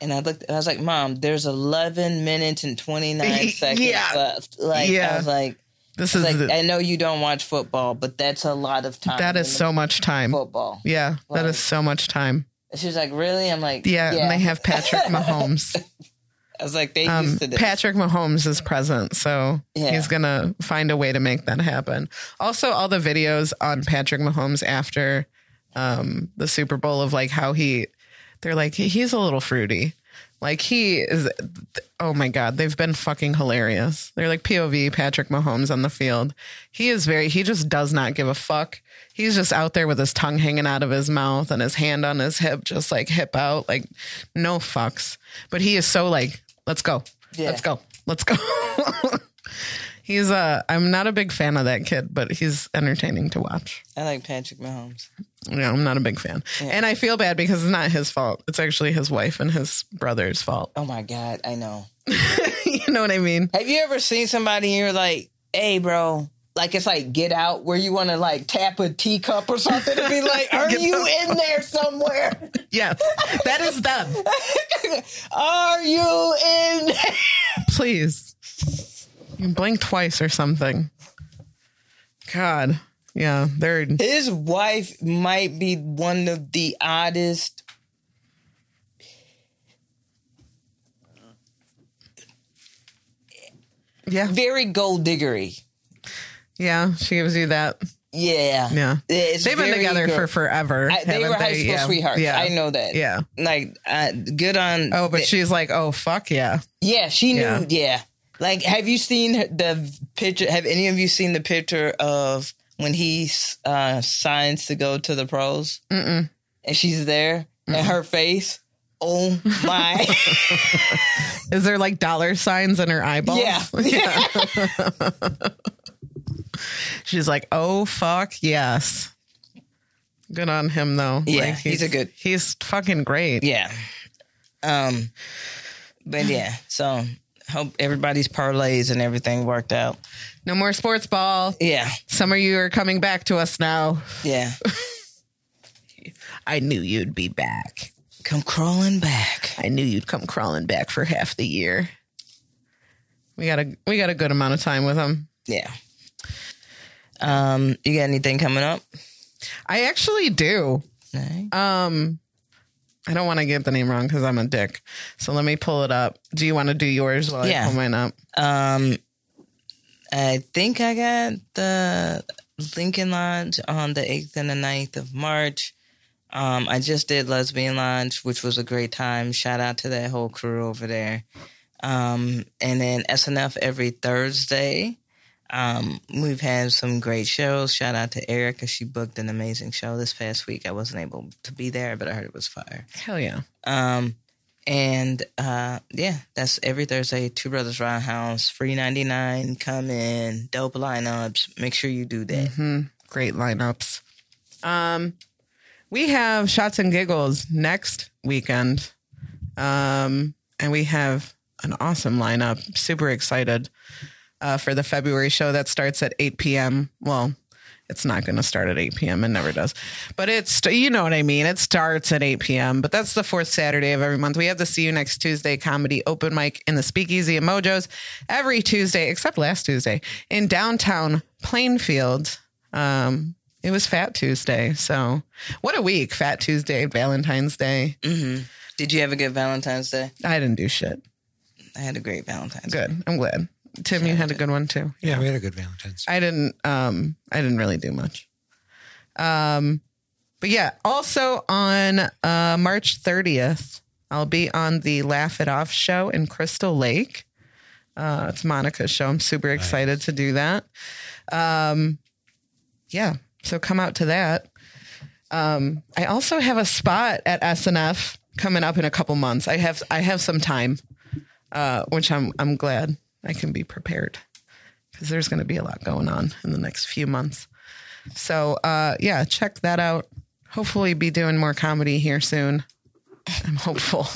[SPEAKER 2] And I looked, and I was like, "Mom, there's 11 minutes and 29 seconds
[SPEAKER 1] Yeah.
[SPEAKER 2] left." Like, I
[SPEAKER 1] Yeah.
[SPEAKER 2] was like.
[SPEAKER 1] This
[SPEAKER 2] It's
[SPEAKER 1] is
[SPEAKER 2] like
[SPEAKER 1] the-
[SPEAKER 2] I know you don't watch football, but that's a lot of time.
[SPEAKER 1] that is
[SPEAKER 2] in
[SPEAKER 1] so much time.
[SPEAKER 2] football.
[SPEAKER 1] Yeah, that
[SPEAKER 2] Like-
[SPEAKER 1] is so much time.
[SPEAKER 2] And she was like, "Really?" I'm like,
[SPEAKER 1] Yeah, and they have Patrick Mahomes.
[SPEAKER 2] I was like, "They
[SPEAKER 1] Um,
[SPEAKER 2] used to this."
[SPEAKER 1] Patrick Mahomes is present, so
[SPEAKER 2] Yeah.
[SPEAKER 1] he's gonna find a way to make that happen. Also, all the videos on Patrick Mahomes after um, the Super Bowl of like how he, they're like "He- he's a little fruity, like he is. Oh my god, they've been fucking hilarious. They're like POV Patrick Mahomes on the field. He is very. He just does not give a fuck. He's just out there with his tongue hanging out of his mouth and his hand on his hip, just like hip out, like no fucks. But he is so like, let's go,
[SPEAKER 2] Yeah.
[SPEAKER 1] let's go, let's go. he's uh, I'm not a big fan of that kid, but he's entertaining to watch.
[SPEAKER 2] I like Patrick Mahomes.
[SPEAKER 1] Yeah, I'm not a big fan. And I feel bad because it's not his fault. It's actually his wife and his brother's fault.
[SPEAKER 2] Oh my god, I know.
[SPEAKER 1] you know what I mean?
[SPEAKER 2] Have you ever seen somebody and you're like, "Hey, bro." Like it's like get out where you want to like tap a teacup or something to be like, are
[SPEAKER 1] Get
[SPEAKER 2] you
[SPEAKER 1] the
[SPEAKER 2] in there somewhere?
[SPEAKER 1] Yes. that is them.
[SPEAKER 2] Are you in?
[SPEAKER 1] Please. You blink twice or something. God. Yeah. They're
[SPEAKER 2] His wife might be one of the oddest.
[SPEAKER 1] yeah.
[SPEAKER 2] Very gold diggery.
[SPEAKER 1] Yeah. She gives you that.
[SPEAKER 2] Yeah.
[SPEAKER 1] Yeah.
[SPEAKER 2] It's
[SPEAKER 1] They've been
[SPEAKER 2] very
[SPEAKER 1] together
[SPEAKER 2] gir-
[SPEAKER 1] for forever.
[SPEAKER 2] I, they
[SPEAKER 1] haven't
[SPEAKER 2] were high school
[SPEAKER 1] Yeah.
[SPEAKER 2] sweethearts.
[SPEAKER 1] Yeah.
[SPEAKER 2] I know that.
[SPEAKER 1] Yeah.
[SPEAKER 2] Like, uh, good on.
[SPEAKER 1] Oh, but
[SPEAKER 2] th-
[SPEAKER 1] she's like, oh fuck yeah.
[SPEAKER 2] Yeah, she knew.
[SPEAKER 1] Yeah.
[SPEAKER 2] Yeah. Like, have you seen her- the picture? Have any of you seen the picture of when he uh, signs to go to the pros
[SPEAKER 1] Mm-mm.
[SPEAKER 2] and she's there and her face? Oh my.
[SPEAKER 1] Is there like dollar signs in her eyeballs?
[SPEAKER 2] Yeah.
[SPEAKER 1] She's like, oh fuck, yes. Good on him though.
[SPEAKER 2] Yeah, he's a good-
[SPEAKER 1] He's fucking great.
[SPEAKER 2] yeah. Um, but yeah, so hope everybody's parlays and everything worked out.
[SPEAKER 1] No more sports ball.
[SPEAKER 2] Yeah.
[SPEAKER 1] Some of you are coming back to us now.
[SPEAKER 2] Yeah.
[SPEAKER 1] I knew you'd be back.
[SPEAKER 2] Come crawling back.
[SPEAKER 1] I knew you'd come crawling back for half the year. We got a we got a good amount of time with him.
[SPEAKER 2] Yeah. Um, you got anything coming up?
[SPEAKER 1] I actually do.
[SPEAKER 2] No.
[SPEAKER 1] Um, I don't want to get the name wrong because I'm a dick. So let me pull it up. Do you want to do yours while
[SPEAKER 2] Yeah.
[SPEAKER 1] I pull mine up?
[SPEAKER 2] Um, I think I got the Lincoln Lodge on the 8th and the 9th of March. Um, I just did Lesbian Lodge, which was a great time. Shout out to that whole crew over there. Um, and then SNF every Thursday. Um, we've had some great shows. Shout out to Erica. She booked an amazing show this past week. I wasn't able to be there, but I heard it was fire.
[SPEAKER 1] Hell yeah.
[SPEAKER 2] Um, and uh, yeah, that's every Thursday. Two Brothers Roundhouse, free ninety nine. Come in, dope lineups. Make sure you do that.
[SPEAKER 1] Mhm. Great lineups. Um, we have shots and giggles next weekend, um, and we have an awesome lineup. Super excited uh, for the February show that starts at eight p.m. Well, it's not going to start at eight p.m. It never does, but it's you know what I mean. It starts at eight p.m. But that's the fourth Saturday of every month. We have the See You Next Tuesday comedy open mic in the Speakeasy at Mojos every Tuesday except last Tuesday in downtown Plainfield. Um, it was Fat Tuesday. So, what a week. Fat Tuesday, Valentine's Day.
[SPEAKER 2] Mm-hmm. Did you have a good Valentine's Day?
[SPEAKER 1] I didn't do shit.
[SPEAKER 2] I had a great Valentine's. Day.
[SPEAKER 1] Good. I'm glad. Tim, you had a good one too.
[SPEAKER 3] Yeah, we had a good Valentine's.
[SPEAKER 1] I didn't um I didn't really do much. Um but yeah, also on uh March 30th, I'll be on the Laugh It Off show in Crystal Lake. Uh it's Monica's show. I'm super excited to do that. Um yeah, so come out to that. Um I also have a spot at SNF coming up in a couple months. I have I have some time uh, which I'm I'm glad I can be prepared because there's going to be a lot going on in the next few months. So uh, yeah, check that out. Hopefully, be doing more comedy here soon. I'm hopeful.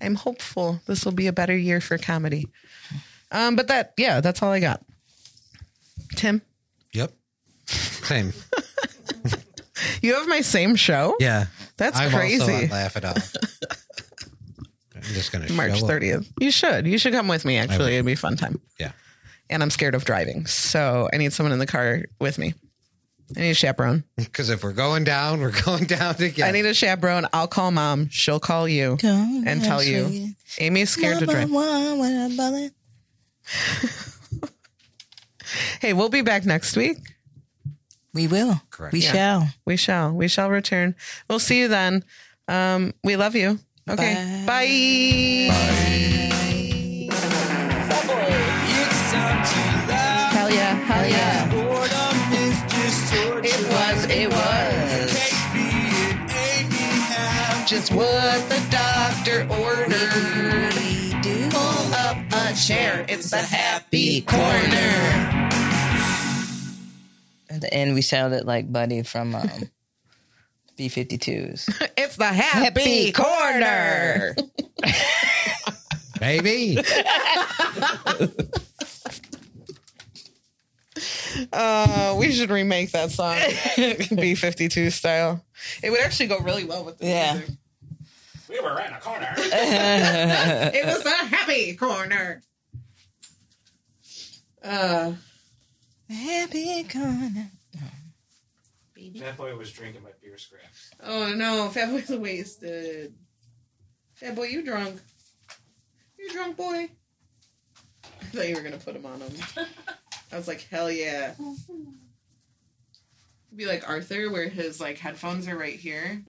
[SPEAKER 1] I'm hopeful this will be a better year for comedy. Um, but that yeah, that's all I got. Tim,
[SPEAKER 3] Yep. Same.
[SPEAKER 1] you have my same show.
[SPEAKER 3] Yeah.
[SPEAKER 1] That's
[SPEAKER 3] I'm Also
[SPEAKER 1] crazy.
[SPEAKER 3] on Laugh It Off. I'm just gonna
[SPEAKER 1] March
[SPEAKER 3] show up.
[SPEAKER 1] 30th. You should. You should come with me. Actually, it'd be a fun time.
[SPEAKER 3] Yeah.
[SPEAKER 1] and I'm scared of driving. So I need someone in the car with me. I need a chaperone.
[SPEAKER 3] Because if we're going down, we're going down together.
[SPEAKER 1] I need a chaperone. I'll call mom. She'll call you and tell you. Amy's scared to drive.
[SPEAKER 2] drive.
[SPEAKER 1] Hey, we'll be back next week.
[SPEAKER 2] We will.
[SPEAKER 3] Correct.
[SPEAKER 2] We
[SPEAKER 1] Yeah.
[SPEAKER 2] shall.
[SPEAKER 1] We shall. We shall return. We'll see you then. Um, we love you. Okay. Bye. Hell yeah. Hell yeah. It was. It was. Just what the doctor ordered. Pull up a chair. It's the happy corner.
[SPEAKER 2] At the end, we sounded like Buddy from um, B52s.
[SPEAKER 1] It's the happy, corner.
[SPEAKER 3] Baby.
[SPEAKER 1] Uh, we should remake that song B52 style. It would actually go really well with this.
[SPEAKER 2] Yeah.
[SPEAKER 1] music.
[SPEAKER 4] We were in a corner.
[SPEAKER 1] It was the happy corner. Uh,
[SPEAKER 2] Happy corner.
[SPEAKER 4] that boy was drinking my beer scraps.
[SPEAKER 1] oh no, Fat Boy's wasted. Fat Boy, you drunk. You drunk, boy. I thought you were going to put him on him. I was like, hell yeah. It'd be like Arthur, where his like headphones are right here.